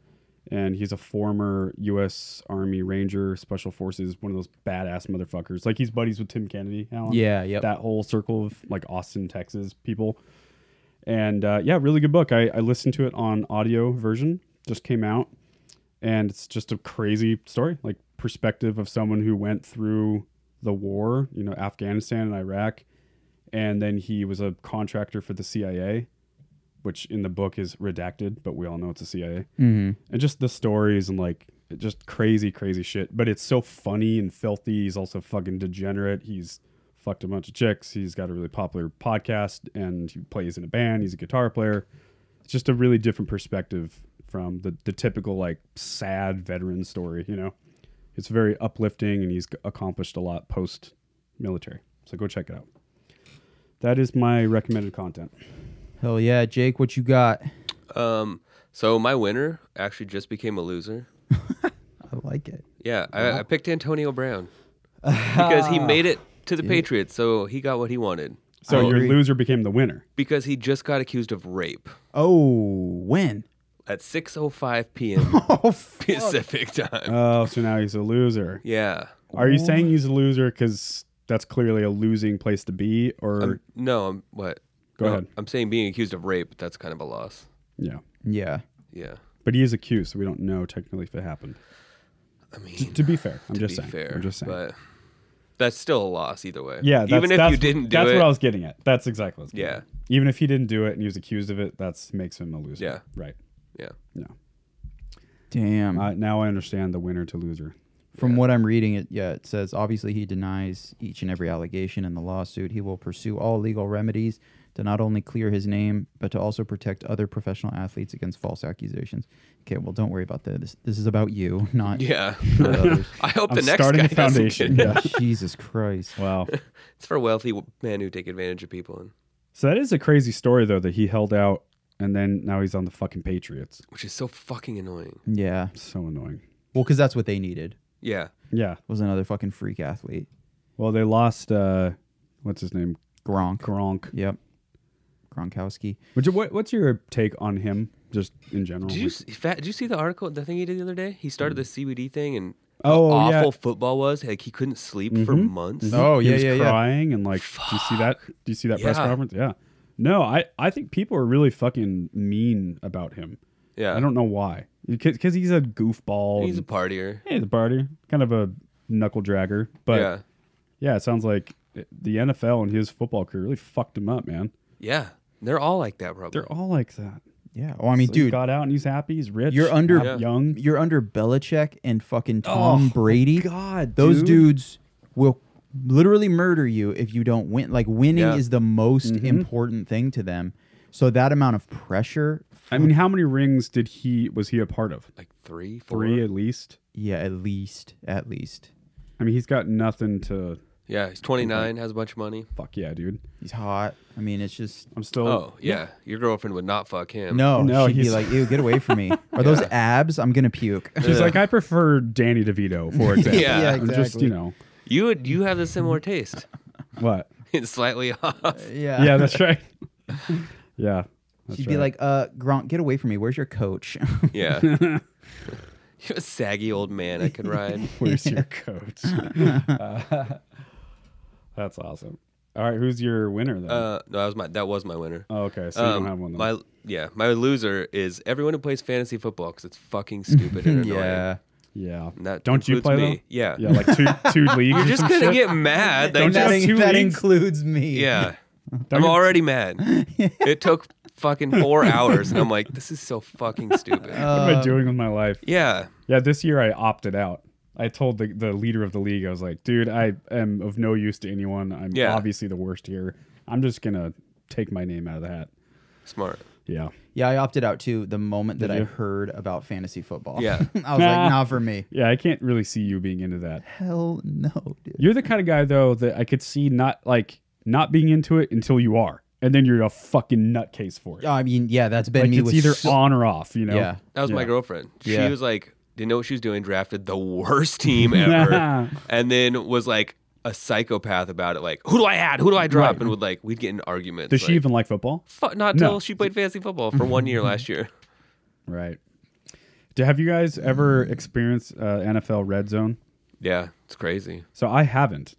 [SPEAKER 3] and he's a former U.S. Army Ranger, Special Forces, one of those badass motherfuckers. Like he's buddies with Tim Kennedy, Alan.
[SPEAKER 5] Yeah, yep.
[SPEAKER 3] That whole circle of like Austin, Texas people. And uh, yeah, really good book. I, I listened to it on audio version, just came out, and it's just a crazy story, like perspective of someone who went through the war, you know, Afghanistan and Iraq, and then he was a contractor for the CIA, which in the book is redacted, but we all know it's the CIA
[SPEAKER 5] Mm-hmm.
[SPEAKER 3] and just the stories and like just crazy, crazy shit. But it's so funny and filthy. He's also fucking degenerate. He's fucked a bunch of chicks. He's got a really popular podcast and he plays in a band. He's a guitar player. It's just a really different perspective from the, the typical like sad veteran story, you know? It's very uplifting and he's accomplished a lot post military. So go check it out. That is my recommended content.
[SPEAKER 5] Hell yeah, Jake. What you got?
[SPEAKER 4] Um, so my winner actually just became a loser.
[SPEAKER 5] I like it.
[SPEAKER 4] Yeah, I, I picked Antonio Brown because he made it
[SPEAKER 3] [laughs]
[SPEAKER 4] to the Patriots, so he got what he wanted.
[SPEAKER 3] So
[SPEAKER 5] I
[SPEAKER 3] your
[SPEAKER 5] agree.
[SPEAKER 3] loser became the winner.
[SPEAKER 4] Because he just got accused of rape
[SPEAKER 5] Oh, when? [laughs]
[SPEAKER 4] at 6:05
[SPEAKER 3] [laughs]
[SPEAKER 4] p.m.
[SPEAKER 5] Oh,
[SPEAKER 4] Pacific time.
[SPEAKER 5] Uh,
[SPEAKER 3] Oh, so now he's a loser.
[SPEAKER 4] Yeah.
[SPEAKER 3] Are you saying he's a loser because that's clearly a losing place to be? Or
[SPEAKER 4] I'm, no, I'm what?
[SPEAKER 3] Go
[SPEAKER 4] No,
[SPEAKER 3] ahead.
[SPEAKER 4] I'm saying being accused of rape. That's kind of a loss.
[SPEAKER 3] yeah,
[SPEAKER 5] yeah.
[SPEAKER 4] Yeah.
[SPEAKER 3] but he is accused, so we don't know technically if it happened.
[SPEAKER 4] I mean,
[SPEAKER 3] T- to be fair, I'm
[SPEAKER 4] to
[SPEAKER 3] just
[SPEAKER 4] be
[SPEAKER 3] saying.
[SPEAKER 4] fair,
[SPEAKER 3] I'm just saying.
[SPEAKER 4] but that's still a loss either way.
[SPEAKER 3] yeah, that's,
[SPEAKER 4] even if
[SPEAKER 3] that's,
[SPEAKER 4] you didn't do
[SPEAKER 3] that's
[SPEAKER 4] it.
[SPEAKER 3] what I was getting at. That's exactly what I was getting
[SPEAKER 4] Yeah.
[SPEAKER 3] at. Even if he didn't do it and he was accused of it, that makes him a loser.
[SPEAKER 4] Yeah.
[SPEAKER 3] Right.
[SPEAKER 4] yeah.
[SPEAKER 3] No.
[SPEAKER 5] Damn.
[SPEAKER 3] Uh, now I understand the winner to loser.
[SPEAKER 5] From what I'm reading, it yeah, it says obviously he denies each and every allegation in the lawsuit. He will pursue all legal remedies to not only clear his name, but to also protect other professional athletes against false accusations. Okay, well, don't worry about that. This, this is about you, [laughs]
[SPEAKER 3] [laughs]
[SPEAKER 5] not
[SPEAKER 4] Yeah.
[SPEAKER 5] not others.
[SPEAKER 4] [laughs] I hope
[SPEAKER 3] I'm
[SPEAKER 4] the next
[SPEAKER 3] starting
[SPEAKER 4] guy
[SPEAKER 3] a foundation.
[SPEAKER 4] doesn't get it.
[SPEAKER 3] Yeah.
[SPEAKER 5] Jesus
[SPEAKER 4] [laughs]
[SPEAKER 5] Christ.
[SPEAKER 3] Wow.
[SPEAKER 4] It's for wealthy w- men who take advantage of people, and,
[SPEAKER 3] So that is a crazy story though that he held out and then now he's on the fucking Patriots.
[SPEAKER 4] which is so fucking annoying.
[SPEAKER 5] Yeah.
[SPEAKER 3] So annoying.
[SPEAKER 5] Well, because that's what they needed
[SPEAKER 4] Yeah.
[SPEAKER 3] Yeah.
[SPEAKER 5] was another fucking freak athlete.
[SPEAKER 3] Well, they lost. uh What's his name?
[SPEAKER 5] Gronk.
[SPEAKER 3] Gronk.
[SPEAKER 5] Yep. Gronkowski.
[SPEAKER 3] Would you, what, what's your take on him, just in general?
[SPEAKER 4] Did you s- fa- did you see the article? The thing he did the other day. He started the CBD thing, and
[SPEAKER 3] Mm-hmm. Oh,
[SPEAKER 4] how
[SPEAKER 3] yeah.
[SPEAKER 4] awful football was. Like he couldn't sleep for
[SPEAKER 3] Mhm.
[SPEAKER 4] months.
[SPEAKER 5] Oh,
[SPEAKER 3] He
[SPEAKER 5] yeah,
[SPEAKER 3] was
[SPEAKER 5] yeah, yeah.
[SPEAKER 3] crying and like, do you see that? Do you see that press
[SPEAKER 4] Yeah.
[SPEAKER 3] conference? Yeah. No, I I think people are really fucking mean about him.
[SPEAKER 4] Yeah.
[SPEAKER 3] I don't know why. Because he's a goofball.
[SPEAKER 4] He's a
[SPEAKER 3] and-
[SPEAKER 4] partier.
[SPEAKER 3] hey, the party, kind of a knuckle dragger. But
[SPEAKER 4] yeah.
[SPEAKER 3] yeah. it sounds like the NFL and his football career really fucked him up, man.
[SPEAKER 4] Yeah. They're all like that, probably.
[SPEAKER 3] They're all like that.
[SPEAKER 5] Yeah. Oh, I mean,
[SPEAKER 3] So he
[SPEAKER 5] dude,
[SPEAKER 3] got out and he's happy. He's rich.
[SPEAKER 5] You're under-
[SPEAKER 3] not
[SPEAKER 4] Yeah.
[SPEAKER 3] young. Oh,
[SPEAKER 5] you're under Belichick and fucking Tom Brady.
[SPEAKER 3] God,
[SPEAKER 5] Those
[SPEAKER 3] dude.
[SPEAKER 5] dudes will literally murder you if you don't win. Like winning
[SPEAKER 4] Yeah.
[SPEAKER 5] is the most
[SPEAKER 3] Mm-hmm.
[SPEAKER 5] important thing to them. So that amount of pressure,
[SPEAKER 3] I mean, how many rings did he was he a part of?
[SPEAKER 4] like three, four.
[SPEAKER 3] Three at least.
[SPEAKER 5] yeah, at least, at least
[SPEAKER 3] I mean, he's got nothing to.
[SPEAKER 4] Yeah, he's 29, has a bunch of money.
[SPEAKER 3] Fuck yeah, dude.
[SPEAKER 5] he's hot. I mean, it's just
[SPEAKER 3] I'm still.
[SPEAKER 4] Oh, yeah. Your girlfriend would not fuck him.
[SPEAKER 5] no,
[SPEAKER 3] No,
[SPEAKER 5] she'd be
[SPEAKER 3] he's-
[SPEAKER 5] like, "Ew, get
[SPEAKER 3] [laughs]
[SPEAKER 5] away from me." Are those abs? I'm gonna puke.
[SPEAKER 3] She's like, I prefer Danny DeVito,
[SPEAKER 4] [laughs]
[SPEAKER 3] for example.
[SPEAKER 4] Yeah. Yeah,
[SPEAKER 3] I'm Just
[SPEAKER 5] exactly.
[SPEAKER 3] you know
[SPEAKER 4] You would, you have the
[SPEAKER 3] [laughs]
[SPEAKER 4] similar taste.
[SPEAKER 3] what?
[SPEAKER 4] it's slightly off.
[SPEAKER 5] [laughs] yeah,
[SPEAKER 3] Yeah, that's
[SPEAKER 5] [laughs]
[SPEAKER 3] right. yeah. that's
[SPEAKER 5] Uh, she'd be
[SPEAKER 3] right.
[SPEAKER 5] like, "Uh, Gronk, get away from me. Where's your coach?" [laughs]
[SPEAKER 4] Yeah. You're a saggy old man I
[SPEAKER 3] [laughs]
[SPEAKER 4] could ride.
[SPEAKER 3] [laughs] "Where's
[SPEAKER 5] [laughs]
[SPEAKER 3] your coat?" Uh, [laughs] that's awesome. All right, who's your winner then?
[SPEAKER 4] Uh, no, that was my that was my winner.
[SPEAKER 3] oh, okay, so you
[SPEAKER 4] Um,
[SPEAKER 3] don't have one. Then.
[SPEAKER 4] My yeah, my loser is everyone who plays fantasy football because it's fucking
[SPEAKER 3] [laughs]
[SPEAKER 4] stupid and annoying.
[SPEAKER 5] yeah,
[SPEAKER 3] yeah.
[SPEAKER 4] And that
[SPEAKER 3] Don't you
[SPEAKER 4] includes
[SPEAKER 3] play
[SPEAKER 4] me.
[SPEAKER 3] them?
[SPEAKER 4] Yeah.
[SPEAKER 3] Yeah, like two
[SPEAKER 4] [laughs]
[SPEAKER 3] two leagues.
[SPEAKER 4] You're
[SPEAKER 3] or
[SPEAKER 4] just
[SPEAKER 3] some
[SPEAKER 4] gonna
[SPEAKER 3] shit?
[SPEAKER 4] get mad. Like,
[SPEAKER 3] [laughs] Don't
[SPEAKER 5] that,
[SPEAKER 3] you have
[SPEAKER 5] in-
[SPEAKER 3] two
[SPEAKER 5] that
[SPEAKER 3] leagues?
[SPEAKER 5] includes me. [laughs]
[SPEAKER 3] [laughs]
[SPEAKER 4] yeah.
[SPEAKER 3] Don't
[SPEAKER 4] I'm
[SPEAKER 3] you-
[SPEAKER 4] already mad.
[SPEAKER 3] [laughs]
[SPEAKER 4] it took fucking four hours, and I'm like, this is so fucking stupid.
[SPEAKER 5] Uh,
[SPEAKER 3] What am I
[SPEAKER 4] uh,
[SPEAKER 3] doing with my life?
[SPEAKER 4] yeah.
[SPEAKER 3] Yeah, this year I opted out. I told the, the leader of the league, I was like, dude, I am of no use to anyone. I'm
[SPEAKER 4] Yeah.
[SPEAKER 3] obviously the worst here. I'm just going to take my name out of the hat.
[SPEAKER 4] Smart.
[SPEAKER 3] Yeah.
[SPEAKER 5] Yeah, I opted out too the moment that
[SPEAKER 3] Did
[SPEAKER 5] I
[SPEAKER 3] you?
[SPEAKER 5] heard about fantasy football.
[SPEAKER 4] Yeah.
[SPEAKER 5] [laughs] I was like, not for me.
[SPEAKER 3] Yeah, I can't really see you being into that.
[SPEAKER 5] Hell no, dude.
[SPEAKER 3] You're the kind of guy though that I could see not like not being into it until you are. And then you're a fucking nutcase for it.
[SPEAKER 5] I mean, yeah, that's been
[SPEAKER 3] like
[SPEAKER 5] me
[SPEAKER 3] it's
[SPEAKER 5] with
[SPEAKER 3] either
[SPEAKER 5] so-
[SPEAKER 3] on or off, you know. [laughs]
[SPEAKER 5] Yeah.
[SPEAKER 4] That was my
[SPEAKER 3] Yeah.
[SPEAKER 4] girlfriend.
[SPEAKER 5] Yeah.
[SPEAKER 4] She was like, didn't know what she was doing, drafted the worst
[SPEAKER 3] [laughs]
[SPEAKER 4] team ever, and then was like a psychopath about it. Like, who do I add? Who do I drop?
[SPEAKER 3] Right.
[SPEAKER 4] And would like, we'd get in arguments.
[SPEAKER 3] Does she
[SPEAKER 4] like,
[SPEAKER 3] even like football?
[SPEAKER 4] Fu- not
[SPEAKER 3] No.
[SPEAKER 4] till she played fantasy football for
[SPEAKER 3] [laughs]
[SPEAKER 4] one year last year.
[SPEAKER 3] Right. Do, have you guys
[SPEAKER 5] Mm.
[SPEAKER 3] ever experienced uh, NFL red zone?
[SPEAKER 4] Yeah, it's crazy.
[SPEAKER 3] So I haven't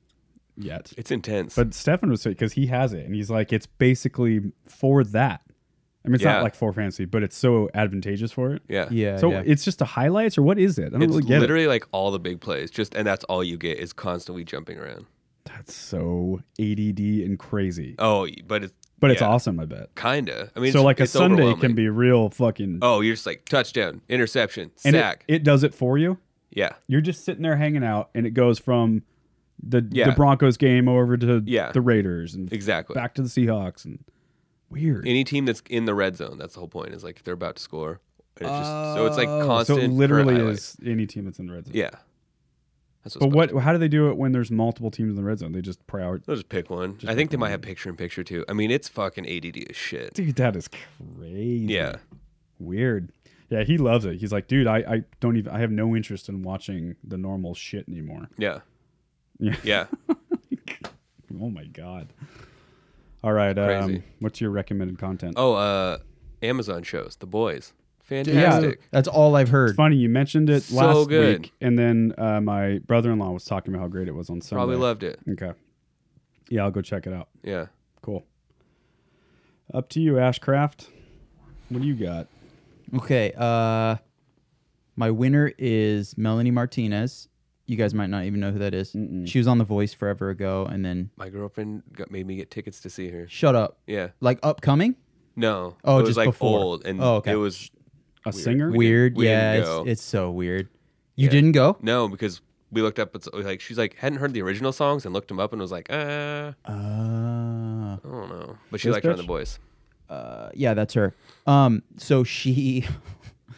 [SPEAKER 3] yet.
[SPEAKER 4] It's intense.
[SPEAKER 3] But Stefan was because he has it, and he's like, it's basically for that. I mean, it's
[SPEAKER 4] Yeah.
[SPEAKER 3] not like for fantasy, but it's so advantageous for it.
[SPEAKER 4] yeah.
[SPEAKER 5] Yeah.
[SPEAKER 3] so
[SPEAKER 5] yeah.
[SPEAKER 3] it's just the highlights, or what is it? I don't
[SPEAKER 4] It's
[SPEAKER 3] really get it.
[SPEAKER 4] literally like all the big plays, just and that's all you get is constantly jumping around.
[SPEAKER 3] That's so ADD and crazy,
[SPEAKER 4] Oh, but it's
[SPEAKER 3] but it's
[SPEAKER 4] yeah,
[SPEAKER 3] awesome. I bet.
[SPEAKER 4] Kinda. I mean,
[SPEAKER 3] So
[SPEAKER 4] it's-
[SPEAKER 3] like a
[SPEAKER 4] it's
[SPEAKER 3] Sunday can
[SPEAKER 4] overwhelming.
[SPEAKER 3] be real fucking.
[SPEAKER 4] Oh, you're just like touchdown, interception,
[SPEAKER 3] and it-
[SPEAKER 4] sack.
[SPEAKER 3] It, does it for you.
[SPEAKER 4] yeah,
[SPEAKER 3] You're just sitting there hanging out, and it goes from the
[SPEAKER 4] Yeah.
[SPEAKER 3] the Broncos game over to
[SPEAKER 4] Yeah.
[SPEAKER 3] the Raiders and
[SPEAKER 4] exactly.
[SPEAKER 3] back to the Seahawks and weird.
[SPEAKER 4] Any team that's in the red zone, that's the whole point. Is like they're about to score. And it's just so it's like
[SPEAKER 3] Oh,
[SPEAKER 4] constant.
[SPEAKER 3] So it
[SPEAKER 4] current
[SPEAKER 3] literally
[SPEAKER 4] highlight.
[SPEAKER 3] is any team that's in the red zone.
[SPEAKER 4] Yeah. That's
[SPEAKER 3] But
[SPEAKER 4] what's about-
[SPEAKER 3] what? How do they do it when there's multiple teams in the red zone? They just prioritize.
[SPEAKER 4] They'll just pick one. I think they might have picture in picture too. I mean, it's fucking ADD as
[SPEAKER 3] [laughs]
[SPEAKER 4] shit.
[SPEAKER 3] Dude, that is crazy.
[SPEAKER 4] Yeah.
[SPEAKER 3] Weird. Yeah, he loves it. He's like, dude, I, I don't even. I have no interest in watching the normal shit anymore.
[SPEAKER 4] Yeah.
[SPEAKER 3] Yeah. [laughs]
[SPEAKER 4] Yeah.
[SPEAKER 3] Oh my god. All right.
[SPEAKER 4] Crazy.
[SPEAKER 3] Um, what's your recommended content?
[SPEAKER 4] Oh, uh, Amazon shows The Boys. Fantastic.
[SPEAKER 5] that's all I've heard.
[SPEAKER 3] It's funny you mentioned it
[SPEAKER 4] So
[SPEAKER 3] last
[SPEAKER 4] good.
[SPEAKER 3] week, and then uh, my brother-in-law was talking about how great it was on Sunday.
[SPEAKER 4] Probably loved it.
[SPEAKER 3] Okay. Yeah, I'll go check it out.
[SPEAKER 4] Yeah.
[SPEAKER 3] Cool. Up to you, Ashcraft. What do you got?
[SPEAKER 5] Okay. Uh, my winner is Melanie Martinez. You guys might not even know who that is. She was on The Voice forever ago, and then
[SPEAKER 4] My girlfriend got, made me get tickets to see her.
[SPEAKER 5] shut up.
[SPEAKER 4] Yeah.
[SPEAKER 5] Like upcoming.
[SPEAKER 4] No.
[SPEAKER 5] Oh,
[SPEAKER 4] it was
[SPEAKER 5] just
[SPEAKER 4] like
[SPEAKER 5] before.
[SPEAKER 4] old, and
[SPEAKER 5] Oh, okay.
[SPEAKER 4] it was
[SPEAKER 3] A singer?
[SPEAKER 4] We didn't-
[SPEAKER 5] Weird.
[SPEAKER 4] we didn't
[SPEAKER 5] yeah.
[SPEAKER 4] go.
[SPEAKER 5] It's, it's so weird. You didn't go?
[SPEAKER 4] no because we looked up. It's like she's like hadn't heard the original songs and looked them up and was like, uh,
[SPEAKER 5] Uh,
[SPEAKER 4] I don't know. But she
[SPEAKER 3] This
[SPEAKER 4] liked her on The
[SPEAKER 3] bitch?
[SPEAKER 4] Boys.
[SPEAKER 5] uh, yeah, that's her. Um, so she, [laughs]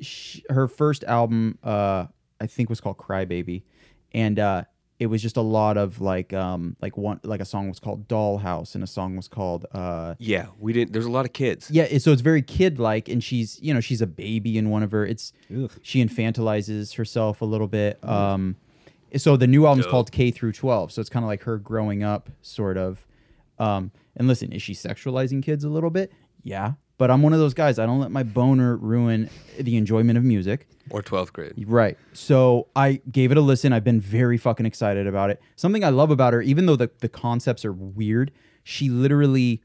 [SPEAKER 5] she her first album, uh, I think was called Cry Baby, and uh, it was just a lot of like, um, like one like a song was called Dollhouse, and a song was called uh,
[SPEAKER 4] Yeah, we didn't. There's a lot of kids.
[SPEAKER 5] yeah. it- So it's very kid like, and she's you know she's a baby in one of her. It's
[SPEAKER 3] Ugh.
[SPEAKER 5] she infantilizes herself a little bit. Um, so the new album's called K through 12. So it's kind of like her growing up, sort of. Um, and listen, is she sexualizing kids a little bit? Yeah. But I'm one of those guys. I don't let my boner ruin the enjoyment of music.
[SPEAKER 4] Or 12th grade.
[SPEAKER 5] Right. So I gave it a listen. I've been very fucking excited about it. Something I love about her, even though the, the concepts are weird, she literally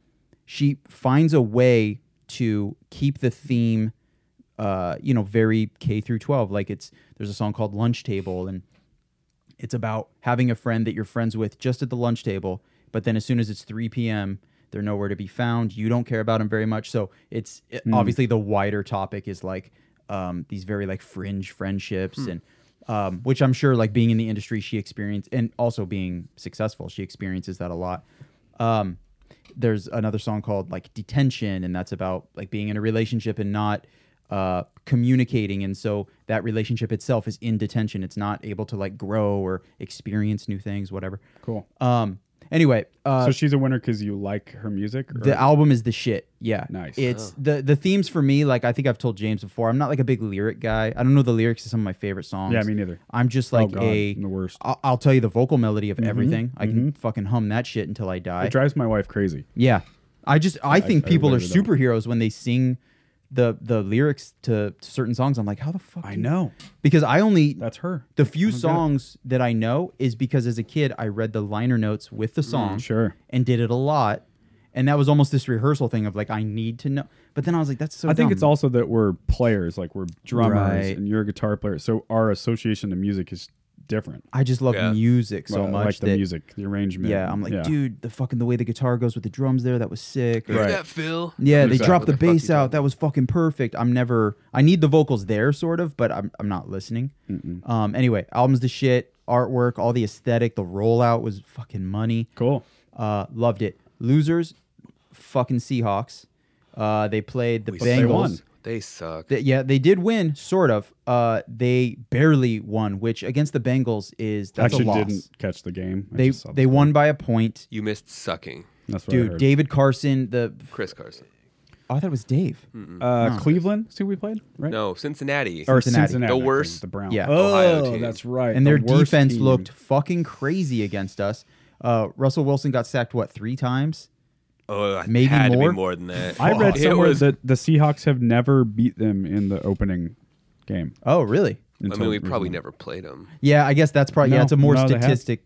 [SPEAKER 5] she finds a way to keep the theme uh, you know, very K through twelve. Like it's there's a song called Lunch Table and it's about having a friend that you're friends with just at the lunch table, but then as soon as it's 3 p.m., they're nowhere to be found. You don't care about them very much. So it's it- obviously the wider topic is like um, these very like fringe friendships and um, which I'm sure like being in the industry she experienced and also being successful, she experiences that a lot. Um, there's another song called like detention and that's about like being in a relationship and not uh, communicating and so that relationship itself is in detention it's not able to like grow or experience new things whatever
[SPEAKER 3] Cool.
[SPEAKER 5] um anyway uh
[SPEAKER 3] so she's a winner because you like her music. Or?
[SPEAKER 5] the album is the shit yeah
[SPEAKER 3] Nice.
[SPEAKER 5] it's the the themes for me like i think i've told james before i'm not like a big lyric guy i don't know the lyrics to some of my favorite songs
[SPEAKER 3] yeah, me neither.
[SPEAKER 5] i'm just
[SPEAKER 3] Oh,
[SPEAKER 5] like
[SPEAKER 3] God,
[SPEAKER 5] a
[SPEAKER 3] I'm the worst. Mm-hmm.
[SPEAKER 5] I'll, I'll tell you the vocal melody of everything i can fucking hum that shit until i die
[SPEAKER 3] It drives my wife crazy.
[SPEAKER 5] Yeah. I just I think
[SPEAKER 3] I
[SPEAKER 5] people are
[SPEAKER 3] really don't.
[SPEAKER 5] superheroes when they sing the the lyrics to certain songs. I'm like, how the fuck? do you-"
[SPEAKER 3] know.
[SPEAKER 5] Because I only
[SPEAKER 3] That's her.
[SPEAKER 5] the few
[SPEAKER 3] get it.
[SPEAKER 5] songs that I know is because as a kid I read the liner notes with the song
[SPEAKER 3] Mm, Sure.
[SPEAKER 5] and did it a lot. And that was almost this rehearsal thing of like I need to know. But then I was like, that's so
[SPEAKER 3] I think
[SPEAKER 5] dumb.
[SPEAKER 3] it's also that we're players, like we're drummers
[SPEAKER 5] Right.
[SPEAKER 3] and you're a guitar player. So our association to music is different.
[SPEAKER 5] I just love
[SPEAKER 4] Yeah.
[SPEAKER 5] music so
[SPEAKER 3] Well, I
[SPEAKER 5] much
[SPEAKER 3] like the
[SPEAKER 5] that
[SPEAKER 3] music, the arrangement.
[SPEAKER 5] yeah, I'm like, dude, the fucking the way the guitar goes with the drums there, that was sick.
[SPEAKER 4] Hear that, Phil?
[SPEAKER 5] Yeah, they
[SPEAKER 4] Exactly.
[SPEAKER 5] dropped the
[SPEAKER 4] What the fuck
[SPEAKER 5] bass
[SPEAKER 4] you
[SPEAKER 5] out. That was fucking perfect. I'm never. I need the vocals there, sort of, but I'm I'm not listening. Um. Anyway, albums the shit. Artwork, all the aesthetic, the rollout was fucking money.
[SPEAKER 3] cool.
[SPEAKER 5] Uh, loved it. Losers, fucking Seahawks. Uh, they played the
[SPEAKER 4] We- But
[SPEAKER 5] Bengals.
[SPEAKER 3] they won.
[SPEAKER 4] They suck.
[SPEAKER 5] Th- yeah, they did win, sort of. Uh, they barely won, which against the Bengals is that's
[SPEAKER 3] Actually,
[SPEAKER 5] a loss.
[SPEAKER 3] didn't catch the game. I
[SPEAKER 5] They
[SPEAKER 3] just saw
[SPEAKER 5] they
[SPEAKER 3] the-
[SPEAKER 5] won by a point,
[SPEAKER 4] you missed sucking,
[SPEAKER 3] That's what I
[SPEAKER 5] dude.
[SPEAKER 3] heard.
[SPEAKER 5] David Carson, the
[SPEAKER 4] Chris Carson.
[SPEAKER 5] oh, I thought it was Dave.
[SPEAKER 3] uh,
[SPEAKER 5] Huh.
[SPEAKER 3] Cleveland. See, who we played right.
[SPEAKER 4] No, Cincinnati.
[SPEAKER 3] Or
[SPEAKER 5] Cincinnati.
[SPEAKER 3] Cincinnati,
[SPEAKER 5] The
[SPEAKER 3] I think,
[SPEAKER 4] worst-
[SPEAKER 3] the Browns. Oh,
[SPEAKER 5] yeah,
[SPEAKER 4] Ohio team.
[SPEAKER 3] that's right.
[SPEAKER 5] and
[SPEAKER 3] the
[SPEAKER 5] their
[SPEAKER 3] worst
[SPEAKER 5] defense
[SPEAKER 3] team.
[SPEAKER 5] looked fucking crazy against us. Uh, Russell Wilson got sacked what three times?
[SPEAKER 4] oh, it
[SPEAKER 5] maybe
[SPEAKER 4] had to
[SPEAKER 5] more?
[SPEAKER 4] be more than that.
[SPEAKER 3] I read
[SPEAKER 4] It
[SPEAKER 3] somewhere
[SPEAKER 4] was-
[SPEAKER 3] that the Seahawks have never beat them in the opening game.
[SPEAKER 5] Oh, really?
[SPEAKER 4] I
[SPEAKER 3] until
[SPEAKER 4] mean, we probably
[SPEAKER 5] Mm-hmm.
[SPEAKER 3] recently.
[SPEAKER 4] never played them,
[SPEAKER 5] Yeah, I guess that's probably yeah.
[SPEAKER 3] No,
[SPEAKER 5] It's a more
[SPEAKER 3] no, they haven't.
[SPEAKER 5] statistic.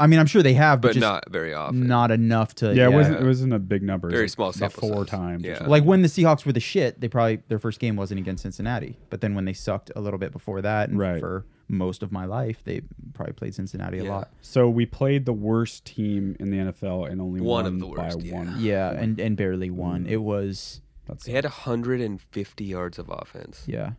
[SPEAKER 5] I mean, I'm sure they have, but,
[SPEAKER 4] but
[SPEAKER 5] just
[SPEAKER 4] not very often.
[SPEAKER 5] not enough to.
[SPEAKER 3] Yeah, it wasn't. It wasn't a big number. It was
[SPEAKER 4] Very
[SPEAKER 3] like
[SPEAKER 4] small
[SPEAKER 3] about
[SPEAKER 4] sample
[SPEAKER 3] Four
[SPEAKER 4] size.
[SPEAKER 3] times. or
[SPEAKER 4] Yeah.
[SPEAKER 3] something.
[SPEAKER 5] Like when the Seahawks were the shit, they probably their first game wasn't against Cincinnati, but then when they sucked a little bit before that, and
[SPEAKER 3] Right.
[SPEAKER 5] for most of my life, they probably played Cincinnati a
[SPEAKER 4] Yeah.
[SPEAKER 5] lot.
[SPEAKER 3] So we played the worst team in the NFL and only
[SPEAKER 4] One
[SPEAKER 3] won
[SPEAKER 4] of the worst,
[SPEAKER 3] by
[SPEAKER 4] yeah.
[SPEAKER 3] one.
[SPEAKER 5] Yeah, and and barely won. It was
[SPEAKER 3] That's
[SPEAKER 4] They had 150 yards of offense.
[SPEAKER 5] yeah,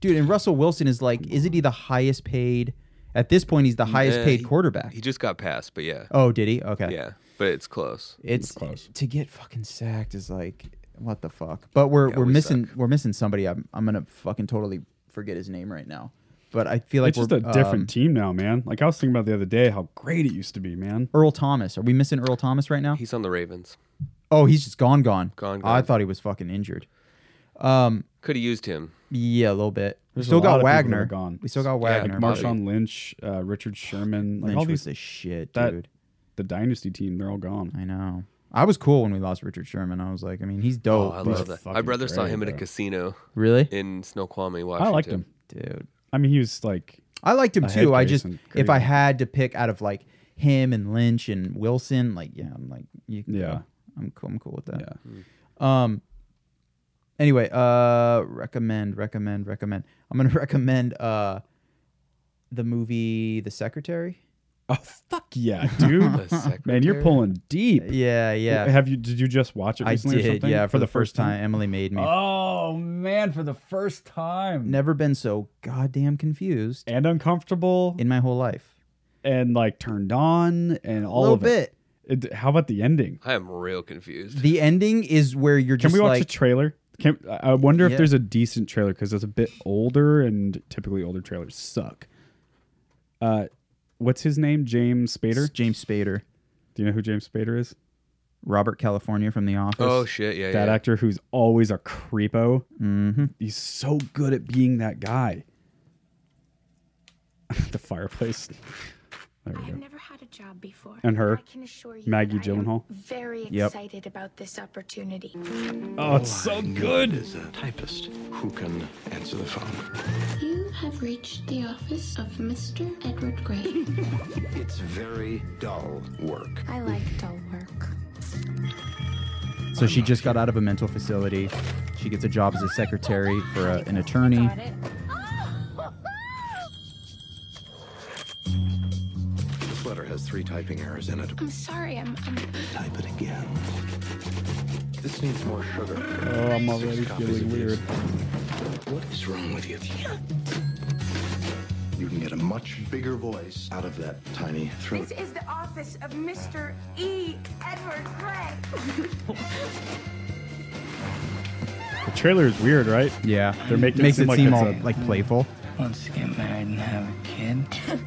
[SPEAKER 5] dude. And Russell Wilson is like, isn't he the highest paid? At this point, he's the highest
[SPEAKER 4] Uh,
[SPEAKER 5] paid
[SPEAKER 4] he-
[SPEAKER 5] quarterback.
[SPEAKER 4] He just got passed, but yeah,
[SPEAKER 5] oh, did he? Okay.
[SPEAKER 4] yeah, but it's close.
[SPEAKER 5] it's
[SPEAKER 3] close.
[SPEAKER 5] to get fucking sacked is like what the fuck. But we're
[SPEAKER 4] Yeah,
[SPEAKER 5] we're
[SPEAKER 4] we
[SPEAKER 5] missing we're missing somebody. I'm I'm gonna fucking totally forget his name right now. But I feel like
[SPEAKER 3] it's just
[SPEAKER 5] we're,
[SPEAKER 3] a different
[SPEAKER 5] um,
[SPEAKER 3] team now, man. Like I was thinking about the other day, how great it used to be, man.
[SPEAKER 5] um, Earl Thomas. Are we missing Earl Thomas right now?
[SPEAKER 4] He's on the Ravens.
[SPEAKER 5] oh, he's just gone, gone,
[SPEAKER 4] Gone,
[SPEAKER 5] I
[SPEAKER 4] gone.
[SPEAKER 5] thought he was fucking injured.
[SPEAKER 4] Could have used him.
[SPEAKER 5] Yeah, a little bit. We
[SPEAKER 3] There's a
[SPEAKER 5] still
[SPEAKER 3] lot of
[SPEAKER 5] got
[SPEAKER 3] people that
[SPEAKER 5] Wagner.
[SPEAKER 3] are gone.
[SPEAKER 5] We still got
[SPEAKER 4] Yeah,
[SPEAKER 5] Wagner.
[SPEAKER 4] like
[SPEAKER 5] Marshall
[SPEAKER 3] Marshawn Lynch, uh,
[SPEAKER 5] [sighs]
[SPEAKER 3] Richard Sherman, like
[SPEAKER 5] Lynch
[SPEAKER 3] all
[SPEAKER 5] was
[SPEAKER 3] these,
[SPEAKER 5] the shit,
[SPEAKER 3] that-
[SPEAKER 5] dude.
[SPEAKER 3] the dynasty team, they're all gone.
[SPEAKER 5] I know. I was cool when we lost Richard Sherman. I was like, I mean, he's
[SPEAKER 4] Oh,
[SPEAKER 5] dope.
[SPEAKER 4] I
[SPEAKER 5] but-
[SPEAKER 4] love that. My
[SPEAKER 3] fucking
[SPEAKER 4] brother saw
[SPEAKER 3] great,
[SPEAKER 4] him in a
[SPEAKER 3] bro.
[SPEAKER 4] casino
[SPEAKER 5] really,
[SPEAKER 4] in Snoqualmie, Washington.
[SPEAKER 3] I liked him.
[SPEAKER 5] dude.
[SPEAKER 3] I mean, he was like,
[SPEAKER 5] I liked him
[SPEAKER 3] A
[SPEAKER 5] too. I
[SPEAKER 3] head
[SPEAKER 5] just
[SPEAKER 3] case and
[SPEAKER 5] if I
[SPEAKER 3] crazy.
[SPEAKER 5] had to pick out of like him and Lynch and Wilson, like yeah, I'm like you can
[SPEAKER 3] Yeah.
[SPEAKER 5] go. I'm cool. I'm cool with that.
[SPEAKER 3] yeah,
[SPEAKER 5] Um. Anyway, uh, recommend, recommend, recommend. I'm gonna [laughs] recommend uh, the movie The Secretary.
[SPEAKER 3] oh fuck yeah,
[SPEAKER 4] [laughs]
[SPEAKER 3] dude,
[SPEAKER 4] The secretary.
[SPEAKER 3] [laughs] man, you're pulling deep.
[SPEAKER 5] Yeah, yeah.
[SPEAKER 3] Have you? Did you just watch it
[SPEAKER 5] I
[SPEAKER 3] recently? or
[SPEAKER 5] did.
[SPEAKER 3] something?
[SPEAKER 5] Yeah, for, the, first time, Emily made me.
[SPEAKER 3] Oh man, for the first time,
[SPEAKER 5] Never been so goddamn confused
[SPEAKER 3] and uncomfortable,
[SPEAKER 5] in my whole life.
[SPEAKER 3] and like turned on, and
[SPEAKER 5] A
[SPEAKER 3] all
[SPEAKER 5] little
[SPEAKER 3] of it.
[SPEAKER 5] bit.
[SPEAKER 3] It- How about the ending?
[SPEAKER 4] I am real confused.
[SPEAKER 5] The ending is where you're
[SPEAKER 3] Can
[SPEAKER 5] just
[SPEAKER 3] we watch
[SPEAKER 5] like,
[SPEAKER 3] a trailer? Can, I I wonder
[SPEAKER 5] Yeah.
[SPEAKER 3] if there's a decent trailer because it's a bit older, and typically older trailers suck. Uh, what's his name? James Spader.
[SPEAKER 5] James Spader,
[SPEAKER 3] Do you know who James Spader is?
[SPEAKER 5] Robert California from The Office.
[SPEAKER 4] Oh shit, yeah,
[SPEAKER 3] That
[SPEAKER 4] yeah.
[SPEAKER 3] actor who's always a creepo.
[SPEAKER 5] Mm-hmm.
[SPEAKER 3] He's so good at being that guy. [laughs] the fireplace. There
[SPEAKER 7] I
[SPEAKER 3] we
[SPEAKER 7] have
[SPEAKER 3] go.
[SPEAKER 7] never had a job before.
[SPEAKER 3] And her,
[SPEAKER 7] I can assure you
[SPEAKER 3] Maggie
[SPEAKER 7] that I am
[SPEAKER 3] Gyllenhaal.
[SPEAKER 7] Very
[SPEAKER 5] Yep.
[SPEAKER 7] excited about this opportunity.
[SPEAKER 3] Oh, it's so good.
[SPEAKER 8] is a typist who can answer the phone.
[SPEAKER 9] You have reached the office of Mr. Edward Gray.
[SPEAKER 8] It's very dull work.
[SPEAKER 9] I like dull work.
[SPEAKER 5] So she just got out of a mental facility. She gets a job as a secretary for a, an attorney.
[SPEAKER 8] This letter has three typing errors in it.
[SPEAKER 9] I'm sorry, I'm, I'm
[SPEAKER 8] Type it again. This needs more sugar.
[SPEAKER 3] Oh, I'm
[SPEAKER 8] Six
[SPEAKER 3] already
[SPEAKER 8] copies
[SPEAKER 3] feeling
[SPEAKER 8] of
[SPEAKER 3] weird.
[SPEAKER 8] these. What is wrong with you? You can get a much bigger voice out of that tiny throat.
[SPEAKER 10] This is the office of Mr. E. Edward Gray.
[SPEAKER 3] The trailer is weird, right?
[SPEAKER 5] Yeah,
[SPEAKER 3] They're making it
[SPEAKER 5] makes
[SPEAKER 3] seem
[SPEAKER 5] it
[SPEAKER 3] like
[SPEAKER 5] seem
[SPEAKER 3] it's
[SPEAKER 5] all
[SPEAKER 3] a-
[SPEAKER 5] like playful.
[SPEAKER 11] Wants to get married and have a kid.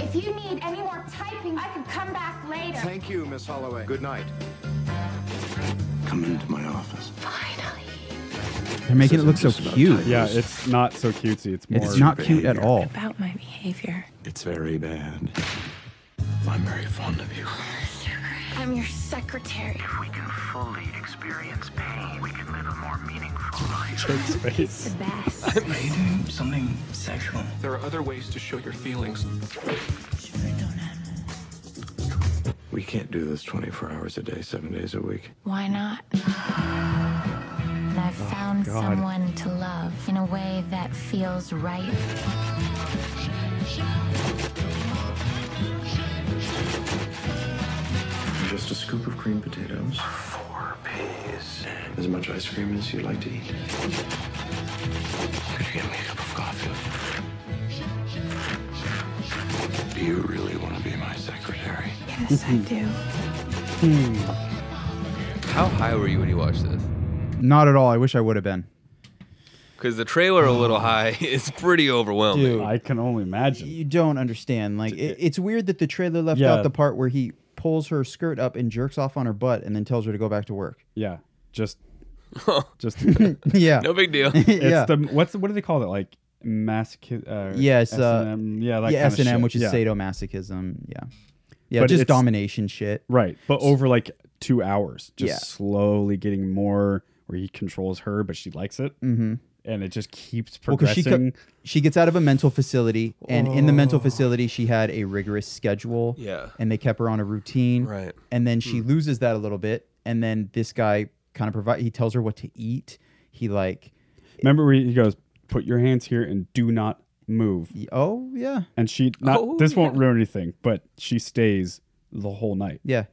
[SPEAKER 10] If you need any more typing, I can come back later.
[SPEAKER 8] Thank you, Miss Holloway. Good night. Come into my office.
[SPEAKER 5] They're making it look so
[SPEAKER 8] This isn't just
[SPEAKER 5] cute.
[SPEAKER 8] about typing.
[SPEAKER 3] Yeah, it's not so cutesy. It's more.
[SPEAKER 5] It's not cute at all.
[SPEAKER 7] About my behavior.
[SPEAKER 8] It's very bad. I'm very fond of you.
[SPEAKER 7] I'm your secretary.
[SPEAKER 11] We can fully experience pain. We can live a more meaningful life.
[SPEAKER 3] James face.
[SPEAKER 7] The best.
[SPEAKER 11] Are you doing something sexual?
[SPEAKER 8] There are other ways to show your feelings. We can't do this 24 hours a day, seven days a week.
[SPEAKER 9] Why not? I've found someone to love in a way that feels right.
[SPEAKER 8] Just a scoop of creamed potatoes. Four peas. As much ice cream as you'd like to eat. Could you get me a cup of coffee? Do you
[SPEAKER 3] Mm-hmm.
[SPEAKER 8] really want to be my secretary?
[SPEAKER 7] Yes, I do.
[SPEAKER 4] How high were you when you watched this?
[SPEAKER 5] Not at all. I wish I would have been.
[SPEAKER 4] Because the trailer
[SPEAKER 3] [sighs]
[SPEAKER 4] a little high [laughs] is pretty overwhelming.
[SPEAKER 5] Dude.
[SPEAKER 3] I can only imagine.
[SPEAKER 5] You don't understand. Like it, it's weird that the trailer left
[SPEAKER 3] Yeah.
[SPEAKER 5] out the part where he pulls her skirt up and jerks off on her butt and then tells her to go back to work. [laughs]
[SPEAKER 3] Yeah, just just
[SPEAKER 5] Yeah.
[SPEAKER 4] No big deal.
[SPEAKER 3] It's
[SPEAKER 5] [laughs] Yeah.
[SPEAKER 3] the what's what do they call it? Like masoch. Uh,
[SPEAKER 5] Yes, uh,
[SPEAKER 3] S&M? yeah, that
[SPEAKER 5] yeah,
[SPEAKER 3] kind of
[SPEAKER 5] S&M,
[SPEAKER 3] shit.
[SPEAKER 5] which is
[SPEAKER 3] Yeah.
[SPEAKER 5] sadomasochism. Yeah, yeah,
[SPEAKER 3] But
[SPEAKER 5] just
[SPEAKER 3] it's-
[SPEAKER 5] domination shit.
[SPEAKER 3] Right, but over like two hours, just
[SPEAKER 5] Yeah.
[SPEAKER 3] slowly getting more where he controls her, but she likes it,
[SPEAKER 5] Mhm.
[SPEAKER 3] and it just keeps
[SPEAKER 5] Well, 'cause she
[SPEAKER 3] progressing.
[SPEAKER 5] co- she gets out of a mental facility, and in the
[SPEAKER 3] Oh.
[SPEAKER 5] mental facility, she had a rigorous schedule.
[SPEAKER 4] Yeah.
[SPEAKER 5] and they kept her on a routine.
[SPEAKER 4] Right. Hmm.
[SPEAKER 5] and then she loses that a little bit, and then this guy kind of provide. He tells her what to eat. He like,
[SPEAKER 3] Remember where he goes, "Put your hands here and do not move."
[SPEAKER 5] oh yeah,
[SPEAKER 3] And she not
[SPEAKER 5] Oh,
[SPEAKER 3] this won't ruin anything, but she stays the whole night.
[SPEAKER 5] Yeah.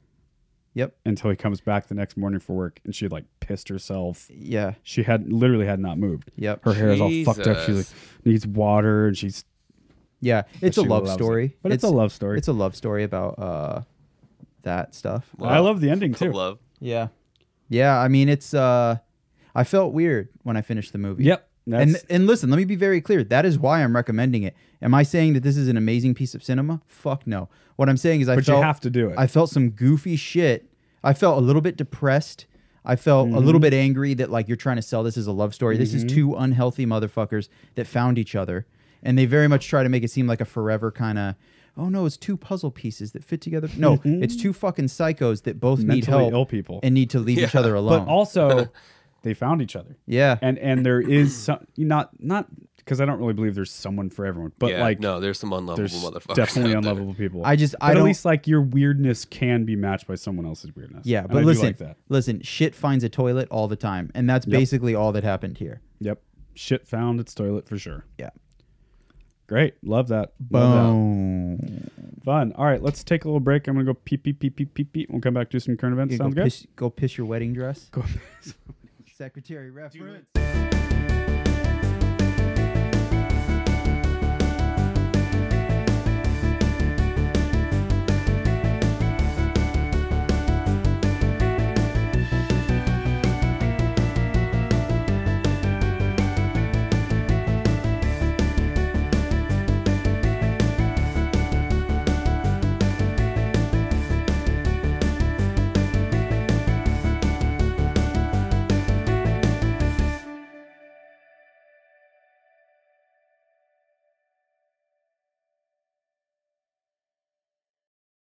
[SPEAKER 5] Yep.
[SPEAKER 3] Until he comes back the next morning for work and she like pissed herself.
[SPEAKER 5] Yeah.
[SPEAKER 3] She had literally had not moved.
[SPEAKER 5] Yep.
[SPEAKER 3] Her hair is all fucked up. She like,
[SPEAKER 5] Jesus.
[SPEAKER 3] needs water and she's
[SPEAKER 5] yeah,
[SPEAKER 3] But
[SPEAKER 5] it's a
[SPEAKER 3] she
[SPEAKER 5] love
[SPEAKER 3] loves it.
[SPEAKER 5] story.
[SPEAKER 3] But it's a love story.
[SPEAKER 5] It's a love story about uh, that stuff.
[SPEAKER 3] [laughs] I love the
[SPEAKER 5] [laughs]
[SPEAKER 3] ending too.
[SPEAKER 4] Love.
[SPEAKER 5] Yeah. Yeah, I mean it's uh I felt weird when I finished the movie.
[SPEAKER 3] Yep,
[SPEAKER 5] And
[SPEAKER 3] that's-
[SPEAKER 5] and listen, let me be very clear. That is why I'm recommending it. Am I saying that this is an amazing piece of cinema? Fuck no. What I'm saying is I
[SPEAKER 3] But you
[SPEAKER 5] felt
[SPEAKER 3] have to do it.
[SPEAKER 5] I felt some goofy shit. I felt a little bit depressed. I felt a little
[SPEAKER 3] Mhm.
[SPEAKER 5] bit angry that like you're trying to sell this as a love story. This is
[SPEAKER 3] Mhm.
[SPEAKER 5] two unhealthy motherfuckers that found each other. And they very much try to make it seem like a forever kind of Oh no, it's two puzzle pieces that fit together. No, it's two fucking psychos that both need
[SPEAKER 3] Mm-hmm. Mentally
[SPEAKER 5] help
[SPEAKER 3] ill people.
[SPEAKER 5] and need to leave each other alone.
[SPEAKER 3] But
[SPEAKER 5] [laughs]
[SPEAKER 3] also they found each other.
[SPEAKER 5] Yeah.
[SPEAKER 3] And and there is some not not because I don't really believe there's someone for everyone, but
[SPEAKER 4] Yeah,
[SPEAKER 3] like
[SPEAKER 4] no, there's some unlovable
[SPEAKER 3] there's
[SPEAKER 4] motherfuckers
[SPEAKER 3] Definitely
[SPEAKER 4] out there.
[SPEAKER 3] unlovable people.
[SPEAKER 5] I just-
[SPEAKER 3] but
[SPEAKER 5] I
[SPEAKER 3] at
[SPEAKER 5] don't-
[SPEAKER 3] least like your weirdness can be matched by someone else's weirdness.
[SPEAKER 5] yeah,
[SPEAKER 3] And
[SPEAKER 5] but
[SPEAKER 3] I do
[SPEAKER 5] listen,
[SPEAKER 3] like that.
[SPEAKER 5] listen, shit finds a toilet all the time, and that's
[SPEAKER 3] Yep.
[SPEAKER 5] basically all that happened here.
[SPEAKER 3] Yep. Shit found its toilet for sure.
[SPEAKER 5] Yeah.
[SPEAKER 3] Great. Love that. Love
[SPEAKER 5] Boom.
[SPEAKER 3] that. Fun. All right, let's take a little break. I'm gonna go pee pee pee pee pee pee. We'll come back do some current events.
[SPEAKER 5] You go
[SPEAKER 3] Sounds good. [laughs]
[SPEAKER 5] piss, go piss your wedding dress.
[SPEAKER 3] Go
[SPEAKER 5] Secretary reference.